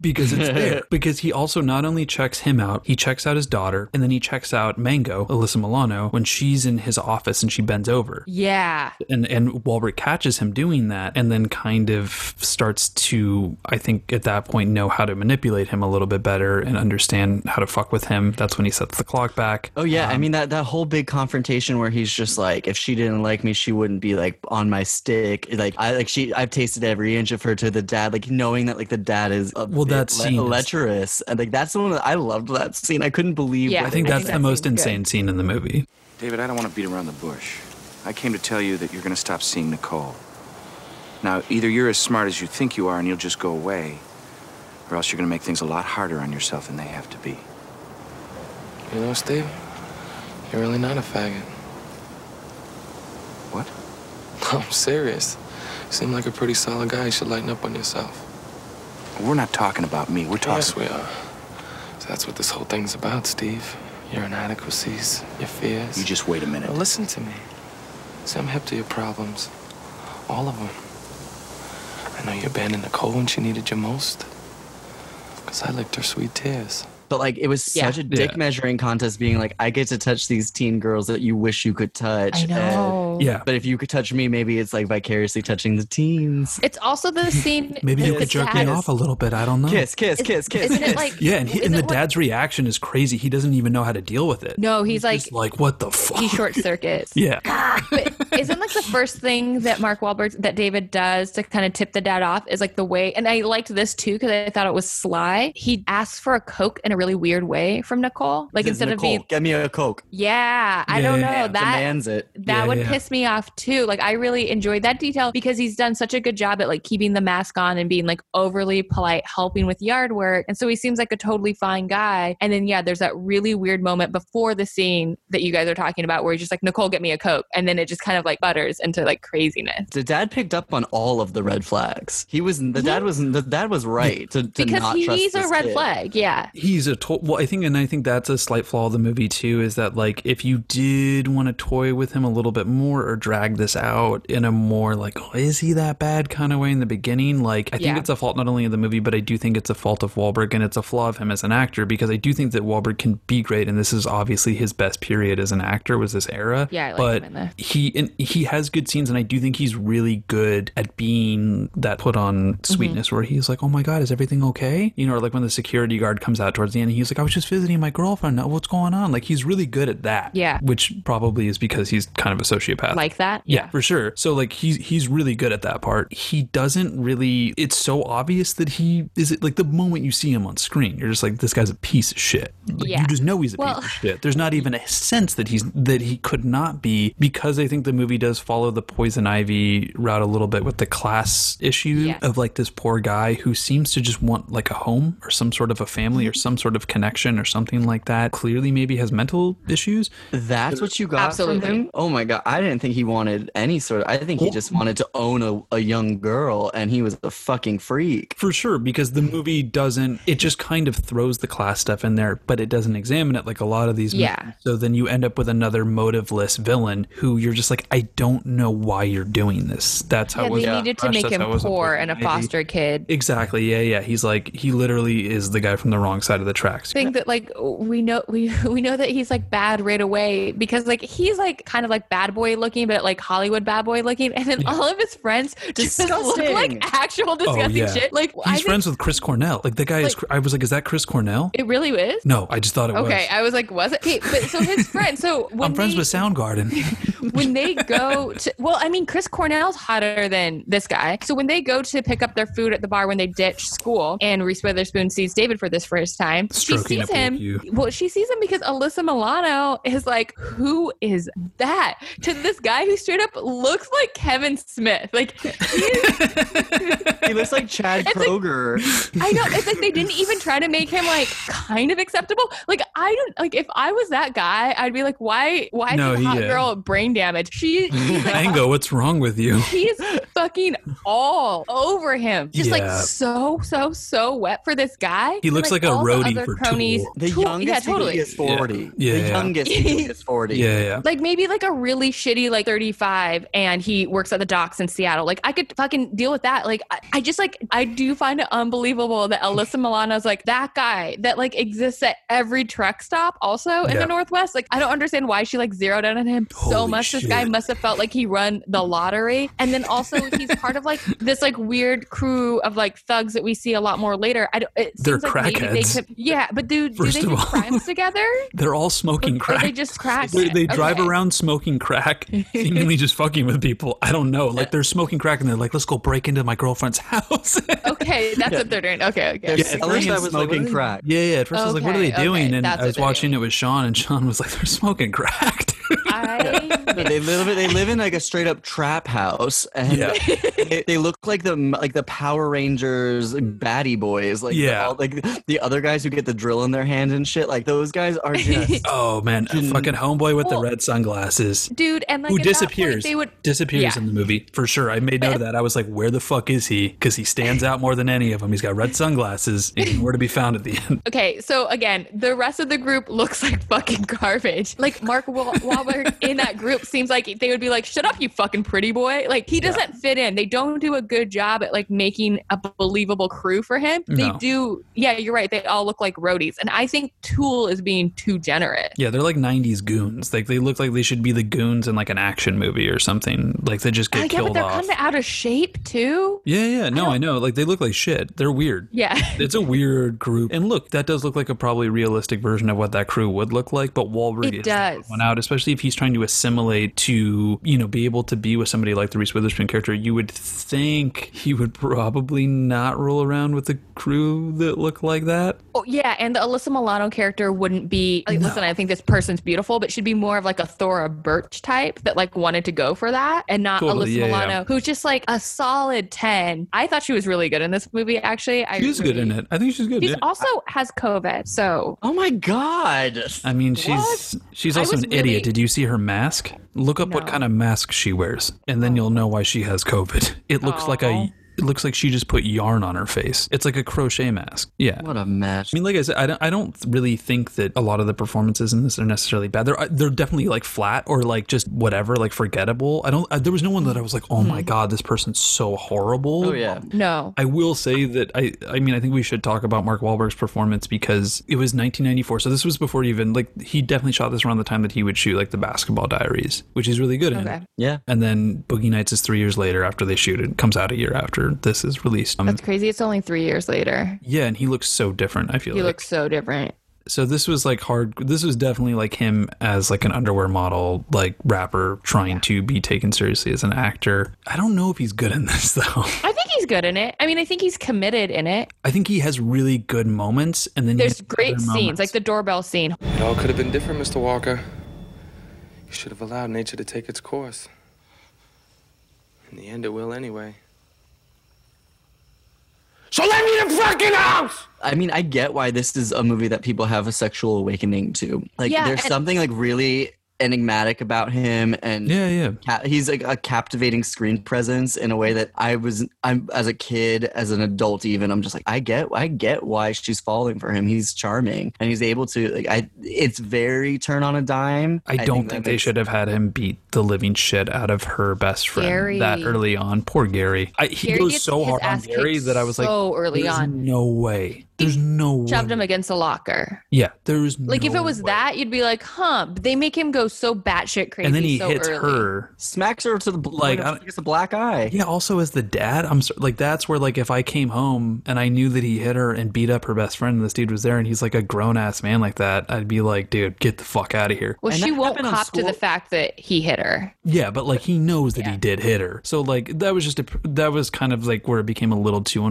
[SPEAKER 1] because it's there. Because he also not only checks him out, he checks out his daughter, and then he checks out Mango, Alyssa Milano, when she's in his office and she bends over.
[SPEAKER 2] Yeah.
[SPEAKER 1] And and Walbert catches him doing that, and then kind of starts to, I think, at that point, know how to manipulate him a little bit better and understand how to fuck with him. That's when he sets the clock back.
[SPEAKER 3] Oh yeah, I mean that that whole big confrontation where he's just like, if she didn't like me, she wouldn't be like on my stick. Like I like she, I've tasted every inch of her to the dad. Like knowing that like the dad is a
[SPEAKER 1] Well, that
[SPEAKER 3] bit
[SPEAKER 1] scene is-
[SPEAKER 3] lecherous, and like that's the one that I loved that scene. I couldn't believe.
[SPEAKER 1] I think that's the most
[SPEAKER 3] insane.
[SPEAKER 1] insane scene in the movie.
[SPEAKER 13] David, I don't want to beat around the bush. I came to tell you that you're going to stop seeing Nicole. Now, either you're as smart as you think you are and you'll just go away, or else you're going to make things a lot harder on yourself than they have to be.
[SPEAKER 15] You know, Steve, you're really not a faggot.
[SPEAKER 13] What?
[SPEAKER 15] <laughs> I'm serious. You seem like a pretty solid guy. You should lighten up on yourself.
[SPEAKER 13] We're not talking about me. We're talking.
[SPEAKER 15] Yes, we are. So that's what this whole thing's about, Steve. Your inadequacies, your fears.
[SPEAKER 13] You just wait a minute.
[SPEAKER 15] Now listen to me. See, I'm hip to your problems. All of them. I know you abandoned Nicole when she needed you most. Because I licked her sweet tears.
[SPEAKER 3] But like it was such a dick measuring contest, being like, I get to touch these teen girls that you wish you could touch.
[SPEAKER 2] I know.
[SPEAKER 3] And-
[SPEAKER 2] Yeah.
[SPEAKER 3] But if you could touch me, maybe it's like vicariously touching the teens.
[SPEAKER 2] It's also the scene.
[SPEAKER 1] Maybe you
[SPEAKER 2] with
[SPEAKER 1] could
[SPEAKER 2] the
[SPEAKER 1] jerk
[SPEAKER 2] dad-
[SPEAKER 1] me off a little bit. I don't know.
[SPEAKER 3] Kiss, kiss, kiss, kiss.
[SPEAKER 2] Isn't it like
[SPEAKER 1] Yeah, and, he, and the dad's reaction is crazy. He doesn't even know how to deal with it.
[SPEAKER 2] no? He's like
[SPEAKER 1] It's like, what the fuck?
[SPEAKER 2] he short circuits.
[SPEAKER 1] <laughs> yeah.
[SPEAKER 2] but isn't like the first thing that Mark Wahlberg that David does to kind of tip the dad off is like the way, and I liked this too because I thought it was sly. He asks for a coke in a really weird way from Nicole, like
[SPEAKER 3] This is
[SPEAKER 2] instead
[SPEAKER 3] Nicole,
[SPEAKER 2] of being,
[SPEAKER 3] get me a coke.
[SPEAKER 2] yeah, I don't know that
[SPEAKER 3] demands it.
[SPEAKER 2] that would piss me off too. Like I really enjoyed that detail because he's done such a good job at like keeping the mask on and being like overly polite, helping with yard work. And so he seems like a totally fine guy. And then yeah, there's that really weird moment before the scene that you guys are talking about where he's just like, Nicole, get me a Coke. And then it just kind of like butters into like craziness.
[SPEAKER 3] The dad picked up on all of the red flags. He was the dad was the dad was right to, to
[SPEAKER 2] Because
[SPEAKER 3] not
[SPEAKER 2] he
[SPEAKER 3] trust
[SPEAKER 2] he's a
[SPEAKER 3] this
[SPEAKER 2] red
[SPEAKER 3] kid.
[SPEAKER 2] flag. Yeah.
[SPEAKER 1] He's a to- well, I think, and I think that's a slight flaw of the movie too. Is that like if you did want to toy with him a little bit more or drag this out in a more like, oh, is he that bad kind of way in the beginning? Like, I think
[SPEAKER 2] Yeah.
[SPEAKER 1] it's a fault not only of the movie, but I do think it's a fault of Wahlberg and it's a flaw of him as an actor because I do think that Wahlberg can be great, and this is obviously his best period as an actor was this era.
[SPEAKER 2] Yeah, I like
[SPEAKER 1] but
[SPEAKER 2] him in there.
[SPEAKER 1] he and he has good scenes, and I do think he's really good at being that put on sweetness where he's like, "Oh my god, is everything okay?" You know, or like when the security guard comes out towards the end, he's like, "I was just visiting my girlfriend. Now What's going on?" Like he's really good at that.
[SPEAKER 2] Yeah.
[SPEAKER 1] which probably is because he's kind of a sociopath.
[SPEAKER 2] Like that.
[SPEAKER 1] Yeah, for sure. So like he's he's really good at that part. He doesn't really. It's so obvious that he is it like the moment you see him on screen, you're just like this guy's a piece of shit. Like,
[SPEAKER 2] Yeah.
[SPEAKER 1] You just know he's a
[SPEAKER 2] Well-
[SPEAKER 1] piece of shit. There's not even a sense that he's that he could not be because I think the movie does follow the poison ivy route a little bit with the class issue
[SPEAKER 2] Yeah.
[SPEAKER 1] of like this poor guy who seems to just want like a home or some sort of a family
[SPEAKER 2] Mm-hmm.
[SPEAKER 1] or some sort of connection or something like that. Clearly, maybe has mental issues.
[SPEAKER 3] That's what you got from him. Oh my god, I didn't think he wanted any sort of. I think he just wanted to own a, a young girl, and he was a fucking freak.
[SPEAKER 1] For sure, because the movie doesn't, it just kind of throws the class stuff in there, but it doesn't examine it like a lot of these
[SPEAKER 2] Yeah.
[SPEAKER 1] movies. So then you end up with another motiveless villain who you're just like, I don't know why you're doing this. That's how
[SPEAKER 2] yeah,
[SPEAKER 1] it was.
[SPEAKER 2] they needed to
[SPEAKER 1] Crush,
[SPEAKER 2] make
[SPEAKER 1] that's
[SPEAKER 2] him
[SPEAKER 1] how it was in
[SPEAKER 2] poor and a
[SPEAKER 1] Ivy.
[SPEAKER 2] foster kid.
[SPEAKER 1] Exactly. Yeah, yeah. He's like, he literally is the guy from the wrong side of the tracks.
[SPEAKER 2] Think that like we know we <laughs> we know that he's like bad right away because like he's like kind of like bad boy looking, but like Hollywood bad boy looking, and then all of his friends just look
[SPEAKER 12] Disgusting.
[SPEAKER 2] like actual disgusting shit. Like
[SPEAKER 1] he's
[SPEAKER 2] I think
[SPEAKER 1] Oh, friends with Chris Cornell. Like the guy is. I was like, is that Chris Cornell?
[SPEAKER 2] it really is.
[SPEAKER 1] no, I just thought it
[SPEAKER 2] Okay, I was like, was it? Okay, but so his friend.
[SPEAKER 1] <laughs>
[SPEAKER 2] So
[SPEAKER 1] was.
[SPEAKER 2] when
[SPEAKER 1] I'm friends
[SPEAKER 2] they,
[SPEAKER 1] with
[SPEAKER 2] <laughs>
[SPEAKER 1] Soundgarden. <laughs>
[SPEAKER 2] when they go to well i mean chris cornell's hotter than this guy so when they go to pick up their food at the bar when they ditch school and reese witherspoon sees david for this first time
[SPEAKER 1] Stroking
[SPEAKER 2] she
[SPEAKER 1] a
[SPEAKER 2] sees
[SPEAKER 1] pool
[SPEAKER 2] him
[SPEAKER 1] cue.
[SPEAKER 2] well she sees him because alyssa milano is like who is that to this guy who straight up looks like kevin smith like
[SPEAKER 3] He looks like
[SPEAKER 2] <laughs>
[SPEAKER 3] Chad
[SPEAKER 2] It's like-
[SPEAKER 3] Kroger.
[SPEAKER 2] I know. It's like they didn't even try to make him like kind of acceptable. Like I don't like if I was that guy, I'd be like, why? Why is
[SPEAKER 1] No,
[SPEAKER 2] this
[SPEAKER 1] he,
[SPEAKER 2] hot
[SPEAKER 1] uh,
[SPEAKER 2] girl brain damage? She she's like,
[SPEAKER 1] Ango, what's wrong with you?
[SPEAKER 2] <laughs> he's fucking all over him, just like
[SPEAKER 1] Yeah.
[SPEAKER 2] so so so wet for this guy.
[SPEAKER 1] He
[SPEAKER 2] And,
[SPEAKER 1] looks like a
[SPEAKER 2] all the
[SPEAKER 1] roadie
[SPEAKER 2] other
[SPEAKER 1] for Tool.
[SPEAKER 3] The
[SPEAKER 2] Tool-
[SPEAKER 3] youngest
[SPEAKER 2] yeah,
[SPEAKER 3] he could
[SPEAKER 2] totally.
[SPEAKER 3] be is forty.
[SPEAKER 1] Yeah.
[SPEAKER 3] The
[SPEAKER 1] Yeah.
[SPEAKER 3] youngest he could be is forty.
[SPEAKER 1] Yeah, yeah.
[SPEAKER 2] Like maybe like a really shitty like 35 and he works at the docks in Seattle. Like I could fucking deal with that. Like I, I just like I do find it unbelievable that Alyssa Milano's like that guy that like exists at every truck stop also in
[SPEAKER 1] Yeah.
[SPEAKER 2] the Northwest. Like I don't understand why she like zeroed in on him so
[SPEAKER 1] Holy
[SPEAKER 2] much. This guy
[SPEAKER 1] shit.
[SPEAKER 2] must have felt like he run the lottery. And then also he's part of like this like weird crew of like thugs that we see a lot more later. I don't it
[SPEAKER 1] They're
[SPEAKER 2] seems like maybe they
[SPEAKER 1] crackheads.
[SPEAKER 2] could Yeah, but do, do
[SPEAKER 1] First
[SPEAKER 2] they
[SPEAKER 1] of
[SPEAKER 2] do
[SPEAKER 1] all. <laughs>
[SPEAKER 2] crimes together?
[SPEAKER 1] They're all smoking
[SPEAKER 2] Or
[SPEAKER 1] crack.
[SPEAKER 2] they just crack.
[SPEAKER 1] They, they drive
[SPEAKER 2] Okay.
[SPEAKER 1] around smoking
[SPEAKER 2] <laughs>
[SPEAKER 1] crack, seemingly just fucking with people. I don't know. Like they're smoking crack and they're like, let's go break into my girlfriend's <laughs> house.
[SPEAKER 2] Okay, that's what they're doing. Okay, okay.
[SPEAKER 3] They're selling and smoking crack.
[SPEAKER 1] yeah, yeah. At first I was like, what are they
[SPEAKER 2] Okay, okay,
[SPEAKER 1] doing? And
[SPEAKER 2] that's
[SPEAKER 1] I was
[SPEAKER 2] what they're
[SPEAKER 1] watching it with Sean, and Sean was like, they're smoking crack.
[SPEAKER 2] <laughs>
[SPEAKER 3] No, they live they live in like a straight up trap house and
[SPEAKER 1] Yeah.
[SPEAKER 3] they, they look like the like the Power Rangers baddie boys like
[SPEAKER 1] Yeah.
[SPEAKER 3] all, like the other guys who get the drill in their hand and shit like those guys
[SPEAKER 1] <laughs>
[SPEAKER 3] are just
[SPEAKER 1] oh man, a fucking homeboy with
[SPEAKER 2] Well-
[SPEAKER 1] the red sunglasses.
[SPEAKER 2] Dude, and like
[SPEAKER 1] who
[SPEAKER 2] at that point,
[SPEAKER 1] disappears
[SPEAKER 2] they would
[SPEAKER 1] disappears
[SPEAKER 2] Yeah.
[SPEAKER 1] in the movie for sure i made note of that i was like where the fuck is he because he stands out more than any of them he's got red sunglasses and he's nowhere to be found at the end
[SPEAKER 2] Okay, so again, the rest of the group looks like fucking garbage. <laughs> Like Mark Wa- Wahlberg in that group seems like they would be like, "Shut up, you fucking pretty boy!" Like he doesn't fit in. They don't do a good job at like making a believable crew for him. They
[SPEAKER 1] No.
[SPEAKER 2] do. Yeah, you're right. They all look like roadies, and I think Tool is being too generous.
[SPEAKER 1] yeah they're like 90s goons like they look like they should be the goons in like an action movie or something like they just get
[SPEAKER 2] I get, but
[SPEAKER 1] killed
[SPEAKER 2] they're
[SPEAKER 1] off
[SPEAKER 2] kind of out of shape too.
[SPEAKER 1] yeah yeah no I, know like they look like shit they're weird
[SPEAKER 2] Yeah.
[SPEAKER 1] <laughs> it's a weird group and look that does look like a probably realistic version of what that crew would look like but Wahlberg
[SPEAKER 2] It
[SPEAKER 1] is the odd
[SPEAKER 2] does.
[SPEAKER 1] one out especially if he's trying to assimilate to you know be able to be with somebody like the Reese Witherspoon character you would think he would probably not roll around with a crew that look like that
[SPEAKER 2] Oh, yeah, and the Alyssa Milano character wouldn't be like, listen, I think this person's beautiful, but should be more of like a Thora Birch type that like wanted to go for that and not
[SPEAKER 1] Totally,
[SPEAKER 2] Alyssa
[SPEAKER 1] yeah, yeah.
[SPEAKER 2] Milano, who's just like a solid 10. I thought she was really good in this movie, actually. I
[SPEAKER 1] she's good in it I think she's good
[SPEAKER 2] She's
[SPEAKER 1] yeah.
[SPEAKER 2] also has COVID, so
[SPEAKER 3] oh my god
[SPEAKER 1] I mean she's she's
[SPEAKER 2] I
[SPEAKER 1] also an
[SPEAKER 2] was really-
[SPEAKER 1] idiot did you see her mask look up what
[SPEAKER 2] No.
[SPEAKER 1] kind of mask she wears and then you'll know why she has covid it looks like
[SPEAKER 2] Aw.
[SPEAKER 1] a it looks like she just put yarn on her face it's like a crochet mask yeah
[SPEAKER 3] what a mess
[SPEAKER 1] I mean, like I said, I don't, I don't really think that a lot of the performances in this are necessarily bad. They're they're definitely like flat or like just whatever, like forgettable. I don't. I, there was no one that I was like, oh
[SPEAKER 2] Hmm.
[SPEAKER 1] my god, this person's so horrible.
[SPEAKER 3] oh yeah
[SPEAKER 2] no.
[SPEAKER 1] I will say that I I mean I think we should talk about Mark Wahlberg's performance because it was 1994 so this was before even like he definitely shot this around the time that he would shoot like the Basketball Diaries which he's really good in
[SPEAKER 2] Okay.
[SPEAKER 3] yeah
[SPEAKER 1] and then Boogie Nights is 3 years later after they shoot it It comes out a year after this is released um,
[SPEAKER 2] That's crazy. It's only three years later.
[SPEAKER 1] yeah and he looks so different I feel
[SPEAKER 2] He
[SPEAKER 1] like
[SPEAKER 2] looks so different.
[SPEAKER 1] so this was like hard this was definitely like him as like an underwear model like rapper trying to be taken seriously as an actor i don't know if he's good in this <laughs> though
[SPEAKER 2] I think he's good in it. I mean, I think he's committed in it.
[SPEAKER 1] i think he has really good moments and then he
[SPEAKER 2] There's
[SPEAKER 1] has
[SPEAKER 2] great
[SPEAKER 1] other
[SPEAKER 2] scenes,
[SPEAKER 1] moments.
[SPEAKER 2] like the doorbell scene.
[SPEAKER 15] It all could have been different, Mr. Walker. You should have allowed nature to take its course. In the end, it will anyway.
[SPEAKER 12] So let me the fucking house!
[SPEAKER 3] I mean, I get why this is a movie that people have a sexual awakening to. Like,
[SPEAKER 2] Yeah,
[SPEAKER 3] there's
[SPEAKER 2] and-
[SPEAKER 3] something like really enigmatic about him, and
[SPEAKER 1] Yeah, yeah.
[SPEAKER 3] ca- he's like a captivating screen presence in a way that I was. I'm as a kid, as an adult, even. I'm just like, I get, I get why she's falling for him. He's charming, and he's able to. Like, I, it's very turn on a dime.
[SPEAKER 1] I don't think,
[SPEAKER 3] that
[SPEAKER 1] they
[SPEAKER 3] makes-
[SPEAKER 1] should have had him beat the living shit out of her best friend
[SPEAKER 2] Gary.
[SPEAKER 1] that early on. Poor Gary. I, he
[SPEAKER 2] Gary
[SPEAKER 1] goes
[SPEAKER 2] gets
[SPEAKER 1] so
[SPEAKER 2] his
[SPEAKER 1] hard on
[SPEAKER 2] ass
[SPEAKER 1] Gary
[SPEAKER 2] kicked
[SPEAKER 1] that I was like,
[SPEAKER 2] so early
[SPEAKER 1] "There's
[SPEAKER 2] on."
[SPEAKER 1] no way. There's no way.
[SPEAKER 2] shoved him against a locker.
[SPEAKER 1] Yeah, there is
[SPEAKER 2] Like
[SPEAKER 1] no
[SPEAKER 2] if it was
[SPEAKER 1] way.
[SPEAKER 2] that, you'd be like, huh? But they make him go so batshit crazy.
[SPEAKER 1] and then he
[SPEAKER 2] so
[SPEAKER 1] hits
[SPEAKER 2] early.
[SPEAKER 1] her.
[SPEAKER 3] smacks her to the
[SPEAKER 1] Like,
[SPEAKER 3] like.
[SPEAKER 1] I-
[SPEAKER 3] It's a black eye.
[SPEAKER 1] Yeah. Also, as the dad, I'm so, like, that's where like if I came home and I knew that he hit her and beat up her best friend, and this dude was there, and he's like a grown ass man like that, I'd be like, dude, get the fuck out of here.
[SPEAKER 2] Well,
[SPEAKER 3] And
[SPEAKER 2] she
[SPEAKER 3] that
[SPEAKER 2] won't
[SPEAKER 3] happened on
[SPEAKER 2] cop to the
[SPEAKER 3] school-
[SPEAKER 2] fact that he hit her.
[SPEAKER 1] Yeah, but like he knows that he did hit her. So like that was just a that was kind of like where it became a little too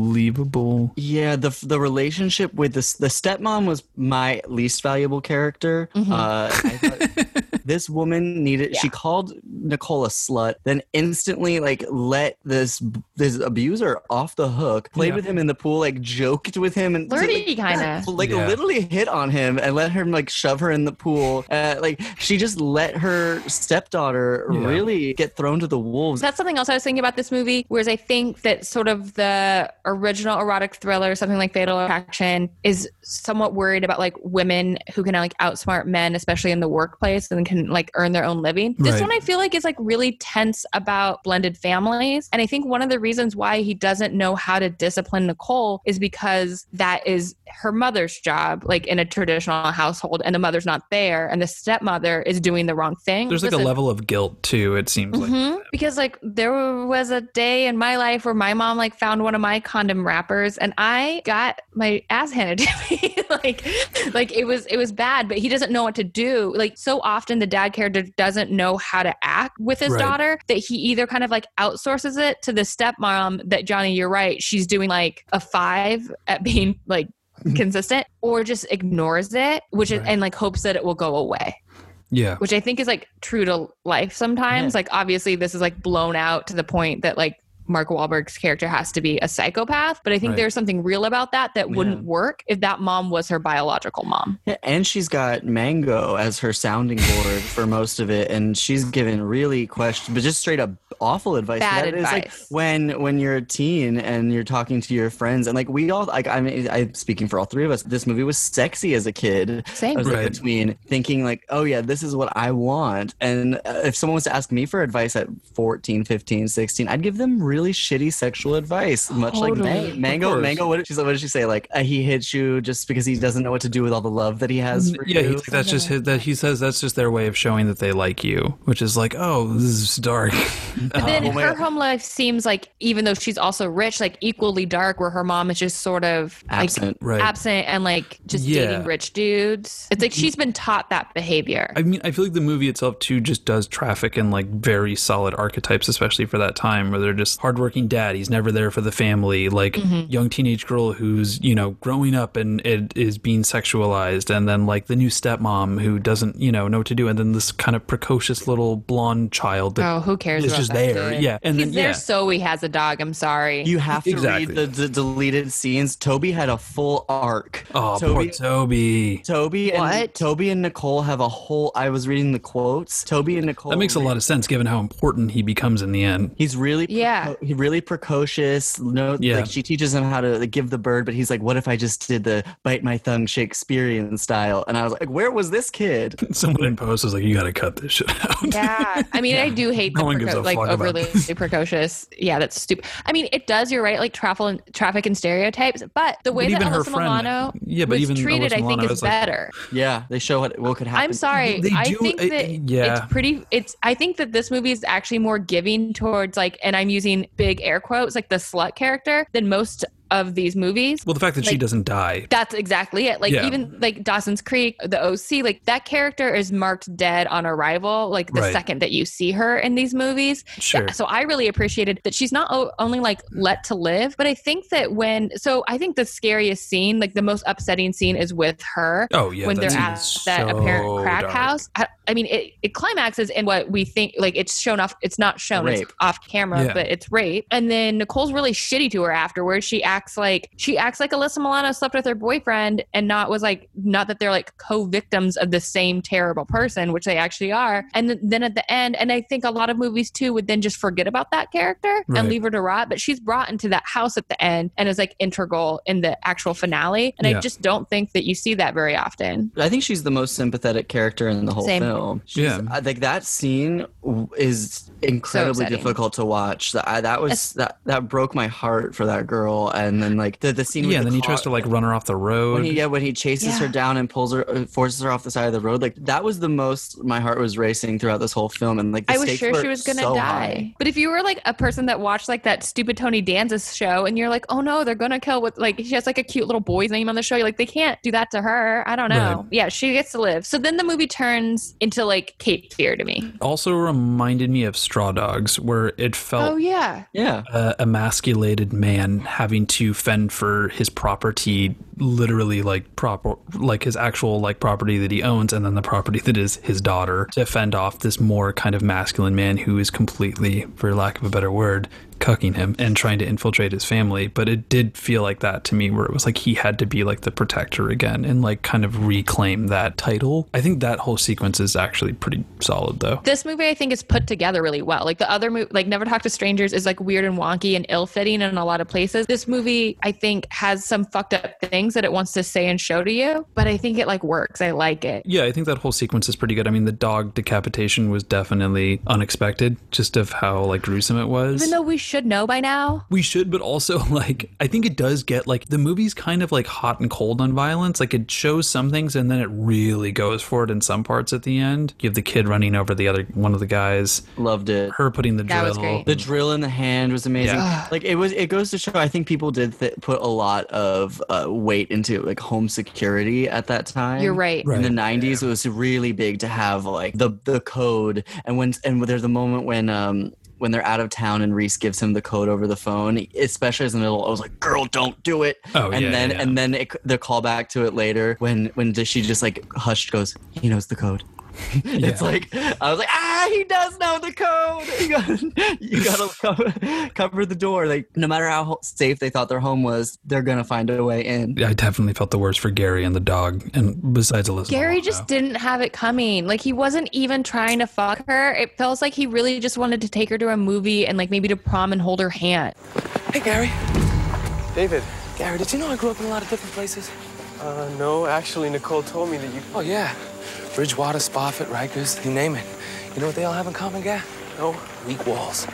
[SPEAKER 1] unbelievable.
[SPEAKER 3] Yeah, the the relationship with this the stepmom was my least valuable character.
[SPEAKER 2] Mm-hmm.
[SPEAKER 3] Uh,
[SPEAKER 2] <laughs>
[SPEAKER 3] I thought this woman needed. She called Nicole a slut, then instantly like let this this abuser off the hook. Played
[SPEAKER 1] Yeah.
[SPEAKER 3] with him in the pool, like joked with him, and
[SPEAKER 2] Flirty kinda.
[SPEAKER 3] like
[SPEAKER 1] Yeah.
[SPEAKER 3] literally hit on him and let him like shove her in the pool. Uh, like she just let her stepdaughter
[SPEAKER 1] Yeah.
[SPEAKER 3] really get thrown to the wolves.
[SPEAKER 2] That's something else I was thinking about this movie. Whereas I think that sort of the original erotic thriller, something like Fatal Attraction, is somewhat worried about like women who can like outsmart men, especially in the workplace, and can like earn their own living. This
[SPEAKER 1] Right.
[SPEAKER 2] one I feel like is like really tense about blended families, and I think one of the reasons why he doesn't know how to discipline Nicole is because that is her mother's job, like in a traditional household, and the mother's not there, and the stepmother is doing the wrong thing.
[SPEAKER 1] There's like a
[SPEAKER 2] Listen,
[SPEAKER 1] level of guilt too. It seems like
[SPEAKER 2] Mhm. because like there was a day in my life where my mom like found one of my condom wrappers and I got my ass handed <laughs> to me like like it was it was bad but he doesn't know what to do like so often the dad character doesn't know how to act with his
[SPEAKER 1] Right.
[SPEAKER 2] daughter that he either kind of like outsources it to the stepmom that Johnny you're right she's doing like a 5 at being
[SPEAKER 1] <laughs>
[SPEAKER 2] like consistent or just ignores it which is,
[SPEAKER 1] Right.
[SPEAKER 2] and like hopes that it will go away
[SPEAKER 1] yeah.
[SPEAKER 2] which I think is like true to life sometimes. Like obviously this is like blown out to the point that like Mark Wahlberg's character has to be a psychopath, but I think
[SPEAKER 1] Right.
[SPEAKER 2] there's something real about that that wouldn't work if that mom was her biological mom.
[SPEAKER 3] Yeah, and she's got Mango as her sounding board for most of it, and she's given really question, but just straight up awful advice.
[SPEAKER 2] Bad
[SPEAKER 3] That is, like,
[SPEAKER 2] advice.
[SPEAKER 3] when when you're a teen and you're talking to your friends, and like we all, like I mean, I'm speaking for all three of us. This movie was sexy as a kid.
[SPEAKER 2] Same.
[SPEAKER 3] I was
[SPEAKER 1] Right.
[SPEAKER 3] like between thinking like, oh yeah, this is what I want, and uh, if someone was to ask me for advice at 14, 15, 16, I'd give them really shitty sexual advice, much like
[SPEAKER 2] Totally.
[SPEAKER 3] Ma- Mango.
[SPEAKER 1] course.
[SPEAKER 3] Mango, what did, she, what did she say? Like uh, he hits you just because he doesn't know what to do with all the love that he has for
[SPEAKER 1] Mm, yeah,
[SPEAKER 3] you.
[SPEAKER 1] he's like, that's just his, that he says that's just their way of showing that they like you, which is like, oh, this is dark. <laughs> Uh-huh.
[SPEAKER 2] But then
[SPEAKER 3] Oh my
[SPEAKER 2] her
[SPEAKER 3] God.
[SPEAKER 2] home life seems like even though she's also rich, like equally dark where her mom is just sort of like,
[SPEAKER 3] Absent.
[SPEAKER 1] Right.
[SPEAKER 2] absent and like just
[SPEAKER 1] Yeah.
[SPEAKER 2] dating rich dudes. It's like she's been taught that behavior.
[SPEAKER 1] I mean, I feel like the movie itself too just does traffic in like very solid archetypes, especially for that time where they're just hardworking dad. He's never there for the family, like
[SPEAKER 2] Mm-hmm.
[SPEAKER 1] young teenage girl who's you know growing up and it is being sexualized, and then like the new stepmom who doesn't you know know what to do, and then this kind of precocious little blonde child that
[SPEAKER 2] oh, who cares?
[SPEAKER 1] is
[SPEAKER 2] about
[SPEAKER 1] just
[SPEAKER 2] that
[SPEAKER 1] there,
[SPEAKER 2] kid?
[SPEAKER 1] yeah, and
[SPEAKER 2] He's
[SPEAKER 1] then
[SPEAKER 2] there
[SPEAKER 1] yeah.
[SPEAKER 2] so he has a dog. I'm sorry.
[SPEAKER 3] You have to
[SPEAKER 1] Exactly.
[SPEAKER 3] read the, the deleted scenes. Toby had a full arc.
[SPEAKER 1] Oh, poor Toby.
[SPEAKER 3] Toby, Toby and
[SPEAKER 2] What?
[SPEAKER 3] Toby and Nicole have a whole. I was reading the quotes. Toby and Nicole.
[SPEAKER 1] That makes a lot of sense given how important he becomes in the end. <laughs>
[SPEAKER 3] He's really
[SPEAKER 2] Yeah.
[SPEAKER 3] preco- he really precocious. No,
[SPEAKER 1] Yeah.
[SPEAKER 3] like she teaches him how to like, give the bird, but he's like, "What if I just did the bite my thumb Shakespearean style?" And I was like, "Where was this kid?"
[SPEAKER 1] <laughs> Someone in post was like, "You got to cut this shit out." <laughs>
[SPEAKER 2] Yeah, I mean, I do hate
[SPEAKER 1] No
[SPEAKER 2] the
[SPEAKER 1] one gives
[SPEAKER 2] preco-
[SPEAKER 1] a
[SPEAKER 2] like
[SPEAKER 1] fuck about
[SPEAKER 2] overly
[SPEAKER 1] <laughs>
[SPEAKER 2] precocious. Yeah, that's stupid. I mean, it does. You're right. Like travel and traffic and stereotypes, but the way
[SPEAKER 1] But
[SPEAKER 2] that
[SPEAKER 1] even her
[SPEAKER 2] Alyssa
[SPEAKER 1] friend-
[SPEAKER 2] Milano
[SPEAKER 1] yeah, but
[SPEAKER 2] was
[SPEAKER 1] even
[SPEAKER 2] treated,
[SPEAKER 1] Alyssa
[SPEAKER 2] I think,
[SPEAKER 1] Milano
[SPEAKER 2] is
[SPEAKER 1] is like-
[SPEAKER 2] better.
[SPEAKER 3] Yeah, they show what what could happen.
[SPEAKER 2] I'm sorry.
[SPEAKER 1] They
[SPEAKER 2] I
[SPEAKER 1] do-
[SPEAKER 2] think
[SPEAKER 1] I-
[SPEAKER 2] that
[SPEAKER 1] I- yeah.
[SPEAKER 2] it's pretty. It's. I think that this movie is actually more giving towards like, and I'm using big air quotes, like the slut character, than most of these movies.
[SPEAKER 1] Well, the fact that she
[SPEAKER 2] Like-
[SPEAKER 1] doesn't die.
[SPEAKER 2] That's exactly it. Like
[SPEAKER 1] Yeah.
[SPEAKER 2] even like Dawson's Creek, the OC, like that character is marked dead on arrival, like the
[SPEAKER 1] Right.
[SPEAKER 2] second that you see her in these movies.
[SPEAKER 1] Sure.
[SPEAKER 2] So I really appreciated that she's not o- only like let to live, but I think that when so I think the scariest scene, like the most upsetting scene, is with her
[SPEAKER 1] Oh yeah,
[SPEAKER 2] when
[SPEAKER 1] that
[SPEAKER 2] they're
[SPEAKER 1] scene
[SPEAKER 2] at
[SPEAKER 1] is
[SPEAKER 2] that apparent
[SPEAKER 1] so
[SPEAKER 2] crack
[SPEAKER 1] dark.
[SPEAKER 2] house. I, I mean, it, it climaxes in what we think, like it's shown off. It's not shown.
[SPEAKER 3] Rape.
[SPEAKER 2] It's off camera,
[SPEAKER 3] Yeah.
[SPEAKER 2] but it's rape. And then Nicole's really shitty to her afterwards. She acts like she acts like Alyssa Milano slept with her boyfriend, and not was like not that they're like co-victims of the same terrible person, which they actually are. And th- then at the end, and I think a lot of movies too would then just forget about that character
[SPEAKER 16] Right.
[SPEAKER 2] and leave her to rot. But she's brought into that house at the end and is like integral in the actual finale. And
[SPEAKER 3] Yeah.
[SPEAKER 2] I just don't think that you see that very often.
[SPEAKER 3] I think she's the most sympathetic character in the whole
[SPEAKER 2] Same.
[SPEAKER 3] film. She's,
[SPEAKER 2] Yeah.
[SPEAKER 3] I think that scene w- is incredibly
[SPEAKER 2] upsetting.
[SPEAKER 3] difficult to watch. That I, that
[SPEAKER 2] Es-
[SPEAKER 3] was that that broke my heart for that girl. And then like the the scene. with
[SPEAKER 1] yeah,
[SPEAKER 3] the
[SPEAKER 1] and then he
[SPEAKER 3] car-
[SPEAKER 1] tries to like run her off the road.
[SPEAKER 3] When he, yeah, when he chases her
[SPEAKER 1] Yeah.
[SPEAKER 3] down and pulls her, uh, forces her off the side of the road, like that was the most my heart was racing throughout this whole film, and like the
[SPEAKER 2] I was
[SPEAKER 3] stakes
[SPEAKER 2] sure
[SPEAKER 3] were
[SPEAKER 2] she was gonna
[SPEAKER 3] so
[SPEAKER 2] die.
[SPEAKER 3] high.
[SPEAKER 2] But if you were like a person that watched like that stupid Tony Danza show and you're like, oh no, they're gonna kill with like she has like a cute little boy's name on the show, you're like, they can't do that to her. I don't know.
[SPEAKER 1] Right.
[SPEAKER 2] Yeah, she gets to live. So then the movie turns into like Cape Fear to me.
[SPEAKER 1] Also reminded me of Straw Dogs, where it felt
[SPEAKER 2] Oh yeah.
[SPEAKER 3] yeah,
[SPEAKER 1] a emasculated man having to fend for his property, literally like proper, like his actual like property that he owns, and then the property that is his daughter to fend off this more kind of masculine man who is completely, for lack of a better word, cucking him and trying to infiltrate his family. But it did feel like that to me, where it was like he had to be like the protector again and like kind of reclaim that title. I think that whole sequence is actually pretty solid though.
[SPEAKER 2] This movie I think is put together really well. Like the other movie like Never Talk to Strangers is like weird and wonky and ill fitting in a lot of places. This movie I think has some fucked up things that it wants to say and show to you, but I think it like works. I like it.
[SPEAKER 1] Yeah, I think that whole sequence is pretty good. I mean, the dog decapitation was definitely unexpected, just of how like gruesome it was.
[SPEAKER 2] Even though we should know by now,
[SPEAKER 1] we should, but also <laughs> like I think it does get like the movie's kind of like hot and cold on violence. Like it shows some things and then it really goes for it in some parts at the end. You have the kid running over the other one of the guys.
[SPEAKER 3] Loved it.
[SPEAKER 1] Her putting the
[SPEAKER 3] That
[SPEAKER 1] drill.
[SPEAKER 3] was great. The drill in the hand was amazing.
[SPEAKER 1] Yeah.
[SPEAKER 3] Like it was, it goes to show. I think people did th- put a lot of uh, weight into like home security at that time.
[SPEAKER 2] You're right.
[SPEAKER 3] In the
[SPEAKER 2] Right.
[SPEAKER 3] '90s, it was really big to have like the the code. And when and there's a moment when um when they're out of town and Reese gives him the code over the phone, especially as an adult, I was like, "Girl, don't do it."
[SPEAKER 1] Oh,
[SPEAKER 3] and
[SPEAKER 1] yeah,
[SPEAKER 3] then
[SPEAKER 1] yeah.
[SPEAKER 3] and then it, the callback to it later when when she just like hushed goes, "He knows the code." <laughs> it's like <laughs> I was like, ah, he does know the code. <laughs> You gotta, you gotta cover, cover the door. Like, no matter how ho- safe they thought their home was, they're gonna find a way in.
[SPEAKER 1] I definitely felt the worst for Gary and the dog, and besides Elizabeth.
[SPEAKER 2] Gary just didn't have it coming. Like he wasn't even trying to fuck her. It feels like he really just wanted to take her to a movie and like maybe to prom and hold her hand.
[SPEAKER 15] Hey, Gary.
[SPEAKER 17] David.
[SPEAKER 15] Gary, did you know I grew up in a lot of different places?
[SPEAKER 17] Uh, no, actually, Nicole told me that you.
[SPEAKER 15] Oh, yeah. Bridgewater, Spofford, Rikers, you name it. You know what they all have in common, Gary? No. Weak walls.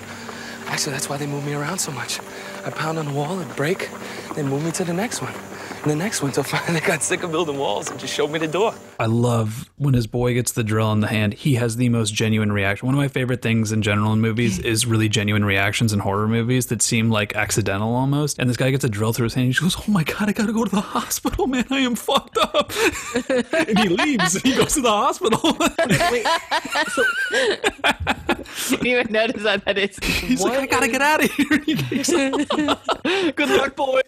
[SPEAKER 15] Actually, that's why they move me around so much. I pound on a wall, it break, they move me to the next one. And the next <laughs> one, till finally they got sick of building walls and just showed me the door.
[SPEAKER 1] I love when his boy gets the drill in the hand. He has the most genuine reaction. One of my favorite things in general in movies is really genuine reactions in horror movies that seem like accidental almost. And this guy gets a drill through his hand. And he goes, "Oh my god, I gotta go to the hospital, man. I am fucked up." <laughs> and he leaves. He goes to the
[SPEAKER 2] <laughs>
[SPEAKER 1] hospital.
[SPEAKER 2] <laughs> didn't even notice that that is.
[SPEAKER 1] He's like, I gotta get out of
[SPEAKER 2] here.
[SPEAKER 3] Good luck, boy.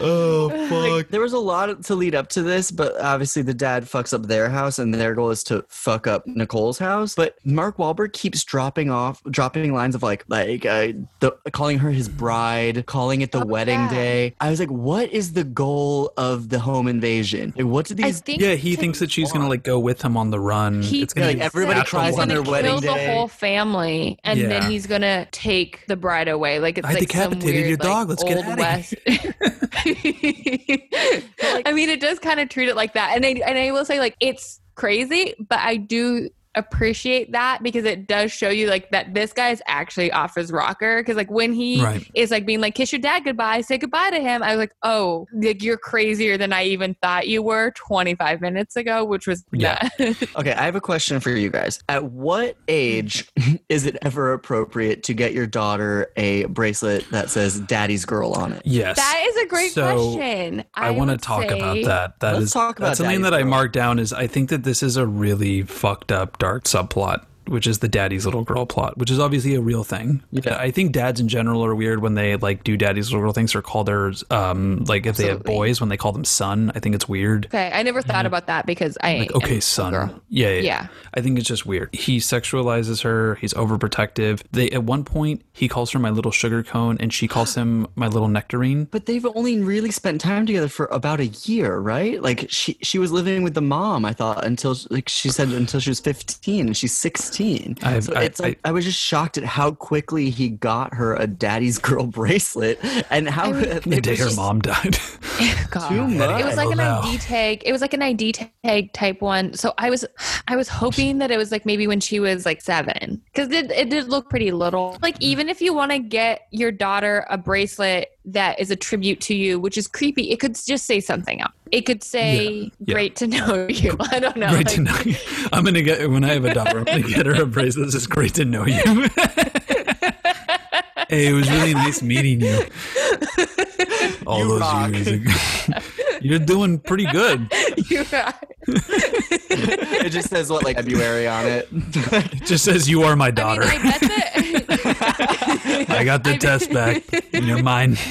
[SPEAKER 1] Oh
[SPEAKER 3] fuck! there was a lot to lead up to this, but obviously the dad fucks up their house, and their goal is to fuck up Nicole's house. But Mark Wahlberg keeps dropping off, dropping lines of like, like uh, the, calling her his bride, calling it the wedding day. I was like, what is the goal of the home invasion? Like, what do these?
[SPEAKER 1] yeah, he thinks that she's gonna like go with him on the run.
[SPEAKER 2] He
[SPEAKER 1] Mm, it's gonna
[SPEAKER 3] like,
[SPEAKER 1] be
[SPEAKER 3] everybody
[SPEAKER 1] natural
[SPEAKER 3] cries on
[SPEAKER 1] one.
[SPEAKER 3] their
[SPEAKER 2] Kill the whole family, and
[SPEAKER 1] Yeah.
[SPEAKER 2] then he's gonna take the bride away. Like it's
[SPEAKER 1] I
[SPEAKER 2] like
[SPEAKER 1] decapitated
[SPEAKER 2] some weird,
[SPEAKER 1] your dog.
[SPEAKER 2] Like,
[SPEAKER 1] Let's get
[SPEAKER 2] Old
[SPEAKER 1] outta here.
[SPEAKER 2] West <laughs> I mean, it does kind of treat it like that, and I and I will say like it's crazy, but I do appreciate that because it does show you like that this guy is actually off his rocker because like when he
[SPEAKER 16] Right.
[SPEAKER 2] is like being like kiss your dad goodbye say goodbye to him i was like oh like you're crazier than i even thought you were 25 minutes ago which was
[SPEAKER 3] Yeah. okay, I have a question for you guys. At what
[SPEAKER 1] <laughs>
[SPEAKER 3] age is it ever appropriate to get your daughter a bracelet that says "Daddy's Girl" on it?
[SPEAKER 1] Yes.
[SPEAKER 2] That is a great
[SPEAKER 1] So,
[SPEAKER 2] question.
[SPEAKER 1] I, want to talk about that. That is
[SPEAKER 3] Let's talk about
[SPEAKER 1] that's something
[SPEAKER 3] Daddy's
[SPEAKER 1] that I
[SPEAKER 3] Girl.
[SPEAKER 1] marked down. Is I think that this is a really fucked up, dark subplot which is the daddy's little girl plot, which is obviously a real thing. Yeah. I think dads in general are weird when they like do daddy's little girl things or call theirs um like if they have
[SPEAKER 2] Absolutely.
[SPEAKER 1] boys when they call them son. I think it's weird.
[SPEAKER 2] Okay, I never thought about that because I
[SPEAKER 1] Mm-hmm. Like, okay, son. Yeah, yeah,
[SPEAKER 2] Yeah.
[SPEAKER 1] I think it's just weird. He sexualizes her. He's overprotective. They at one point he calls her my little sugar cone, and she calls him my little nectarine.
[SPEAKER 3] But they've only really spent time together for about a year, right? Like she she was living with the mom, I thought, until like she said until she was fifteen, and she's sixteen.
[SPEAKER 1] I've-
[SPEAKER 3] so
[SPEAKER 1] I-
[SPEAKER 3] it's like I, was just shocked at how quickly he got her a daddy's girl <laughs> bracelet, and how
[SPEAKER 2] I mean-
[SPEAKER 3] it
[SPEAKER 1] The day
[SPEAKER 3] was
[SPEAKER 1] her
[SPEAKER 3] just
[SPEAKER 1] mom died. <laughs>
[SPEAKER 2] God.
[SPEAKER 3] Too much.
[SPEAKER 2] It was like an
[SPEAKER 1] Wow.
[SPEAKER 2] ID tag. It was like an ID tag type one. So I was, I was hoping that it was like maybe when she was like seven, because it, it did look pretty little. Like
[SPEAKER 1] Mm-hmm.
[SPEAKER 2] even if you want to get your daughter a bracelet that is a tribute to you, which is creepy, it could just say something else. It could say,
[SPEAKER 1] Yeah.
[SPEAKER 2] "Great to know <laughs> you." I don't know.
[SPEAKER 1] great
[SPEAKER 2] like,
[SPEAKER 1] to know you. <laughs> I'm gonna get when I have a daughter. I'm gonna get her a bracelet. This is great to know you. hey, it was really nice meeting you. All those years ago. <laughs> You're doing pretty good.
[SPEAKER 2] <laughs> you are-
[SPEAKER 3] it just says what like February
[SPEAKER 2] <laughs>
[SPEAKER 3] on it.
[SPEAKER 1] It just says you are my daughter. <laughs> I,
[SPEAKER 2] bet that.
[SPEAKER 1] got the
[SPEAKER 2] I bet-
[SPEAKER 1] test back, and you're mine.
[SPEAKER 2] <laughs>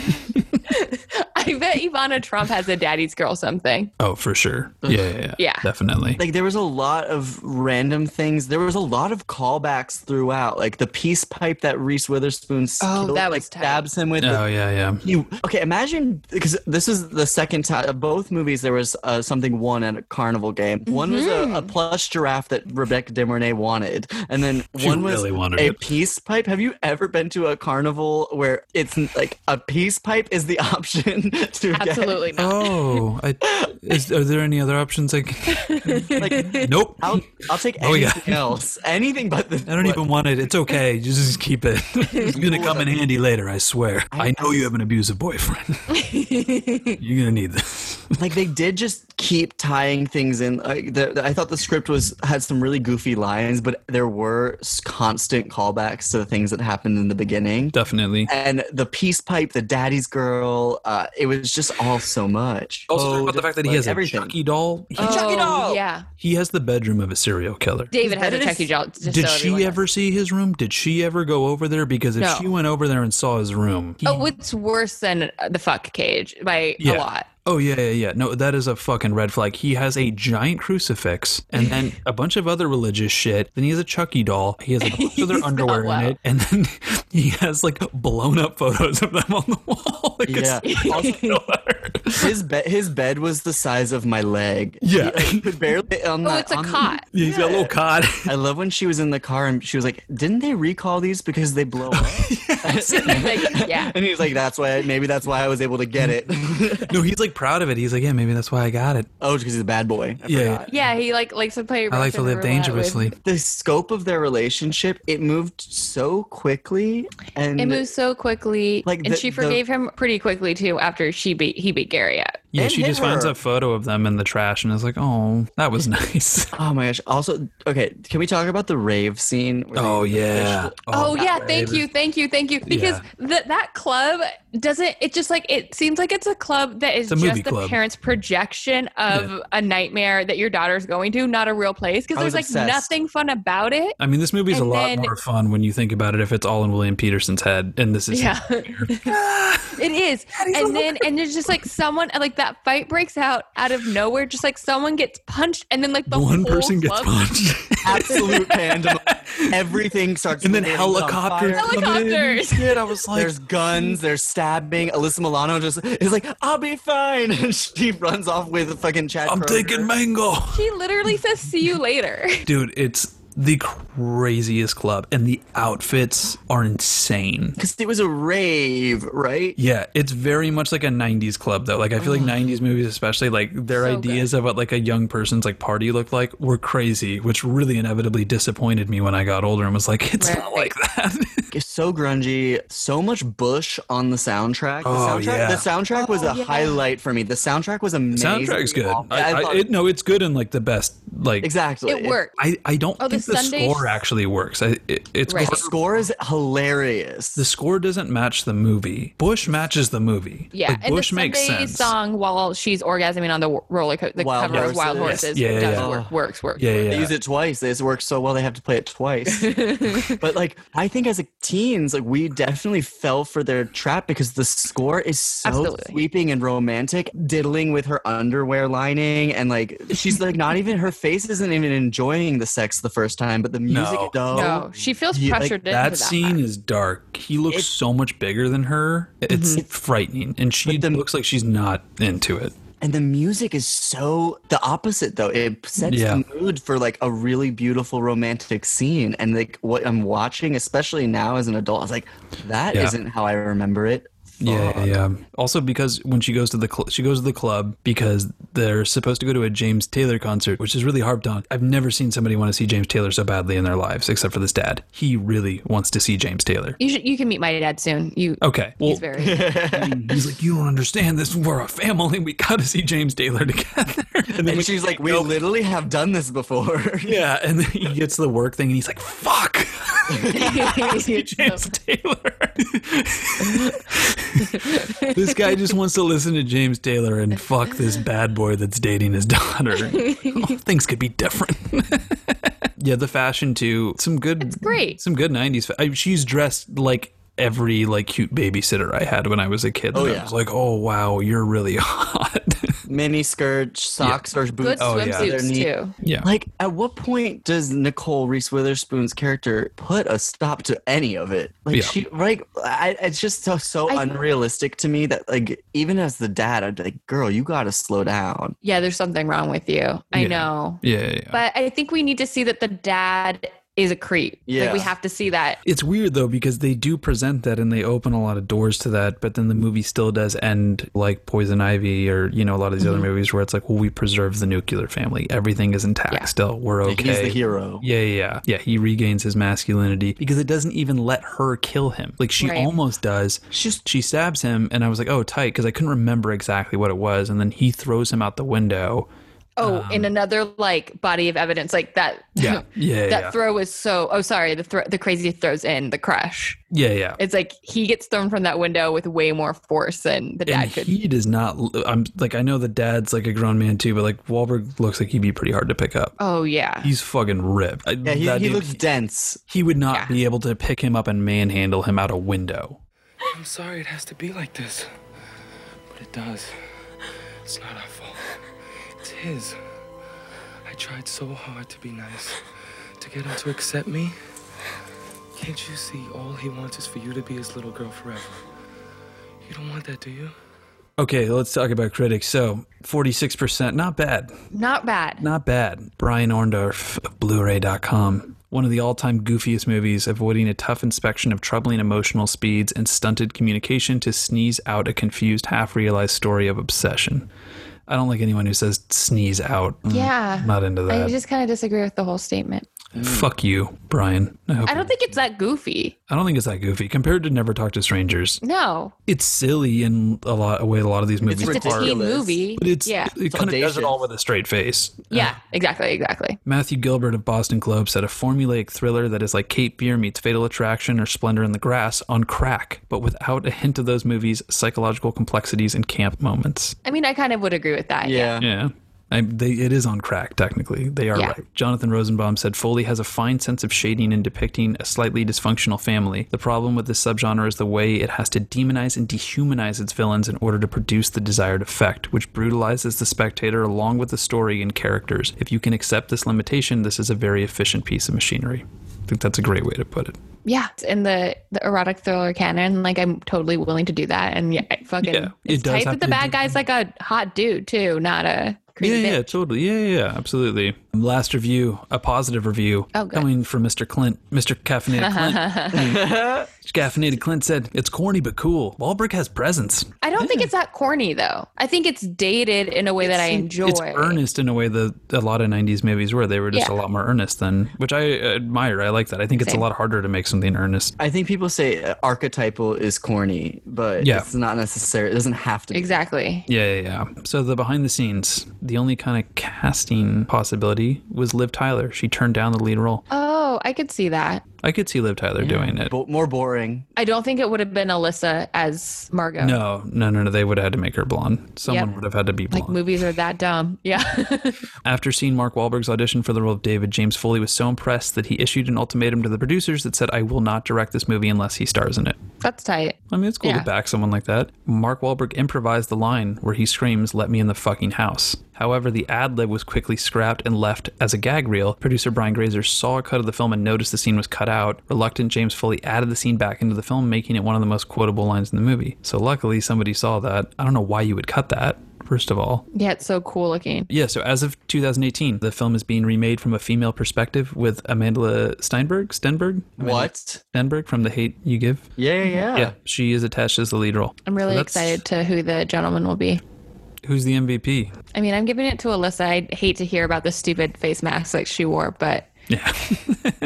[SPEAKER 2] I bet Ivana Trump has a daddy's girl something.
[SPEAKER 1] Oh, for sure. Yeah, yeah, yeah,
[SPEAKER 2] Yeah.
[SPEAKER 1] definitely.
[SPEAKER 3] Like there was a lot of random things. There was a lot of callbacks throughout, like the peace pipe that Reese Witherspoon
[SPEAKER 2] Oh,
[SPEAKER 3] killed-
[SPEAKER 2] that
[SPEAKER 3] like,
[SPEAKER 2] was tight.
[SPEAKER 3] stabs him with.
[SPEAKER 1] Oh yeah, yeah.
[SPEAKER 3] You okay? Imagine because this is the second time of both movies. There was uh, something won at a carnival game. One was a,
[SPEAKER 2] Mm-hmm.
[SPEAKER 3] a plush giraffe that Rebecca De Mornay wanted, and then
[SPEAKER 1] <laughs> She
[SPEAKER 3] one was
[SPEAKER 1] really wanted
[SPEAKER 3] a
[SPEAKER 1] it.
[SPEAKER 3] peace pipe. Have you ever been to a carnival where it's like a peace pipe is the <laughs> option to get?
[SPEAKER 2] Absolutely not.
[SPEAKER 1] Oh, I, is, are there any other options? Like,
[SPEAKER 3] Like,
[SPEAKER 1] nope.
[SPEAKER 3] I'll, I'll take
[SPEAKER 1] Oh, yeah.
[SPEAKER 3] anything else, anything but the.
[SPEAKER 1] I don't even want it. It's okay. You Just keep <laughs> it. It's gonna come in handy later. I swear. I know you have an abusive <laughs> boyfriend. You're gonna need this.
[SPEAKER 3] like they did just keep tying things in like the, the- i thought the script was had some really goofy lines but there were s- constant callbacks to the things that happened in the beginning
[SPEAKER 1] Definitely.
[SPEAKER 3] and the peace pipe the daddy's girl uh, it was just all so much
[SPEAKER 1] Also, talk about the
[SPEAKER 3] Oh,
[SPEAKER 1] fact that he
[SPEAKER 3] like
[SPEAKER 1] has
[SPEAKER 3] everything
[SPEAKER 1] a E. Chucky doll. He,
[SPEAKER 2] Oh, Yeah.
[SPEAKER 1] he has the bedroom of a serial killer.
[SPEAKER 2] David has
[SPEAKER 3] That
[SPEAKER 2] a
[SPEAKER 3] is-
[SPEAKER 2] Chucky doll. just
[SPEAKER 1] Did
[SPEAKER 2] so everyone
[SPEAKER 1] she ever see his room? Did she ever go over there? Because if
[SPEAKER 2] No.
[SPEAKER 1] she went over there and saw his room, he-
[SPEAKER 2] Oh, it's worse than uh, the fuck cage by
[SPEAKER 1] Yeah.
[SPEAKER 2] a lot.
[SPEAKER 1] Oh yeah, yeah, yeah. No, that is a fucking red flag. He has a giant crucifix, and
[SPEAKER 2] <laughs>
[SPEAKER 1] then a bunch of other religious shit. Then he has a Chucky doll. He has a bunch
[SPEAKER 2] <laughs>
[SPEAKER 1] of their underwear in
[SPEAKER 2] wow.
[SPEAKER 1] it, and then <laughs> he has like blown up photos of them on the wall. <laughs> Like, it's
[SPEAKER 2] <laughs>
[SPEAKER 3] Yeah.
[SPEAKER 1] Also-
[SPEAKER 3] his bed his bed was the size of my leg
[SPEAKER 1] Yeah.
[SPEAKER 3] He- he
[SPEAKER 1] <laughs>
[SPEAKER 3] could barely on
[SPEAKER 2] Oh,
[SPEAKER 3] the-
[SPEAKER 2] it's a
[SPEAKER 3] on the-
[SPEAKER 2] cot.
[SPEAKER 3] <laughs>
[SPEAKER 1] He's got a little cod. <laughs>
[SPEAKER 3] I love when she was in the car and she was like, "Didn't they recall these because they blow
[SPEAKER 1] <laughs>
[SPEAKER 3] up?"
[SPEAKER 2] Like, yeah.
[SPEAKER 3] And he's like, "That's why. Maybe that's why I was able to
[SPEAKER 1] <laughs>
[SPEAKER 3] get it." <laughs>
[SPEAKER 1] No, he's like proud of it. He's like, yeah, maybe that's why I got it.
[SPEAKER 3] oh, because he's a bad boy. I
[SPEAKER 1] Yeah.
[SPEAKER 3] forgot.
[SPEAKER 2] Yeah, he like likes to play.
[SPEAKER 1] I like to live
[SPEAKER 2] Russian roulette with-
[SPEAKER 1] dangerously.
[SPEAKER 3] the scope of their relationship it moved so quickly and
[SPEAKER 2] It moves so quickly,
[SPEAKER 3] Like,
[SPEAKER 2] and
[SPEAKER 3] the-
[SPEAKER 2] she
[SPEAKER 3] the-
[SPEAKER 2] forgave him pretty quickly too after she beat he beat Gary up.
[SPEAKER 1] Yeah,
[SPEAKER 3] And
[SPEAKER 1] she
[SPEAKER 3] hit
[SPEAKER 1] just finds
[SPEAKER 3] her.
[SPEAKER 1] a photo of them in the trash and is like, oh, that was <laughs> nice.
[SPEAKER 3] oh my gosh also okay can we talk about the rave scene where
[SPEAKER 1] Oh
[SPEAKER 3] they-
[SPEAKER 1] <laughs> yeah.
[SPEAKER 2] Oh, yeah,
[SPEAKER 1] babe.
[SPEAKER 2] thank you, thank you, thank you. Because that that club doesn't. It just like it seems like it's a club that
[SPEAKER 1] It's
[SPEAKER 2] is
[SPEAKER 1] a movie
[SPEAKER 2] just the
[SPEAKER 1] club.
[SPEAKER 2] parents' projection of
[SPEAKER 1] Yeah.
[SPEAKER 2] a nightmare that your daughter's going to, not a real place. Because
[SPEAKER 3] I
[SPEAKER 2] there's
[SPEAKER 3] was
[SPEAKER 2] like
[SPEAKER 3] obsessed.
[SPEAKER 2] nothing fun about it.
[SPEAKER 1] I mean, this movie's a
[SPEAKER 2] And
[SPEAKER 1] lot
[SPEAKER 2] then-
[SPEAKER 1] more fun when you think about it. If it's all in William Peterson's head, and this is
[SPEAKER 2] Yeah. <laughs> it is.
[SPEAKER 1] <laughs>
[SPEAKER 2] And then and there's just like someone like that fight breaks out out of nowhere. Just like someone gets punched and then like the
[SPEAKER 1] one
[SPEAKER 2] whole
[SPEAKER 1] person gets
[SPEAKER 2] club-
[SPEAKER 1] punched.
[SPEAKER 3] absolute pandemonium everything starts
[SPEAKER 1] And then
[SPEAKER 3] moving, it's on
[SPEAKER 1] helicopters
[SPEAKER 3] fire.
[SPEAKER 1] come in and
[SPEAKER 2] <laughs> Helicopters.
[SPEAKER 1] Shit, I was like,
[SPEAKER 3] there's guns there's stabbing alyssa milano just is like i'll be fine <laughs> and she runs off with fucking
[SPEAKER 1] <laughs>
[SPEAKER 3] chad
[SPEAKER 1] I'm
[SPEAKER 3] Kroeger.
[SPEAKER 1] taking mango,
[SPEAKER 2] She literally says, "See you later."
[SPEAKER 1] dude. It's the craziest club, and the outfits are insane.
[SPEAKER 3] because it was a rave right
[SPEAKER 1] Yeah, it's very much like a '90s club, though. Like I feel like '90s movies, especially like their
[SPEAKER 2] Mm. So
[SPEAKER 1] ideas of what like a young person's like party looked like, were crazy, which really inevitably disappointed me when I got older and was like, it's not
[SPEAKER 2] Right.
[SPEAKER 1] like that. <laughs>
[SPEAKER 3] so grungy, so much Bush on the soundtrack. The
[SPEAKER 1] Oh,
[SPEAKER 3] soundtrack,
[SPEAKER 1] yeah.
[SPEAKER 3] the soundtrack was
[SPEAKER 1] Oh,
[SPEAKER 3] a
[SPEAKER 1] yeah.
[SPEAKER 3] highlight for me. The soundtrack was
[SPEAKER 1] The
[SPEAKER 3] amazing.
[SPEAKER 1] soundtrack's good.
[SPEAKER 3] Yeah,
[SPEAKER 1] I, I,
[SPEAKER 3] thought-
[SPEAKER 1] it, no, it's good in like the best like
[SPEAKER 3] Exactly. It worked.
[SPEAKER 1] I, I don't
[SPEAKER 3] Oh, the
[SPEAKER 1] think the,
[SPEAKER 3] Sundays-
[SPEAKER 1] score actually works. I, it, it's
[SPEAKER 3] The score is hilarious.
[SPEAKER 1] The score doesn't match the movie. Bush matches the movie.
[SPEAKER 2] Yeah,
[SPEAKER 1] like,
[SPEAKER 2] and
[SPEAKER 1] Bush
[SPEAKER 2] the
[SPEAKER 1] makes
[SPEAKER 2] Sunday
[SPEAKER 1] sense.
[SPEAKER 2] song while she's orgasming on the wo- roller coaster, the
[SPEAKER 3] Wild
[SPEAKER 2] cover of Wild
[SPEAKER 3] Horses.
[SPEAKER 2] Horses,
[SPEAKER 3] Yes. Yeah,
[SPEAKER 2] does
[SPEAKER 3] yeah.
[SPEAKER 2] work, works, works.
[SPEAKER 1] Yeah,
[SPEAKER 3] They use it twice. This works so well. They have to play it twice. but like, I think as a teens, like we definitely fell for their trap because the score is so sweeping and romantic. Diddling with her underwear lining, and like she's like not even her face isn't even enjoying the sex the first time, but the music.
[SPEAKER 1] No.
[SPEAKER 3] though,
[SPEAKER 2] No, she feels
[SPEAKER 3] you- like,
[SPEAKER 2] pressured into
[SPEAKER 1] Oh. that
[SPEAKER 2] that.
[SPEAKER 1] scene is dark. He looks so much bigger than her.
[SPEAKER 2] Mm-hmm.
[SPEAKER 1] It's frightening, and she looks like she's not into it.
[SPEAKER 3] And the music is so the opposite though. It sets
[SPEAKER 1] Yeah.
[SPEAKER 3] the mood for like a really beautiful romantic scene. And like what I'm watching, especially now as an adult, I was like, that
[SPEAKER 1] Yeah.
[SPEAKER 3] not how I remember it.
[SPEAKER 1] Yeah, yeah. Also, because when she goes to the cl- she goes to the club because they're supposed to go to a James Taylor concert, which is really harped on. I've never seen somebody want to see James Taylor so badly in their lives, except for this dad. He really wants to see James Taylor.
[SPEAKER 2] You should, you can meet my dad soon. You
[SPEAKER 1] Okay, well, <laughs>
[SPEAKER 2] he's very. <laughs>
[SPEAKER 1] he's like, you don't understand this. We're a family. We got to see James Taylor together. And then
[SPEAKER 3] she's like, we literally have done this before. <laughs>
[SPEAKER 1] yeah, and then he gets the work thing, and he's like, fuck. James Taylor. this guy just wants to listen to James Taylor and fuck this bad boy that's dating his daughter. Oh, things could be different. <laughs> yeah, the fashion too. Some good. It's
[SPEAKER 2] great.
[SPEAKER 1] Some good '90s. Fa- I, she's dressed like every like cute babysitter I had when I was a kid.
[SPEAKER 3] Oh,
[SPEAKER 1] that I
[SPEAKER 3] yeah.
[SPEAKER 1] was like, oh wow, you're really <laughs> hot.
[SPEAKER 3] Mini skirt, socks, or boots.
[SPEAKER 1] Good Oh, yeah.
[SPEAKER 3] to their
[SPEAKER 1] swimsuits,
[SPEAKER 3] knee.
[SPEAKER 1] too. Yeah.
[SPEAKER 3] Like, at what point does Nicole Reese Witherspoon's character put a stop to any of it? Like,
[SPEAKER 1] Yeah.
[SPEAKER 3] she, like, I, it's just so, so unrealistic to me that, like, even as the dad, I'd be like, girl, you got to slow down.
[SPEAKER 2] yeah, there's something wrong with you. I
[SPEAKER 3] Yeah.
[SPEAKER 2] know,
[SPEAKER 1] yeah, yeah.
[SPEAKER 2] but I think we need to see that the dad is a creep.
[SPEAKER 1] Yeah.
[SPEAKER 2] like we have to see that.
[SPEAKER 1] It's weird though because they do present that and they open a lot of doors to that, but then the movie still does end like Poison Ivy or you know a lot of these
[SPEAKER 3] Mhm.
[SPEAKER 1] other movies where it's like, well, we preserve the nuclear family, everything is intact still, we're
[SPEAKER 3] Like,
[SPEAKER 1] okay.
[SPEAKER 3] he's the hero.
[SPEAKER 1] Yeah, yeah, yeah, yeah. He regains his masculinity because it doesn't even let her kill him. Like she
[SPEAKER 3] Right.
[SPEAKER 1] almost does. She she stabs him, and I was like, oh, tight, because I couldn't remember exactly what it was, and then he throws him out the window.
[SPEAKER 2] Oh, in another like body of evidence, like that.
[SPEAKER 1] Um,
[SPEAKER 2] <laughs>
[SPEAKER 1] Yeah, yeah,
[SPEAKER 2] that
[SPEAKER 1] yeah.
[SPEAKER 2] throw was so. Oh, sorry, the thro- the crazy throws in the crush.
[SPEAKER 1] Yeah, yeah.
[SPEAKER 2] It's like he gets thrown from that window with way more force than the dad
[SPEAKER 1] and
[SPEAKER 2] could.
[SPEAKER 1] he does not. I'm like I know the dad's like a grown man too, but like Wahlberg looks like he'd be pretty hard to pick up.
[SPEAKER 2] oh yeah.
[SPEAKER 1] He's fucking ripped. I-
[SPEAKER 3] Yeah, he-
[SPEAKER 1] that
[SPEAKER 3] he
[SPEAKER 1] dude-
[SPEAKER 3] looks dense.
[SPEAKER 1] He would not be able to pick him up and manhandle him out a window.
[SPEAKER 15] I'm sorry it has to be like this, but it does. It's not our fault. It's his. I tried so hard to be nice, to get him to accept me. Can't you see all he wants is for you to be his little girl forever? You don't want that, do you?
[SPEAKER 1] Okay, let's talk about critics. So, 46%, not bad.
[SPEAKER 2] Not bad.
[SPEAKER 1] Not bad. Brian Orndorff of Blu-ray.com. One of the all-time goofiest movies, avoiding a tough inspection of troubling emotional speeds and stunted communication to sneeze out a confused, half-realized story of obsession. I don't like anyone who says sneeze out. Mm,
[SPEAKER 2] Yeah.
[SPEAKER 1] Not into that.
[SPEAKER 2] I just kind of disagree with the whole statement.
[SPEAKER 1] Fuck you, Brian. I, hope
[SPEAKER 2] I don't think it's that goofy.
[SPEAKER 1] I don't think it's that goofy compared to Never Talk to Strangers.
[SPEAKER 2] No.
[SPEAKER 1] It's silly in a lot a way. A lot of these movies
[SPEAKER 2] It's just a
[SPEAKER 1] are.
[SPEAKER 2] teen movie.
[SPEAKER 1] But it's uh,
[SPEAKER 2] yeah.
[SPEAKER 1] it kind of does it all with a straight face.
[SPEAKER 2] yeah, exactly, exactly.
[SPEAKER 1] Matthew Gilbert of Boston Globe said a formulaic thriller that is like Cape Fear meets Fatal Attraction or Splendor in the Grass on crack, but without a hint of those movies' psychological complexities and camp moments.
[SPEAKER 2] I mean, I kind of would agree with that. Yeah.
[SPEAKER 1] Yeah. I, they, it is on crack, technically. They are
[SPEAKER 2] Yeah.
[SPEAKER 1] right. Jonathan Rosenbaum said Foley has a fine sense of shading and depicting a slightly dysfunctional family. The problem with this subgenre is the way it has to demonize and dehumanize its villains in order to produce the desired effect, which brutalizes the spectator along with the story and characters. If you can accept this limitation, this is a very efficient piece of machinery. I think that's a great way to put it.
[SPEAKER 2] Yeah. It's in the, the erotic thriller canon. Like, I'm totally willing to do that. And yeah, I fucking.
[SPEAKER 1] Yeah, it
[SPEAKER 2] it's
[SPEAKER 1] does
[SPEAKER 2] tight
[SPEAKER 1] have
[SPEAKER 2] that the
[SPEAKER 1] to
[SPEAKER 2] bad
[SPEAKER 1] do-
[SPEAKER 2] guy's like a hot dude, too, not a
[SPEAKER 1] Yeah,
[SPEAKER 2] creepy.
[SPEAKER 1] yeah, totally. Yeah, yeah, yeah, absolutely. Last review, a positive review
[SPEAKER 2] Oh, good. <laughs>
[SPEAKER 1] coming from Mr. Clint, Mr. Caffeinated Clint. Caffeinated Clint said, It's corny but cool. Ballbrick has presence.
[SPEAKER 2] I don't think it's that corny though. I think it's dated in a way that I enjoy.
[SPEAKER 1] It's earnest in a way that a lot of 90s movies were. They were just
[SPEAKER 2] Yeah.
[SPEAKER 1] a lot more earnest than, which I admire. I like that. I think it's
[SPEAKER 2] Same.
[SPEAKER 1] a lot harder to make something earnest.
[SPEAKER 3] I think people say uh, archetypal is corny, but
[SPEAKER 1] Yeah.
[SPEAKER 3] it's not necessary. It doesn't have to. be.
[SPEAKER 2] exactly.
[SPEAKER 1] Yeah, yeah, yeah. So the behind the scenes, the only kind of casting possibility was Liv Tyler. She turned down the lead role.
[SPEAKER 2] Oh, I could see that.
[SPEAKER 1] I could see Liv Tyler doing it.
[SPEAKER 3] more boring.
[SPEAKER 2] I don't think it would have been Alyssa as Margot.
[SPEAKER 1] No, no, no, no. They would have had to make her blonde. Someone
[SPEAKER 2] Yeah.
[SPEAKER 1] would have had to be blonde.
[SPEAKER 2] Like movies are that dumb. Yeah. <laughs>
[SPEAKER 1] After seeing Mark Wahlberg's audition for the role of David, James Foley was so impressed that he issued an ultimatum to the producers that said, I will not direct this movie unless he stars in it.
[SPEAKER 2] That's tight.
[SPEAKER 1] I mean, it's cool
[SPEAKER 2] yeah.
[SPEAKER 1] to back someone like that. Mark Wahlberg improvised the line where he screams, Let me in the fucking house. However, the ad lib was quickly scrapped and left as a gag reel. Producer Brian Grazer saw a cut of the film and noticed the scene was cut out. Reluctant, James Foley added the scene back into the film, making it one of the most quotable lines in the movie. So, luckily, somebody saw that. I don't know why you would cut that, first of all.
[SPEAKER 2] Yeah, it's so cool looking.
[SPEAKER 1] Yeah, so as of 2018, the film is being remade from a female perspective with Amanda Steinberg. Stenberg? Amanda
[SPEAKER 3] What?
[SPEAKER 1] Stenberg from The Hate You Give.
[SPEAKER 3] Yeah, yeah,
[SPEAKER 1] Yeah, she is attached as the lead role.
[SPEAKER 2] I'm really
[SPEAKER 1] So that's-
[SPEAKER 2] excited to who the gentleman will be.
[SPEAKER 1] Who's the MVP?
[SPEAKER 2] I mean, I'm giving it to Alyssa. I hate to hear about the stupid face mask that she wore, but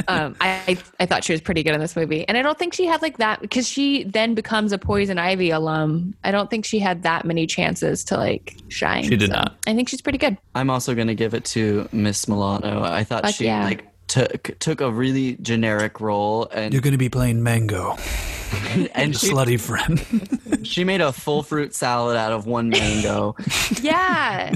[SPEAKER 2] um, I I thought she was pretty good in this movie, and I don't think she had like that because she then becomes a Poison Ivy alum. I don't think she had that many chances to like shine.
[SPEAKER 3] She did not.
[SPEAKER 2] I think she's pretty good.
[SPEAKER 3] I'm also gonna give it to Miss Milano. I thought
[SPEAKER 2] Fuck
[SPEAKER 3] she
[SPEAKER 2] yeah.
[SPEAKER 3] like took took a really generic role
[SPEAKER 1] <laughs>
[SPEAKER 3] and
[SPEAKER 1] You're going to be playing <laughs> Mango.
[SPEAKER 3] and
[SPEAKER 1] Your slutty friend.
[SPEAKER 3] she made a full fruit salad out of one mango.
[SPEAKER 2] <laughs> Yeah,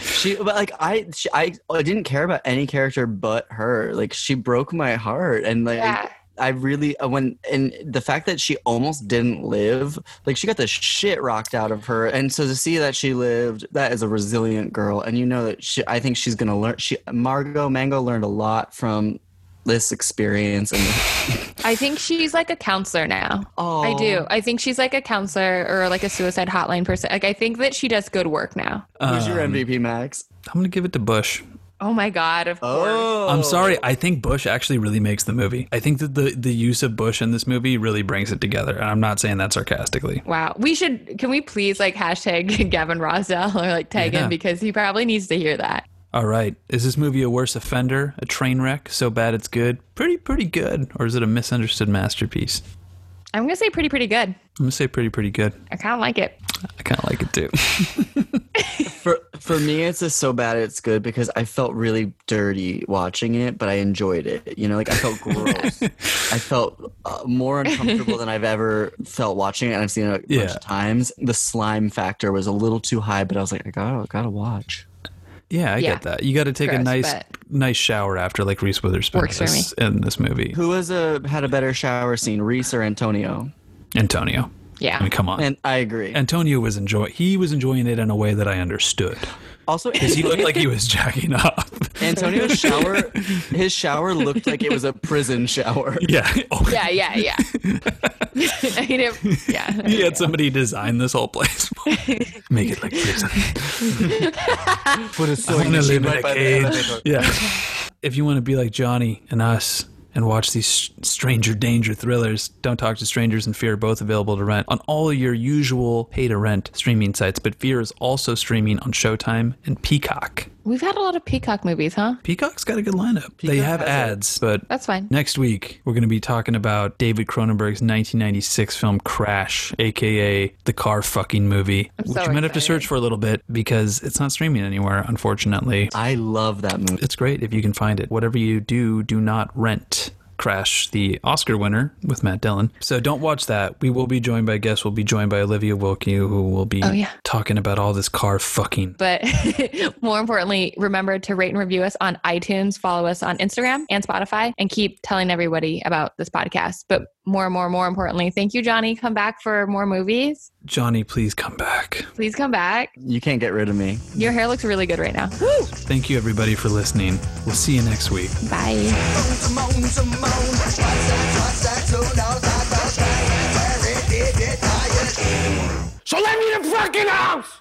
[SPEAKER 3] she but like I she, I I didn't care about any character but her. Like she broke my heart and like
[SPEAKER 2] Yeah.
[SPEAKER 3] I really uh, when and the fact that she almost didn't live, like she got the shit rocked out of her, and so to see that she lived, that is a resilient girl, and you know that she. I think she's gonna learn. She Margot Mango learned a lot from this experience, and
[SPEAKER 2] I think she's like a counselor now.
[SPEAKER 3] Oh,
[SPEAKER 2] I do. I think she's like a counselor or like a suicide hotline person. Like I think that she does good work now.
[SPEAKER 3] who's your MVP, Max?
[SPEAKER 1] <laughs> I'm going to give it to Bush.
[SPEAKER 2] Oh my god! Of course.
[SPEAKER 3] Oh.
[SPEAKER 1] I'm sorry. I think Bush actually really makes the movie. I think that the, the use of Bush in this movie really brings it together. And I'm not saying that sarcastically.
[SPEAKER 2] Wow. We should. Can we please like hashtag <laughs> Gavin Rosdell or like tag
[SPEAKER 1] Yeah.
[SPEAKER 2] him because he probably needs to hear that.
[SPEAKER 1] All right. Is this movie a worse offender, a train wreck, so bad it's good, pretty, pretty good, or is it a misunderstood masterpiece?
[SPEAKER 2] I'm gonna say pretty pretty good.
[SPEAKER 1] I'm going to say pretty, pretty good.
[SPEAKER 2] I kind of like it.
[SPEAKER 1] I kind of like it <laughs> too.
[SPEAKER 3] For for me, it's just so bad it's good because I felt really dirty watching it, but I enjoyed it. You know, like I felt gross.
[SPEAKER 1] <laughs>
[SPEAKER 3] I felt uh, more uncomfortable than I've ever felt watching it, and I've seen it a bunch
[SPEAKER 1] Yeah.
[SPEAKER 3] of times. The slime factor was a little too high, but I was like, I gotta gotta watch.
[SPEAKER 1] Yeah, I
[SPEAKER 3] Yeah.
[SPEAKER 1] get that. You got to take
[SPEAKER 3] Gross,
[SPEAKER 1] a nice,
[SPEAKER 3] but-
[SPEAKER 1] nice shower after like Reese Witherspoon
[SPEAKER 3] Works for
[SPEAKER 1] does in this movie.
[SPEAKER 3] Who was a had a better shower scene, Reese or Antonio?
[SPEAKER 1] Antonio.
[SPEAKER 2] Yeah.
[SPEAKER 1] I mean, come on.
[SPEAKER 3] And I agree.
[SPEAKER 1] Antonio was enjoy. He was enjoying it in a way that I understood
[SPEAKER 3] Also,
[SPEAKER 1] because he looked like he was jacking up.
[SPEAKER 3] <laughs> Antonio's shower. His shower looked like it was a prison shower.
[SPEAKER 1] <laughs> Yeah. Oh,
[SPEAKER 2] Yeah,
[SPEAKER 1] <laughs>
[SPEAKER 2] yeah, yeah. <laughs> I mean, it- yeah.
[SPEAKER 1] he had somebody design this whole
[SPEAKER 3] <laughs>
[SPEAKER 1] place. Make it like prison.
[SPEAKER 3] Put a
[SPEAKER 1] I wanna live in
[SPEAKER 3] right
[SPEAKER 1] a
[SPEAKER 3] by the
[SPEAKER 1] cage.
[SPEAKER 3] elevator.
[SPEAKER 1] <laughs> Yeah. If you want to be like Johnny and us and watch these s- stranger danger thrillers, Don't Talk to Strangers and Fear are both available to rent on all your usual pay to rent streaming sites, but Fear is also streaming on Showtime and Peacock.
[SPEAKER 2] We've had a lot of Peacock movies, huh?
[SPEAKER 1] Peacock's got a good lineup. they have ads, but
[SPEAKER 2] That's fine.
[SPEAKER 1] Next week, we're going to be talking about David Cronenberg's 1996 film Crash, aka the car fucking movie, which you might have to search for a little bit because it's not streaming anywhere, unfortunately.
[SPEAKER 3] I love that movie.
[SPEAKER 1] It's great if you can find it. Whatever you do, do not rent. Crash, the Oscar winner with Matt Dillon. So don't watch that. We will be joined by guests. We'll be joined by Olivia Wilkie, who will be
[SPEAKER 2] Oh, yeah.
[SPEAKER 1] talking about all this car fucking.
[SPEAKER 2] But <laughs> more importantly, remember to rate and review us on iTunes, follow us on Instagram and Spotify, and keep telling everybody about this podcast. But more and more and more importantly, thank you, Johnny. Come back for more movies.
[SPEAKER 1] Johnny, please come back.
[SPEAKER 2] Please come back.
[SPEAKER 3] You can't get rid of me.
[SPEAKER 2] Your hair looks really good right now.
[SPEAKER 1] Thank you, everybody, for listening. We'll see you next week.
[SPEAKER 2] Bye.
[SPEAKER 12] So let me the fucking house!